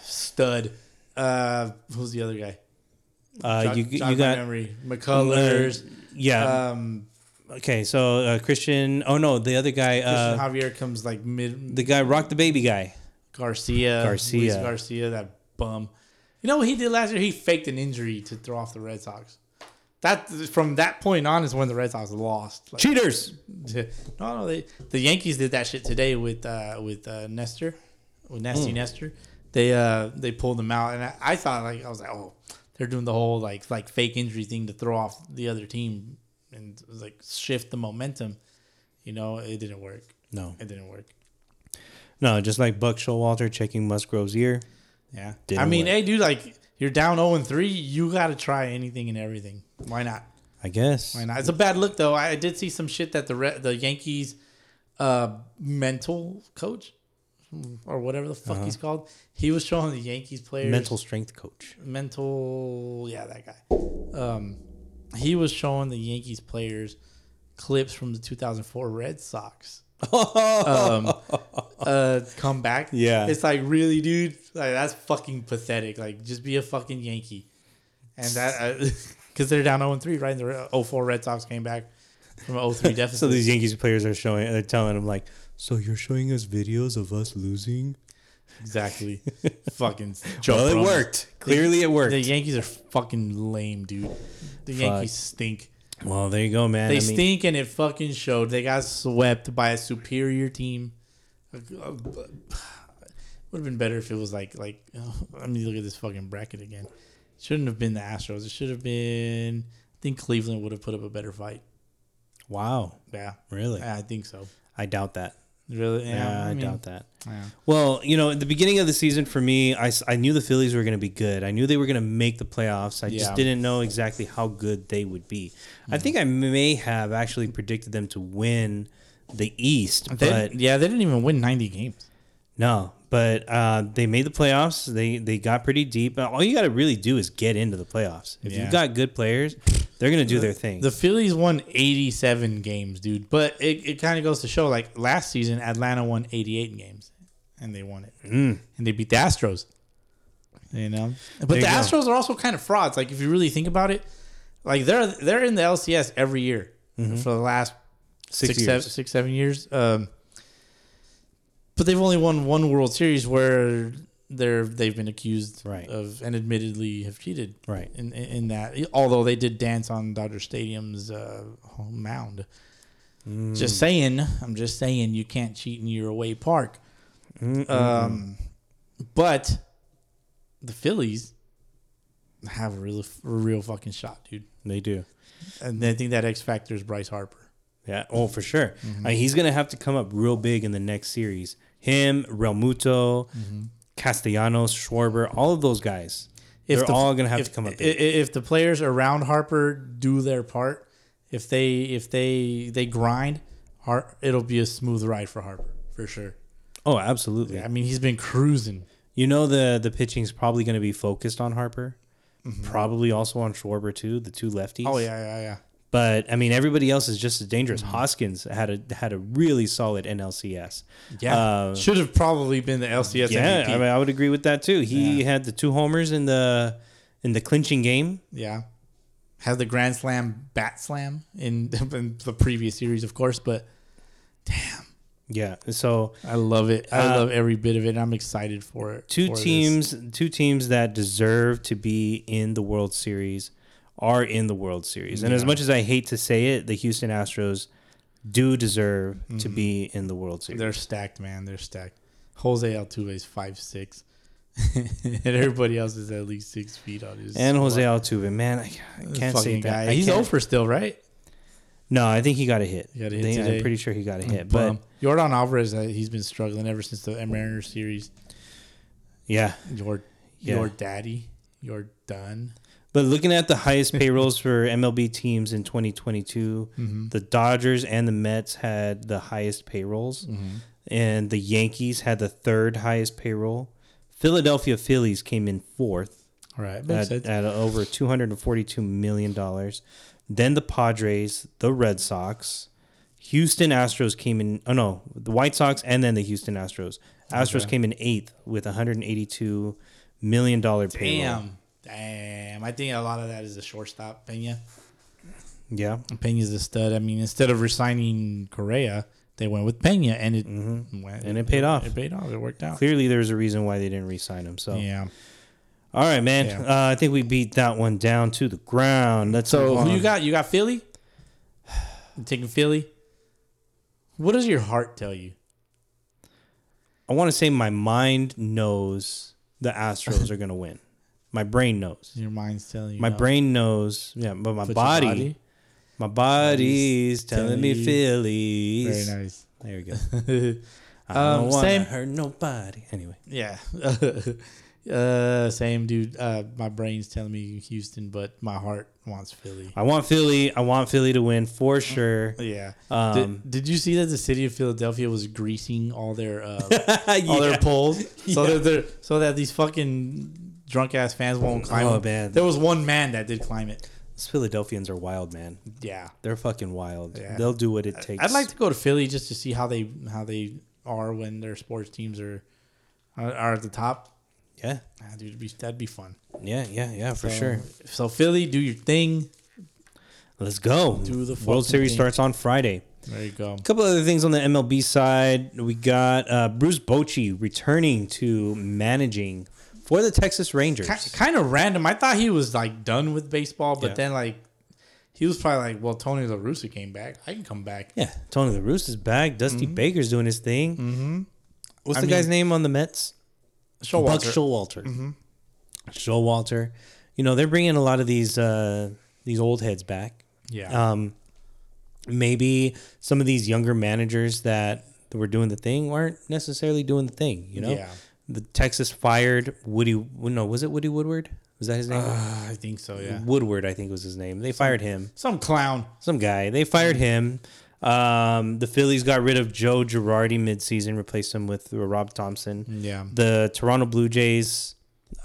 B: Stud. Uh, who's the other guy?
D: uh,
B: Jog-
D: you
B: jog
D: you
B: my
D: got
B: memory.
D: uh,
B: McCullers.
D: yeah.
B: um,
D: okay, so uh, Christian. Oh no, the other guy.
B: Christian
D: Uh,
B: Javier comes like mid.
D: the guy rock the baby guy.
B: Garcia. Luis
D: Garcia.
B: Garcia. That bum. You know what he did last year? He faked an injury to throw off the Red Sox. That from that point on is when the Red Sox lost. Like,
D: Cheaters.
B: no, no, they, the Yankees did that shit today with uh, with uh, Nestor, with Nasty
D: Mm.
B: Nestor. They uh, they pulled him out, and I, I thought like I was like, oh, they're doing the whole like like fake injury thing to throw off the other team and like shift the momentum. You know, it didn't work.
D: No,
B: It didn't work.
D: no, just like Buck Showalter checking Musgrove's ear.
B: Yeah,
D: Didn't
B: I mean,
D: work.
B: hey, dude, like you're down zero and three, you got to try anything and everything. Why not?
D: I guess.
B: Why not? It's a bad look though. I I did see some shit that the Re- the Yankees uh, mental coach or whatever the fuck he's called, he was showing the Yankees players
D: Uh-huh. Mental strength coach.
B: mental yeah that guy. Um, he was showing the Yankees players clips from the 2004 Red Sox. um, uh, come back.
D: Yeah.
B: it's like really, dude. Like that's fucking pathetic. Like just be a fucking Yankee, and that because they're down 0 3, right? And the uh, 04 Red Sox came back from an 03 deficit.
D: So these Yankees players are showing, they're telling him like, "So you're showing us videos of us losing?"
B: exactly, fucking.
D: Well, it
B: jump runs.
D: worked. Clearly, it worked.
B: The Yankees are fucking lame, dude. The Yankees stink.
D: well, there you go, man.
B: They
D: I mean,
B: stink, and it fucking showed. They got swept by a superior team. Would have been better if it was like like. I mean, look at this fucking bracket again. Shouldn't have been the Astros. It should have been. I think Cleveland would have put up a better fight.
D: wow,
B: Yeah,
D: really?
B: Yeah, I think so.
D: I doubt that.
B: Really? Yeah,
D: Yeah, I,
B: mean,
D: doubt that.
B: yeah.
D: Well, you know, at the beginning of the season for me, I, s- I knew the Phillies were going to be good. I knew they were going to make the playoffs. I
B: Yeah.
D: just didn't know exactly how good they would be. I think I may have actually predicted them to win the East,
B: They
D: but
B: didn't- yeah, they didn't even win ninety games.
D: No, but uh, they made the playoffs. They they got pretty deep. All you got to really do is get into the playoffs. If
B: Yeah.
D: you've got good players, they're gonna do their thing.
B: The Phillies won 87 games, dude. But it, it kind of goes to show like last season, Atlanta won 88 games and they won it. Mm. And they beat the Astros. You know? But
D: you
B: the
D: go.
B: Astros are also kind of frauds. Like, if you really think about it, like they're they're in the LCS every year for the last six,
D: Mm-hmm. years.
B: seven, six, seven years. Um, but they've only won one World Series where they're they've been accused
D: Right.
B: of and admittedly have cheated
D: Right.
B: in, in in that. Although they did dance on Dodger Stadium's uh, home mound. Just saying, I'm just saying you can't cheat in your away park. Um, but the Phillies have a real a real fucking shot, dude.
D: they do.
B: And I think that X factor is Bryce Harper.
D: Yeah. Oh, for sure.
B: Mm-hmm.
D: Uh, he's gonna have to come up real big in the next series. Him, Realmuto,
B: Mm-hmm.
D: Castellanos, Schwarber, all of those guys. they're all gonna have
B: if-
D: to come up.
B: i- i-
D: big.
B: If the players around Harper do their part, if they if they they grind, Har- it'll be a smooth ride for Harper for sure.
D: oh, absolutely.
B: I mean, he's been cruising.
D: You know the the pitching's probably gonna be focused on Harper. Probably also on Schwarber too, the two lefties.
B: Mm-hmm. Oh yeah, yeah, yeah.
D: But I mean, everybody else is just as dangerous. Hoskins had a had a really solid NLCS.
B: Yeah,
D: Uh,
B: should have probably been the LCS
D: yeah.
B: MVP.
D: I, mean, I would agree with that too. He had the two homers in the in the clinching game.
B: yeah, has the grand slam, bat slam in, in the previous series, of course. But damn,
D: Yeah. So
B: I love it. I love every bit of it. and I'm excited for it.
D: Uh, two
B: for this.
D: teams two teams that deserve to be in the World Series are in the World Series. And as much as I hate to say it, the Houston Astros do deserve to be in the World Series.
B: They're stacked, man. They're stacked. Jose Altuve is five six, and everybody else is at least six feet on his.
D: and Jose Altuve, man, I I can't
B: fucking
D: say that.
B: guy.
D: I
B: He's
D: can't-
B: over still, right?
D: No, I think he got a hit.
B: got a hit
D: I think- I'm
B: today.
D: pretty sure he got a hit.
B: But
D: But
B: Jordan Alvarez, uh, he's been struggling ever since the Mariners series.
D: yeah,
B: Your
D: Yeah.
B: your daddy, you're done.
D: But looking at the highest payrolls for MLB teams in 2022,
B: Mm-hmm.
D: the Dodgers and the Mets had the highest payrolls,
B: Mm-hmm.
D: and the Yankees had the third highest payroll. Philadelphia Phillies came in fourth
B: All right, makes
D: at,
B: sense.
D: at over 242 million dollars. Then the Padres, the Red Sox, Houston Astros came in. Oh no, the White Sox, and then the Houston Astros. Astros came in eighth with 182 million dollar payroll.
B: Damn, damn. I think a lot of that is the shortstop Pena.
D: Yeah.
B: Pena's a stud. I mean, instead of resigning Correa, they went with Pena, and it went,
D: Mm-hmm. And it paid off.
B: It paid off. It worked out.
D: clearly there's a reason why they didn't re-sign him. So,
B: Yeah.
D: all right, man.
B: Yeah.
D: Uh, I think we beat that one down to the ground. Let's
B: So
D: move on.
B: who you got? You got Philly. You taking Philly. What does your heart tell you?
D: I want to say my mind knows the Astros are gonna win. My brain knows.
B: Your mind's telling you.
D: My
B: no.
D: brain knows. Yeah, but my
B: But your
D: body, my body's telling,
B: telling
D: me
B: you.
D: Phillies.
B: Very nice.
D: There you go. I
B: Um,
D: don't want to
B: same-
D: hurt nobody. Anyway,
B: Yeah. uh, same dude. Uh, my brain's telling me Houston, but my heart wants Philly.
D: I want Philly. I want Philly to win for sure.
B: Yeah.
D: Um,
B: did, did you see that the city of Philadelphia was greasing all their uh, all
D: Yeah.
B: their poles so that they're, so that these fucking drunk ass fans won't climb
D: Oh,
B: them?
D: man.
B: There was one man that did climb it.
D: Those Philadelphians are wild, man.
B: Yeah.
D: They're fucking wild.
B: Yeah.
D: They'll do what it takes.
B: I'd like to go to Philly just to see how they how they are when their sports teams are are, are at the top.
D: Yeah.
B: Ah, dude, that'd be, that'd be fun
D: Yeah, yeah, yeah, for
B: So-
D: sure.
B: So Philly, do your thing.
D: Let's go.
B: Do the
D: World
B: fucking
D: Series
B: thing.
D: starts on Friday.
B: There you go.
D: A couple other things on the MLB side. We got uh, Bruce Bochy returning to managing for the Texas Rangers.
B: Kind of random. I thought he was like done with baseball, but
D: Yeah.
B: then like he was probably like, "Well, Tony La Russa came back. I can come back."
D: yeah, Tony La Russa's back. Dusty Baker's doing his thing. Mm-hmm.
B: Mm-hmm.
D: What's
B: I
D: the
B: mean-
D: guy's name on the Mets?
B: Showalter. Mm-hmm.
D: Buck Showalter. Showalter. You know they're bringing a lot of these uh, these old heads back.
B: Yeah.
D: um, maybe some of these younger managers that were doing the thing weren't necessarily doing the thing. You know,
B: Yeah.
D: the Texas fired Woody. No, was it Woody Woodward? Was that his name?
B: I think so. Yeah.
D: Woodward, I think was his name. They fired him.
B: Uh, Some clown.
D: Some guy. They fired him. Um, the Phillies got rid of Joe Girardi midseason, replaced him with Rob Thompson.
B: Yeah.
D: The Toronto Blue Jays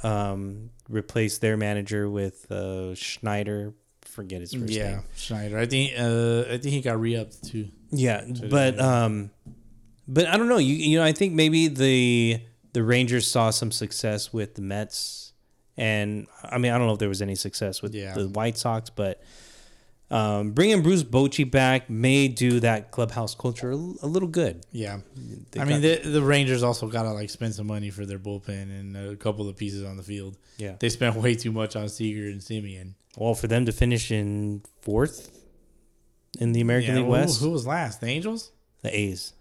D: um, replaced their manager with uh, Schneider. Forget his first name.
B: Yeah. Schneider. I think. Uh, I think he got re-upped too.
D: Yeah, but um, but I don't know. You you know, I think maybe the the Rangers saw some success with the Mets, and I mean, I don't know if there was any success with
B: Yeah.
D: the White Sox, but um, bringing Bruce Bochy back may do that clubhouse culture a, l- a little good.
B: Yeah, I mean the, the Rangers also gotta like spend some money for their bullpen and a couple of pieces on the field.
D: Yeah.
B: they spent way too much on Seager and Simeon.
D: Well, for them to finish in fourth in the American
B: Yeah,
D: League
B: who,
D: West,
B: who was last? The Angels.
D: the A's.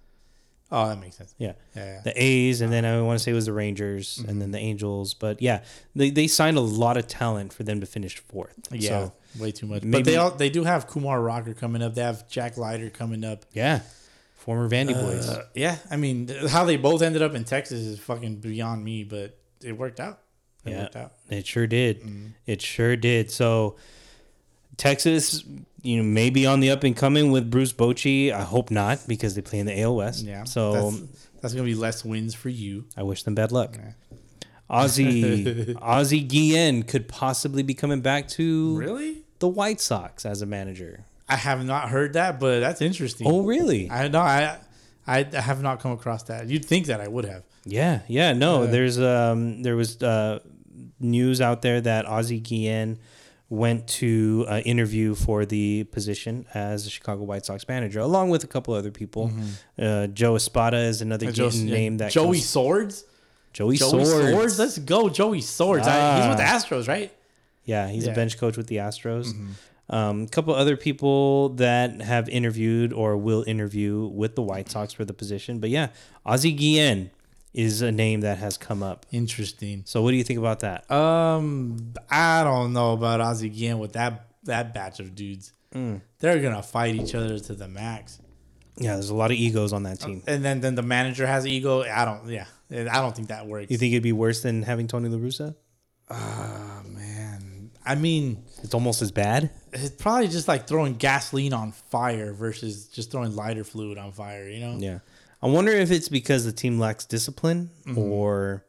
B: Oh, that makes sense.
D: Yeah.
B: Yeah, yeah.
D: the A's, and then I want to say it was the Rangers, and then the Angels. But yeah, they, they signed a lot of talent for them to finish fourth.
B: yeah
D: So,
B: way too much.
D: maybe-
B: but they all they do have Kumar Rocker coming up. They have Jack Leiter coming up.
D: yeah, former Vandy boys.
B: Uh, yeah, I mean th- how they both ended up in Texas is fucking beyond me, but it worked out. It worked
D: Yeah,
B: out.
D: it sure did.
B: Mm-hmm.
D: It sure did. So Texas, you know, maybe on the up and coming with Bruce Bochy. I hope not because they play in the AL West.
B: Yeah.
D: So
B: that's, that's gonna be less wins for you.
D: I wish them bad luck. Ozzy Ozzy Guillen could possibly be coming back to
B: Really?
D: the White Sox as a manager.
B: I have not heard that, but that's interesting.
D: Oh, really?
B: I know. I, I I have not come across that. You'd think that I would have.
D: Yeah, yeah, no.
B: Yeah.
D: There's um, there was uh, news out there that Ozzie Guillen went to uh, interview for the position as the Chicago White Sox manager, along with a couple other people. Uh, Joe Espada is another
B: Mm-hmm. Uh, Joe-
D: getting name that
B: Joey
D: comes-
B: Swords.
D: Joey,
B: Joey Swords.
D: Swords.
B: Let's go, Joey Swords. I, he's with the Astros, right?
D: Yeah, he's
B: Yeah. Mm-hmm.
D: a bench coach with the Astros. Um, a couple other people that have interviewed or will interview with the White Sox for the position, but yeah, Ozzie Guillen is a name that has come up.
B: Interesting.
D: So, what do you think about that?
B: Um, I don't know about Ozzy Guillen with that that batch of dudes.
D: Hmm.
B: They're gonna fight each other to the max,
D: Yeah, there's a lot of egos on
B: Oh.
D: that team.
B: and then then the manager has ego. I don't. Yeah, I don't think that works.
D: You think it'd be worse than having Tony La Russa?
B: man? I mean,
D: It's almost as bad.
B: it's probably just like throwing gasoline on fire versus just throwing lighter fluid on fire. You know?
D: Yeah, I wonder if it's because the team lacks discipline,
B: Mm-hmm.
D: or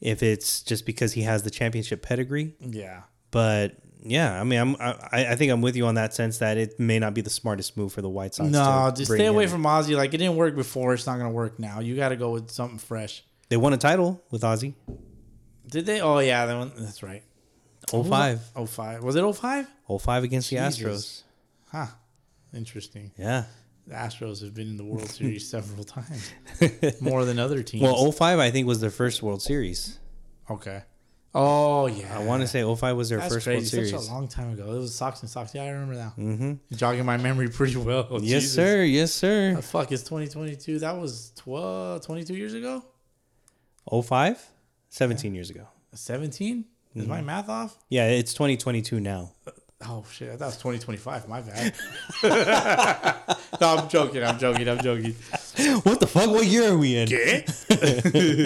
D: if it's just because he has the championship pedigree.
B: Yeah.
D: But yeah, I mean, I'm I, I think I'm with you on that sense that it may not be the smartest move for the White Sox.
B: No,
D: to
B: just
D: bring
B: stay away
D: in-
B: from Ozzy. Like it didn't work before. It's not gonna work now. You got to go with something fresh.
D: They won a title with Ozzy.
B: Did they? Oh yeah, that one, that's right.
D: 05.
B: Oh five. Was it 05?
D: 05 against the Astros.
B: Jesus. Huh. Interesting.
D: Yeah.
B: The Astros have been in the World Series several times, more than other teams.
D: Well, 05 I think was their first World Series.
B: okay. Oh yeah,
D: I want to say 05 was their
B: That's
D: first
B: crazy.
D: World
B: Such
D: Series.
B: a long time ago. It was socks and socks. Yeah, I remember now. Mm-hmm. Jogging my memory pretty well.
D: Yes,
B: Jesus.
D: sir. Yes, sir.
B: The fuck, it's 2022. That was 12, 22 years ago.
D: 05? 17 oh years ago.
B: 17. Is
D: Mm-hmm.
B: my math off?
D: Yeah, it's 2022 now.
B: Oh shit, I thought it was 2025. My bad. no, I'm joking. I'm joking. I'm joking.
D: What the fuck? What year are we in?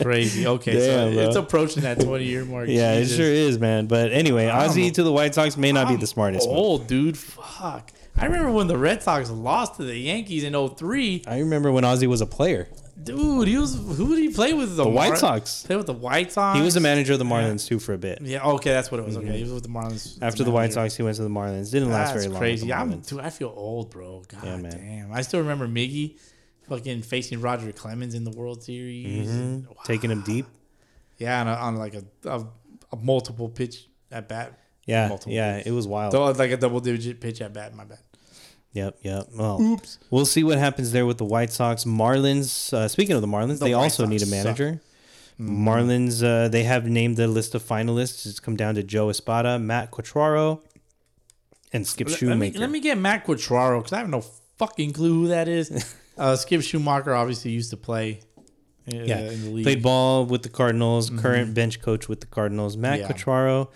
B: Crazy. Okay, so
D: Damn, bro.
B: it's approaching that 20 year mark.
D: Yeah,
B: Jesus.
D: it sure is, man. But anyway,
B: don't
D: Ozzy
B: know.
D: to the White Sox may not be
B: I'm
D: the smartest move.
B: Old dude, fuck. I remember when the Red Sox lost to the Yankees in 03.
D: I remember when Ozzy was a player.
B: Dude, he was who did he play with? The,
D: White
B: Mar-
D: Sox.
B: Play with the White Sox.
D: He was the manager of the Marlins too for a bit.
B: Yeah, okay, that's what it was. Okay, he was with the Marlins.
D: After the White Sox, he went to the Marlins. Didn't last
B: that's
D: very long. with
B: crazy.
D: the
B: I'm
D: Marlins.
B: dude. I feel old, bro. God
D: man.
B: damn. I still remember Miggy, fucking facing Roger Clemens in the World Series.
D: Mm-hmm.
B: Wow.
D: taking him deep.
B: Yeah, on, a, on like a, a a multiple pitch at bat.
D: Yeah,
B: multiple.
D: yeah, it was wild.
B: So, uh, like a double digit pitch at bat. My bad.
D: Yep, yep. Well, Oops. We'll see what happens there with the White Sox. Marlins. Uh, speaking of the Marlins, they
B: White
D: also
B: Sox
D: need a
B: suck. Mm-hmm.
D: manager. Marlins. Uh, they have named the list of finalists. It's come down to Joe Espada, Matt Quattraro, and Skip
B: Let me,
D: Shoemaker.
B: let me get Matt Quattraro because I have no fucking clue who that is. uh, Skip Schumacher obviously used to play uh, in the league. Mm-hmm.
D: Played ball with the Cardinals, current bench coach with the Cardinals, Matt
B: Yeah.
D: Quattraro.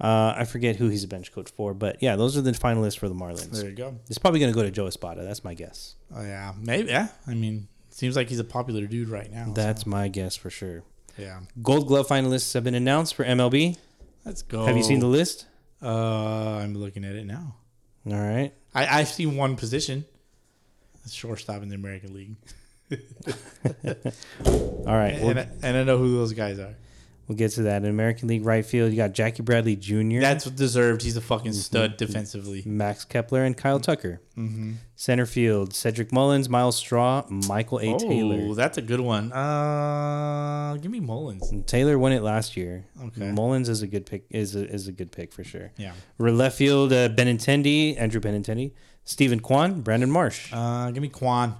D: Uh, I forget who he's a bench coach for, but yeah, those are the finalists for the Marlins.
B: There you go.
D: It's probably going to go to Joe Espada. That's my guess.
B: Oh, yeah, maybe. Yeah, I mean, seems like he's a popular dude right now.
D: That's my guess for sure.
B: yeah,
D: Gold Glove finalists have been announced for MLB.
B: let's go.
D: Have you seen the list?
B: Uh, I'm looking at it now.
D: All right.
B: I I've seen one position, That's shortstop in the American League,
D: All right. We'll,
B: and I, and I know who those guys are.
D: we'll get to that. In American League right field, you got Jackie Bradley Jr.,
B: That's what deserved. He's a fucking stud
D: Mm-hmm.
B: defensively.
D: Max Kepler, and Kyle Tucker.
B: Mm-hmm.
D: Center field, Cedric Mullins, Miles Straw, Michael A.
B: Oh,
D: Taylor.
B: that's a good one. Uh, give me Mullins.
D: Taylor won it last year.
B: Okay.
D: Mullins is a good pick. Is a, is a good pick for sure.
B: Yeah.
D: Re- Left field, uh, Benintendi, Andrew Benintendi, Stephen Kwan, Brandon Marsh.
B: Uh, give me
D: Oh,
B: Quan.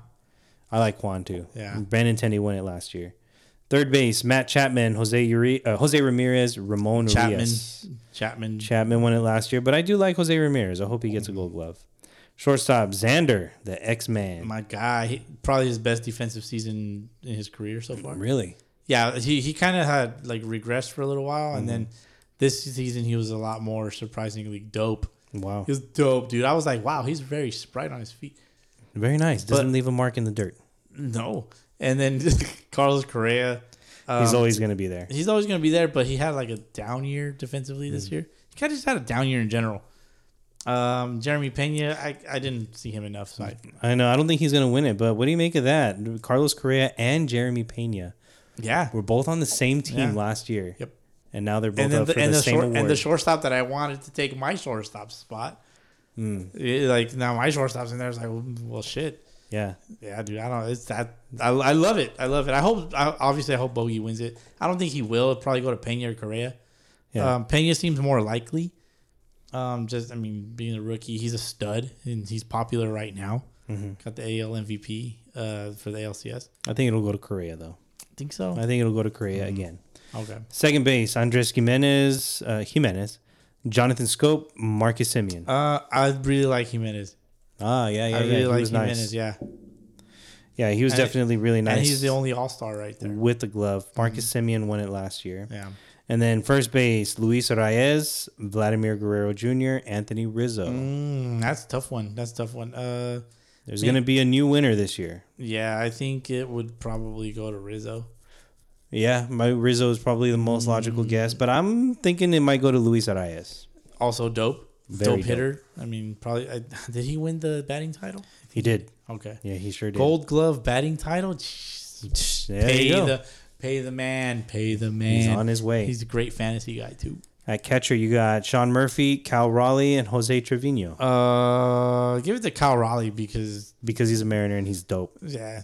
D: I like Kwan too.
B: Yeah.
D: Benintendi won it last year. Third base, Matt Chapman, Jose Uri- uh, Jose Ramirez, Ramon
B: Chapman.
D: Rios.
B: Chapman.
D: Chapman won it last year, but I do like Jose Ramirez. I hope he gets a Gold Glove. Shortstop Xander, the X Man.
B: My guy, he, probably his best defensive season in his career so far.
D: Really?
B: Yeah, he, he kind of had like regressed for a little while, and then
D: Mm-hmm.
B: this season he was a lot more surprisingly dope.
D: Wow.
B: He was dope, dude. I was like, wow, he's very sprite on his feet.
D: Very nice. Doesn't leave a mark in the dirt.
B: No, and then Carlos Correa, Um,
D: He's always going to be there.
B: he's always going to be there, but he had like a down year defensively this
D: Hmm.
B: year. He kind of just had a down year in general. Um, Jeremy Pena, I, I didn't see him enough, so I,
D: I know. I don't think he's going to win it, but what do you make of that? Carlos Correa and Jeremy Pena
B: yeah.
D: were both on the same team
B: Yeah.
D: last year.
B: Yep.
D: And now they're both
B: and then
D: up
B: the,
D: for
B: and
D: the,
B: the,
D: same
B: short,
D: award.
B: and the shortstop that I wanted to take my shortstop spot.
D: Hmm.
B: It- like now my shortstop's in there. It's like, well, well, shit.
D: yeah.
B: Yeah, dude. I don't. It's that. I, I love it. I love it. I hope. I, obviously, I hope Bogey wins it. I don't think he will. It'll probably go to Pena or Correa.
D: Yeah.
B: Um, Pena seems more likely, Um, just I mean, being a rookie, he's a stud and he's popular right now.
D: Mm-hmm.
B: Got the AL MVP uh, for the ALCS.
D: I think it'll go to Korea though.
B: think so.
D: I think it'll go to Korea
B: Mm-hmm.
D: again.
B: okay.
D: Second base, Andres Jimenez, uh, Jimenez, Jonathan Scope, Marcus Simeon.
B: Uh, I really like Jimenez.
D: ah, yeah, yeah,
B: I
D: yeah.
B: really
D: he
B: like
D: was
B: Jimenez.
D: nice.
B: Yeah,
D: Yeah, he was
B: And-
D: definitely really nice.
B: and he's the only All Star right there. Mm-hmm.
D: with the glove. Marcus Simeon won it last year.
B: Yeah.
D: And then first base, Luis Reyes, Vladimir Guerrero Jr., Anthony Rizzo.
B: Mm, that's a tough one. That's a tough one. Uh,
D: There's going to be a new winner this year.
B: yeah, I think it would probably go to Rizzo.
D: Yeah, my Rizzo is probably the most
B: Mm-hmm.
D: logical guess, but I'm thinking it might go to Luis Arias.
B: Also dope,
D: Very
B: dope
D: dope.
B: hitter. I mean, probably I, did he win the batting title?
D: He did.
B: Okay.
D: Yeah, he sure did.
B: Gold Glove batting title. Jeez.
D: There
B: pay
D: you go.
B: the pay the man, pay the man.
D: on his way.
B: He's a great fantasy guy too.
D: At catcher, you got Sean Murphy, Cal Raleigh, and Jose Trevino
B: Uh, give it to Kyle Raleigh because
D: because he's a Mariner and he's dope.
B: yeah,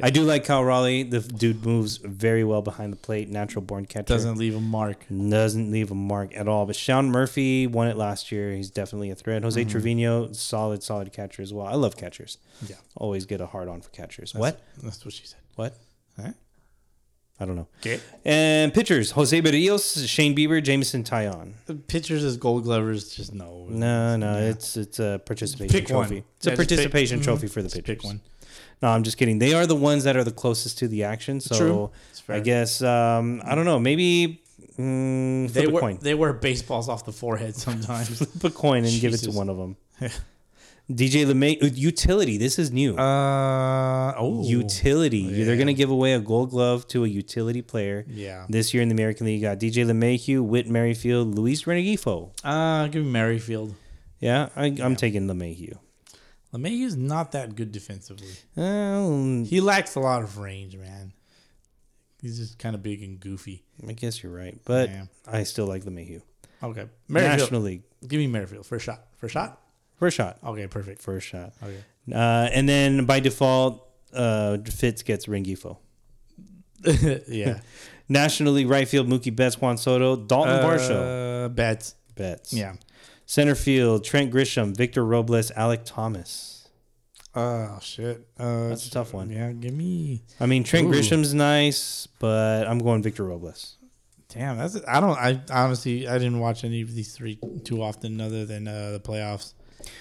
D: I do like Cal Raleigh. The dude moves very well behind the plate, natural born catcher.
B: doesn't leave a mark.
D: doesn't leave a mark at all. But Sean Murphy won it last year. He's definitely a threat.
B: Mm-hmm.
D: Jose Trevino, solid, solid catcher as well. I love catchers.
B: Yeah.
D: Always get a hard on for catchers. what?
B: That's what she said.
D: What?
B: Alright.
D: I don't know.
B: Okay.
D: And pitchers Jose Barrios, Shane Bieber, Jameson Tyon.
B: The pitchers as Gold Glovers just no.
D: No, no, it's it's a participation
B: Pick one.
D: trophy. It's
B: Yeah,
D: a
B: just pick- Mm-hmm.
D: participation trophy for the
B: Just
D: pitchers.
B: pick one.
D: No, I'm just kidding. They are the ones that are the closest to the action. So
B: True. It's fair.
D: I guess um, I don't know. Maybe mm, flip
B: They
D: a
B: wear
D: coin.
B: they wear baseballs off the forehead sometimes.
D: Flip a coin and give it
B: Jesus.
D: to one of them. DJ LeMay, uh, utility. This is new.
B: uh oh.
D: utility.
B: yeah.
D: They're going to give away a gold glove to a utility player.
B: Yeah.
D: This year in the American League, you got DJ LeMahieu, Whit Merrifield, Luis Renegifo.
B: Uh, give me Merrifield.
D: Yeah, I, I'm taking LeMahieu.
B: LeMayhew's not that good defensively.
D: Um,
B: He lacks a lot of range, man. He's just kind of big and goofy.
D: I guess you're right, but
B: Yeah.
D: I still like LeMahieu.
B: Okay, Merrifield.
D: National League.
B: Give me Merrifield for a shot. For a shot.
D: First shot.
B: Okay, perfect.
D: First shot.
B: Okay.
D: Uh, and then by default, uh, Fitz gets Rengifo.
B: yeah.
D: National League right field, Mookie Betts, Juan Soto, Dalton Varsho.
B: Uh, bets.
D: Betts.
B: Yeah.
D: Center field, Trent Grisham, Victor Robles, Alec Thomas.
B: Oh shit. Uh,
D: That's a tough one.
B: Yeah. Give me.
D: I mean, Trent
B: Ooh.
D: Grisham's nice, but I'm going Victor Robles.
B: Damn. That's. I don't. I honestly. I didn't watch any of these three too often, other than uh, the playoffs.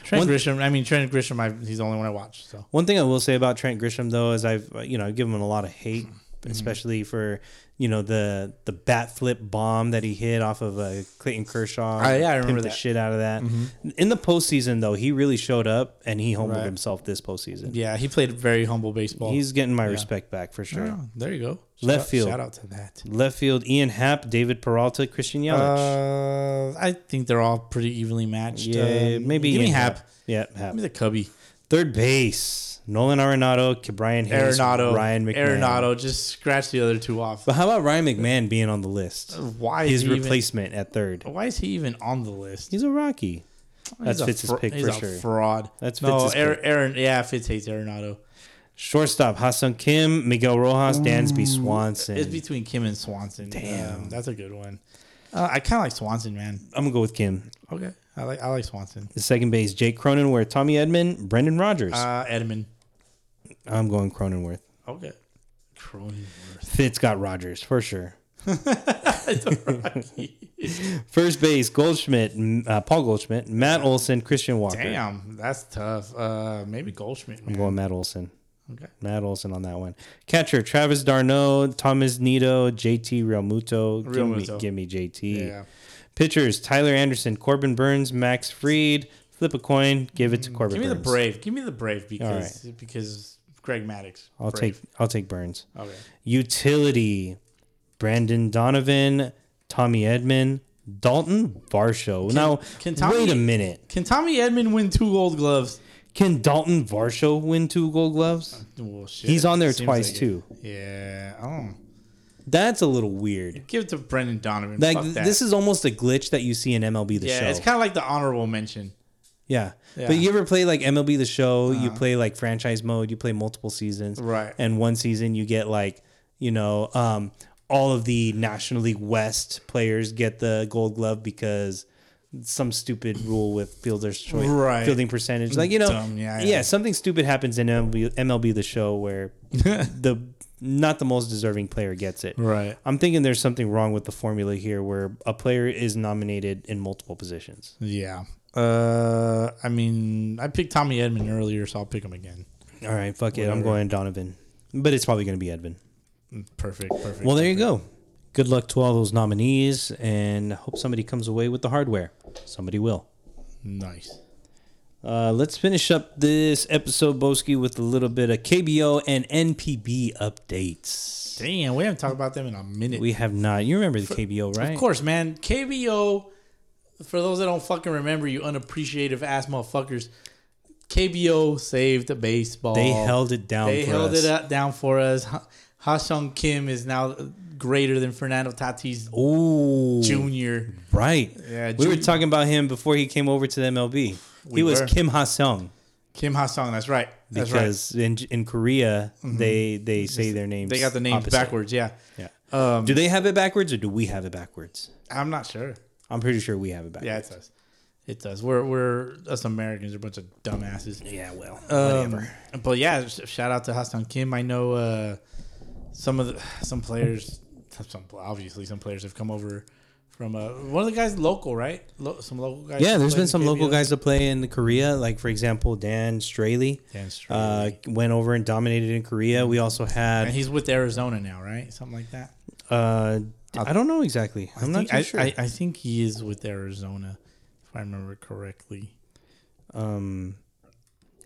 B: Trent
D: One-
B: Grisham. I mean, Trent Grisham. I, he's the only one I watched. So.
D: One thing I will say about Trent Grisham though is I've uh, you know I give him a lot of hate,
B: Mm-hmm.
D: especially for you know the the bat flip bomb that he hit off of uh, Clayton Kershaw.
B: Oh, yeah, I remember
D: Pimped the
B: that. Mm-hmm.
D: shit out of that. In the postseason though, he really showed up and he humbled
B: Right.
D: himself this postseason.
B: Yeah, he played very humble baseball.
D: He's getting my respect back for sure.
B: Oh, there you go.
D: Left
B: Shout-
D: field.
B: Shout out to that.
D: Left field: Ian Happ, David Peralta, Christian Yelich.
B: Uh, I think they're all pretty evenly matched.
D: yeah,
B: Um,
D: maybe
B: give me
D: Ian
B: Hap.
D: Yeah, Happ.
B: Give me the Cubby.
D: Third base: Nolan Arenado, Brian Hayes,
B: Arenado.
D: Ryan McMahon.
B: Arenado. Just scratch the other two off.
D: But how about Ryan McMahon being on the list?
B: Why is
D: His
B: he
D: replacement at third.
B: Even, why is he even on the list?
D: He's a Rocky.
B: He's
D: That's
B: a
D: Fitz's
B: fr-
D: pick
B: he's
D: for
B: a
D: sure.
B: Fraud.
D: That's
B: no.
D: Fitz's
B: Aaron,
D: pick.
B: Aaron. Yeah, Fitz hates Arenado.
D: Shortstop Hassan Kim, Miguel Rojas, Dansby Swanson.
B: It's between Kim and Swanson. Damn, that's a good one. Uh, I kind of like Swanson, man.
D: I'm gonna go with Kim.
B: Okay, I like I like Swanson.
D: The second base, Jake Cronenworth, Tommy Edmond, Brendan Rodgers.
B: Uh, Edmund.
D: I'm going Cronenworth.
B: Okay. Cronenworth.
D: Fitz got Rodgers for sure. First base, Goldschmidt, m- uh, Paul Goldschmidt, Matt Olson, Christian Walker.
B: Damn, that's tough. Uh, maybe Goldschmidt.
D: I'm
B: Man.
D: going Matt Olson.
B: Okay.
D: Matt Olson on that one. Catcher, Travis Darno, Thomas Nito, JT Realmuto. Give me,
B: Realmuto.
D: give me JT.
B: Yeah.
D: Pitchers, Tyler Anderson, Corbin Burns, Max Freed. Flip a coin, give it to Corbin
B: Mm, Give me the
D: Burns.
B: brave. Give me the brave because because Greg Maddox.
D: I'll
B: Brave.
D: take I'll take Burns.
B: Okay.
D: Utility, Brandon Donovan, Tommy Edmond, Dalton Varsho. now,
B: can Tommy-
D: wait a minute.
B: Can Tommy Edmond win two Gold Gloves?
D: Can Dalton Varsho win two Gold Gloves?
B: Well, shit.
D: He's on there
B: Seems
D: twice
B: like it.
D: too.
B: Yeah. Oh.
D: That's a little weird.
B: Give it to Brendan Donovan.
D: Like
B: Fuck that.
D: this is almost a glitch that you see in MLB the
B: yeah.
D: show.
B: It's kind of like the honorable mention.
D: Yeah.
B: Yeah. Uh-huh.
D: But you ever play like MLB the show, you play like franchise mode, you play multiple seasons.
B: Right.
D: And one season you get like, you know, um, all of the National League West players get the gold glove because some stupid rule with fielder's choice,
B: Right.
D: fielding percentage. Like you know,
B: Dumb, yeah,
D: yeah,
B: yeah.
D: something stupid happens in MLB, MLB the show where the not the most deserving player gets it.
B: Right.
D: I'm thinking there's something wrong with the formula here, where a player is nominated in multiple positions.
B: Yeah. Uh, I mean, I picked Tommy Edmond earlier, so I'll pick him again.
D: All right, fuck it, I'm going Donovan, but it's probably going to be Edvin.
B: Perfect. Perfect.
D: Well, there you go. Good luck to all those nominees, and hope somebody comes away with the hardware. Somebody will.
B: nice.
D: Uh, let's finish up this episode, Boski, with a little bit of KBO and NPB updates.
B: Damn, we haven't talked about them in a minute.
D: We have not. You remember the KBO, right?
B: Of course, man. KBO, for those that don't fucking remember, you unappreciative ass motherfuckers, KBO saved baseball.
D: They held it down.
B: They
D: for
B: held
D: us.
B: it up, down for us. Ha- Hassan Kim is now greater than Fernando Tatis
D: Ooh,
B: Jr.
D: right.
B: Yeah,
D: we were
B: Jun-
D: talking about him before he came over to the MLB.
B: We
D: he was
B: were.
D: Kim Ha Sung
B: Kim Hassan, that's right. That's right. Mm-hmm.
D: because in in Korea they they say their names.
B: They got the names
D: opposite.
B: backwards, Um, yeah.
D: Yeah. do they have it backwards or do we have it backwards?
B: I'm not sure.
D: I'm pretty sure we have it
B: Yeah,
D: backwards.
B: it does. It does. We're we're us Americans are a bunch of dumbasses.
D: Yeah. well,
B: Um,
D: whatever.
B: But yeah, sh- shout out to Hassan Kim. I know uh, some of the some players, some obviously some players have come over from uh, one of the guys local, right? Lo- some local guys.
D: Yeah,
B: that
D: there's
B: play
D: been
B: in
D: some local
B: KBO.
D: guys that play in Korea. Like for example, Dan Straley,
B: Dan
D: uh,
B: Straley.
D: went over and dominated in Korea. We also
B: And
D: had
B: he's with Arizona now, right? Something like that.
D: uh, I don't know exactly. I'm
B: I
D: not
B: think,
D: too
B: I,
D: sure.
B: I, I think he is with Arizona, if I remember correctly.
D: Adam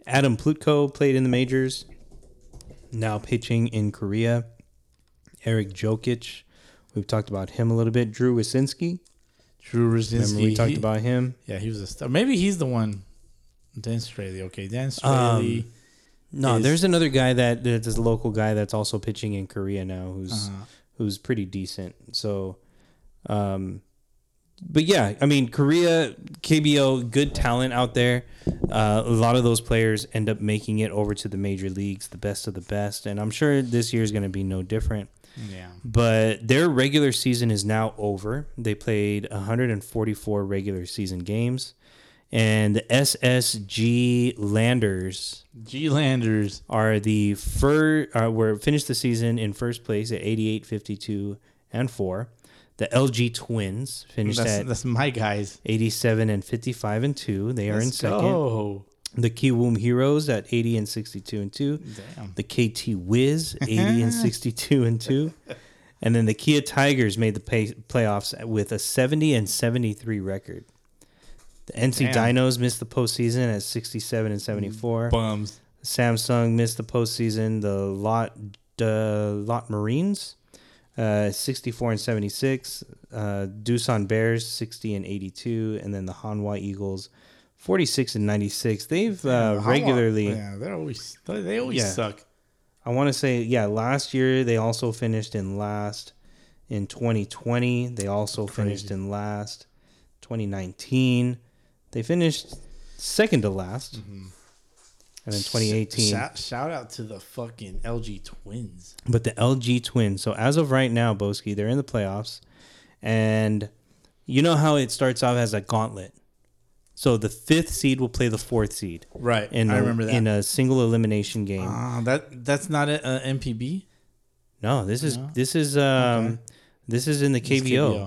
D: Plutko played in the majors, now pitching in Korea. Eric Jokic, we've talked about him a little bit. Drew Wasinski,
B: Drew Rosinski.
D: remember we talked
B: he-
D: about him.
B: Yeah, he was a star. Maybe he's the one. Dan Straley. Okay, Dan
D: Um,
B: Straley.
D: No,
B: is-
D: there's another guy that that is a local guy that's also pitching in Korea now, who's who's pretty decent. So, um, but yeah, I mean, Korea KBO, good talent out there. Uh, a lot of those players end up making it over to the major leagues, the best of the best, and I'm sure this year is going to be no different.
B: yeah.
D: But their regular season is now over. They played 144 regular season games, and the SSG Landers
B: G Landers.
D: are the fir- uh, were finished the season in first place at 88, 52, and 4. The LG Twins finished
B: That's,
D: at
B: that's my guys.
D: 87 and 55 and 2. They are in second.
B: Oh,
D: The Kiwoom Heroes at 80 and 62 and 2.
B: damn.
D: The KT Wiz 80 and 62 and 2. And then the Kia Tigers made the pay- playoffs with a 70 and 73 record. The NC
B: Damn.
D: Dinos missed the postseason at 67 and 74.
B: Bums.
D: Samsung missed the postseason. The lot uh, lot Marines, uh, sixty four and seventy six. Uh, Doosan Bears sixty and eighty two, and then the Hanwha Eagles forty six and ninety six. They've uh,
B: How
D: regularly.
B: long- Yeah, they're always they- they always
D: Yeah.
B: suck.
D: I want to say yeah. Last year they also finished in last. In twenty twenty, they also finished in last. Twenty nineteen, they finished second to last. And then twenty eighteen.
B: Shout, shout out to the fucking LG Twins.
D: but the LG Twins. So as of right now, Boski, they're in the playoffs, and you know how it starts off as a gauntlet. So the fifth seed will play the fourth seed,
B: Right,
D: In
B: I
D: a-
B: remember that.
D: in a single elimination game.
B: Ah, that that's not a, a MPB.
D: no, this is this is um, this is in the KBO.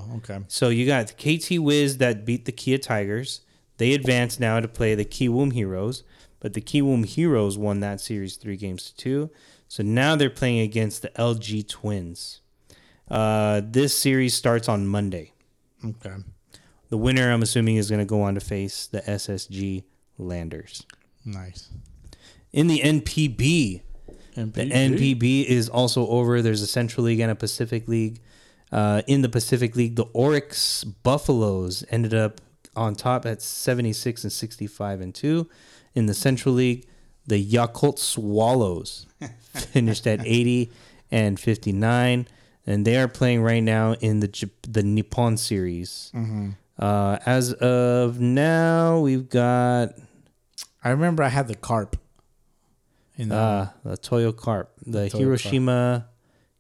B: KBO, okay.
D: So you got the KT Wiz that beat the Kia Tigers. They advance now to play the Kiwoom Heroes, but the Kiwoom Heroes won that series three games to two. So now they're playing against the LG Twins. Uh, this series starts on Monday.
B: Okay,
D: The winner, I'm assuming, is going to go on to face the SSG Landers.
B: nice.
D: In the NPB,
B: MPB.
D: the NPB is also over. There's a Central League and a Pacific League. Uh, in the Pacific League, the Oryx Buffaloes ended up on top at 76 and 65 and 2. In the Central League, the Yakult Swallows finished at 80 and 59. And they are playing right now in the Jap- the Nippon Series. Uh, as of now, we've got
B: I remember I had the carp. In the,
D: uh, Ah, the Toyo Carp,
B: Toyo
D: the
B: Carp.
D: Hiroshima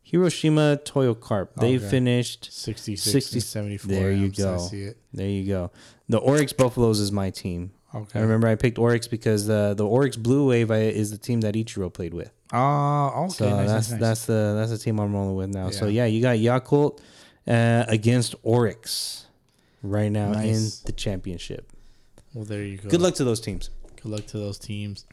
D: Hiroshima Toyo Carp. They
B: Okay.
D: finished
B: 66
D: 60
B: and 74
D: There you
B: amps, I
D: go.
B: see it.
D: There you go. The Oryx Buffaloes is my team.
B: Okay.
D: I remember I picked Oryx because uh, the Oryx Blue Wave I, is the team that Ichiro played with.
B: Ah, okay.
D: So
B: nice, nice,
D: that's
B: nice.
D: that's the that's the team I'm rolling with now. So
B: Yeah.
D: yeah, you got Yakult uh, against Oryx right now
B: Nice.
D: in the championship.
B: Well, there you go.
D: Good luck to those teams.
B: Good luck to those teams.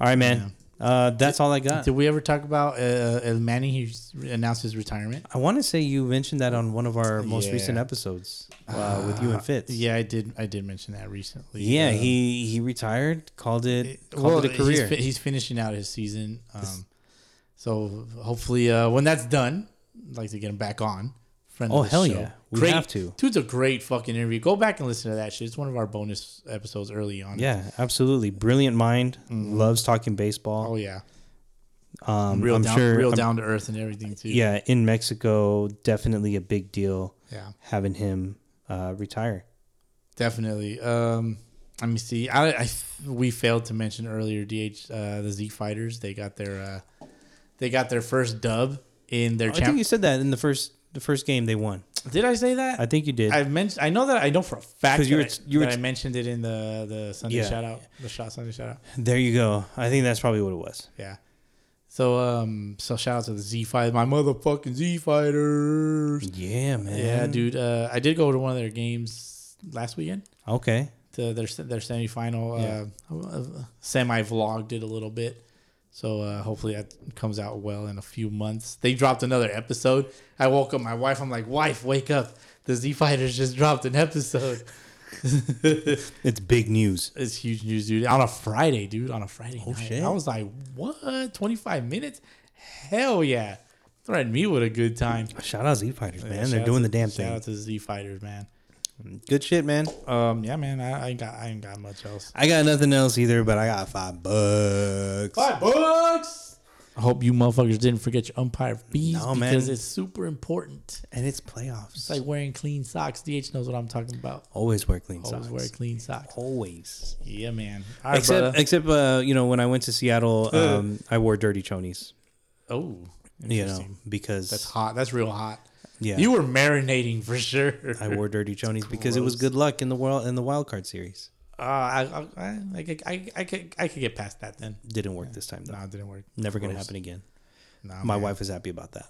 D: All right, man. Uh, that's all I got.
B: Did we ever talk about uh, El Manny? He s- announced his retirement.
D: I want to say you mentioned that on one of our most
B: Yeah. Ah,
D: recent episodes uh, with you and Fitz.
B: Yeah, I did. I did mention that recently.
D: yeah.
B: Uh,
D: he he retired, called it, called
B: well,
D: it a
B: he's,
D: career.
B: fi- he's finishing out his season. Um, so hopefully, uh, when that's done, I'd like to get him back on. Friend of
D: Oh,
B: the
D: hell
B: show.
D: yeah. We
B: great.
D: have to.
B: Dude's a great fucking interview. Go back and listen to that shit. It's one of our bonus episodes early on.
D: Yeah, absolutely. Brilliant mind, loves talking
B: Oh
D: baseball.
B: yeah.
D: Um,
B: Oh, Real
D: I'm
B: down,
D: sure.
B: real
D: I'm-
B: down to earth and everything too.
D: Yeah, in Mexico, definitely a big deal.
B: Yeah.
D: having him uh, retire.
B: Definitely. Um, let me see. I, I we failed to mention earlier. DH uh, the Zeke Fighters. They got their uh, they got their first dub in their
D: I think Oh, you
B: champ.
D: said that in the first the first game they won.
B: Did I say that?
D: I think you did.
B: I've mentioned. I know that. I know for a fact
D: 'Cause you
B: that,
D: were-
B: I,
D: you were-
B: that I mentioned it in the the Sunday
D: Yeah.
B: shout out, the shot Sunday shout out.
D: there you go. I think that's probably what it was.
B: Yeah. So um, so shout out to the Z Fight, my motherfucking Z Fighters.
D: Yeah, man.
B: Yeah, dude. Uh, I did go to one of their games last weekend.
D: Okay.
B: To their se- their semifinal uh, semi vlogged it a little bit. So uh, hopefully that comes out well in a few months. They dropped another episode. I woke up my wife. I'm like, wife, wake up. The Z Fighters just dropped an episode.
D: It's big news.
B: It's huge news, dude. On a Friday, dude. On a Friday night.
D: Oh, shit.
B: I was like, what? 25 minutes? Hell yeah. Threaten me with a good time.
D: Shout out Z Fighters, man. They're
B: Shout
D: doing
B: out
D: the
B: to-
D: damn
B: Shout
D: thing.
B: out to Z Fighters, man.
D: Good shit, man.
B: Um, yeah, man. I, I ain't got I ain't got much else.
D: I got nothing else either, but I got five bucks.
B: Five bucks. I hope you motherfuckers didn't forget your umpire fees
D: No, man.
B: because it's super important.
D: And it's playoffs.
B: It's like wearing clean socks. DH knows what I'm talking about.
D: always wear clean
B: Always
D: socks.
B: wear clean socks.
D: always.
B: Yeah, man. All right,
D: except,
B: brother.
D: except, uh, you know, when I went to Seattle, um, I wore dirty chonies.
B: oh,
D: You know,
B: interesting.
D: because
B: that's hot. That's real hot.
D: Yeah.
B: you were marinating for sure.
D: I wore dirty chonies because it was
B: gross.
D: good luck in the world in the wild card series.
B: Uh, I, I, I, I, could- I, I could, I could get past that then.
D: Didn't work this time though.
B: Nah, it didn't work.
D: Never gonna
B: Gross. Oh,
D: happen again.
B: Nah,
D: My
B: man.
D: wife is happy about that.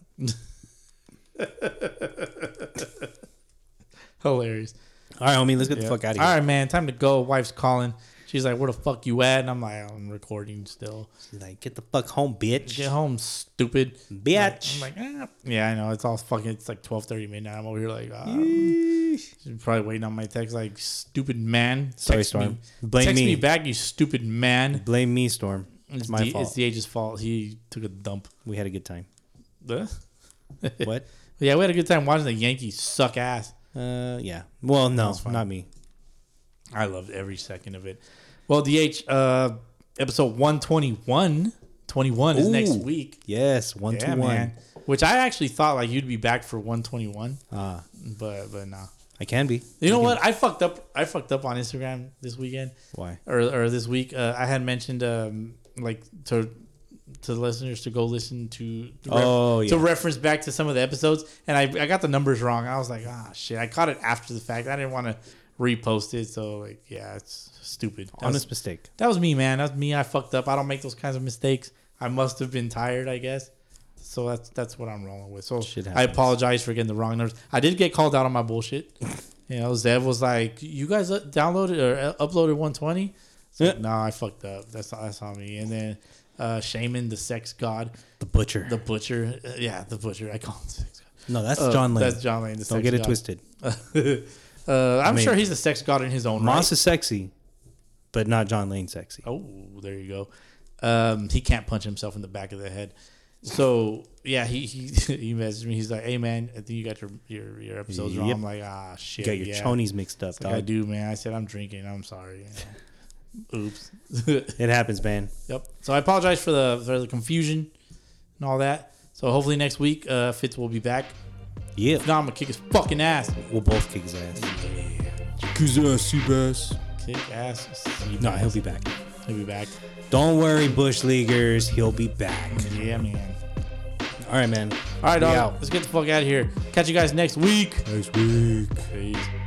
B: Hilarious.
D: All right, homie, let's get the fuck out of here.
B: All right, man. Time to go. Wife's calling. She's like, "Where the fuck you at?" And I'm like, "I'm recording still.
D: She's like, get the fuck home, bitch.
B: Get home, stupid
D: Bitch.
B: I'm like, eh. yeah, I know. It's all fucking. It's like 12:30 midnight. I'm over here like, um, she's probably waiting on my text. Like, stupid man.
D: Sorry,
B: Text
D: Storm.
B: Me.
D: Blame
B: text
D: me.
B: me. back, you stupid man.
D: Blame me, Storm. It's,
B: It's
D: my
B: D-
D: fault.
B: It's DH's fault. He took a dump.
D: we had a good time.
B: Huh?
D: what?
B: Yeah, we had a good time watching the Yankees suck ass.
D: Uh, yeah. Well, no,
B: fine.
D: not me.
B: I loved every second of it. Well, DH, uh, episode 121, 21 is next
D: Ooh.
B: week.
D: Yes, one
B: Yeah,
D: to one.
B: man. Which I actually thought like you'd be back for 121.
D: Ah.
B: Uh, but but nah.
D: I can be.
B: You know what? I fucked up. I fucked up on Instagram this weekend
D: Why?
B: or or this week. Uh, I had mentioned um like to to the listeners to go listen to to, ref-
D: Oh,
B: to
D: yeah.
B: reference back to some of the episodes, and I I got the numbers wrong. I was like, ah, shit. I caught it after the fact. I didn't want to repost it, so like, yeah, it's stupid. That was,
D: Honest mistake.
B: that was me, man. That's me. I fucked up. I don't make those kinds of mistakes. I must have been tired, I guess. So that's that's what I'm rolling with. So
D: Shit
B: I
D: happens.
B: apologize for getting the wrong numbers. I did get called out on my bullshit. you know, Zev was like, "You guys up- downloaded or uh, uploaded 120." So,
D: Yeah.
B: No, I fucked up. That's that's on me. And then uh, Shaman, the sex god,
D: The butcher.
B: the butcher. Uh, yeah, the butcher. I call him the sex god.
D: no, that's
B: Uh,
D: John Lane.
B: That's John Lane. The sex
D: Don't get it
B: god.
D: twisted.
B: Uh, I'm
D: mean-
B: sure he's a sex god in his own right.
D: Moss is sexy, but not John Lane sexy.
B: Oh, there you go. Um, he can't punch himself in the back of the head. So yeah, he he he messaged me. He's like, "Hey man, I think you got your your, your episodes wrong."
D: Yep.
B: I'm like, "Ah shit,
D: You got your
B: yeah.
D: chonies mixed up,
B: Like, I
D: dog.
B: do, man. I said I'm drinking. I'm sorry. you know. Oops.
D: It happens, man.
B: yep. So I apologize for the for the confusion and all that. So hopefully next week, uh, Fitz will be back.
D: Yeah.
B: If not, I'm gonna kick his fucking ass.
D: We'll both kick his ass.
B: Kick ass.
D: No, he'll be back.
B: He'll be back.
D: Don't worry, Bush Leaguers. He'll be back.
B: Yeah, man.
D: All right, man.
B: All right,
D: We
B: dog.
D: out.
B: Let's get the fuck out of here. Catch you guys next week. Next week. Peace.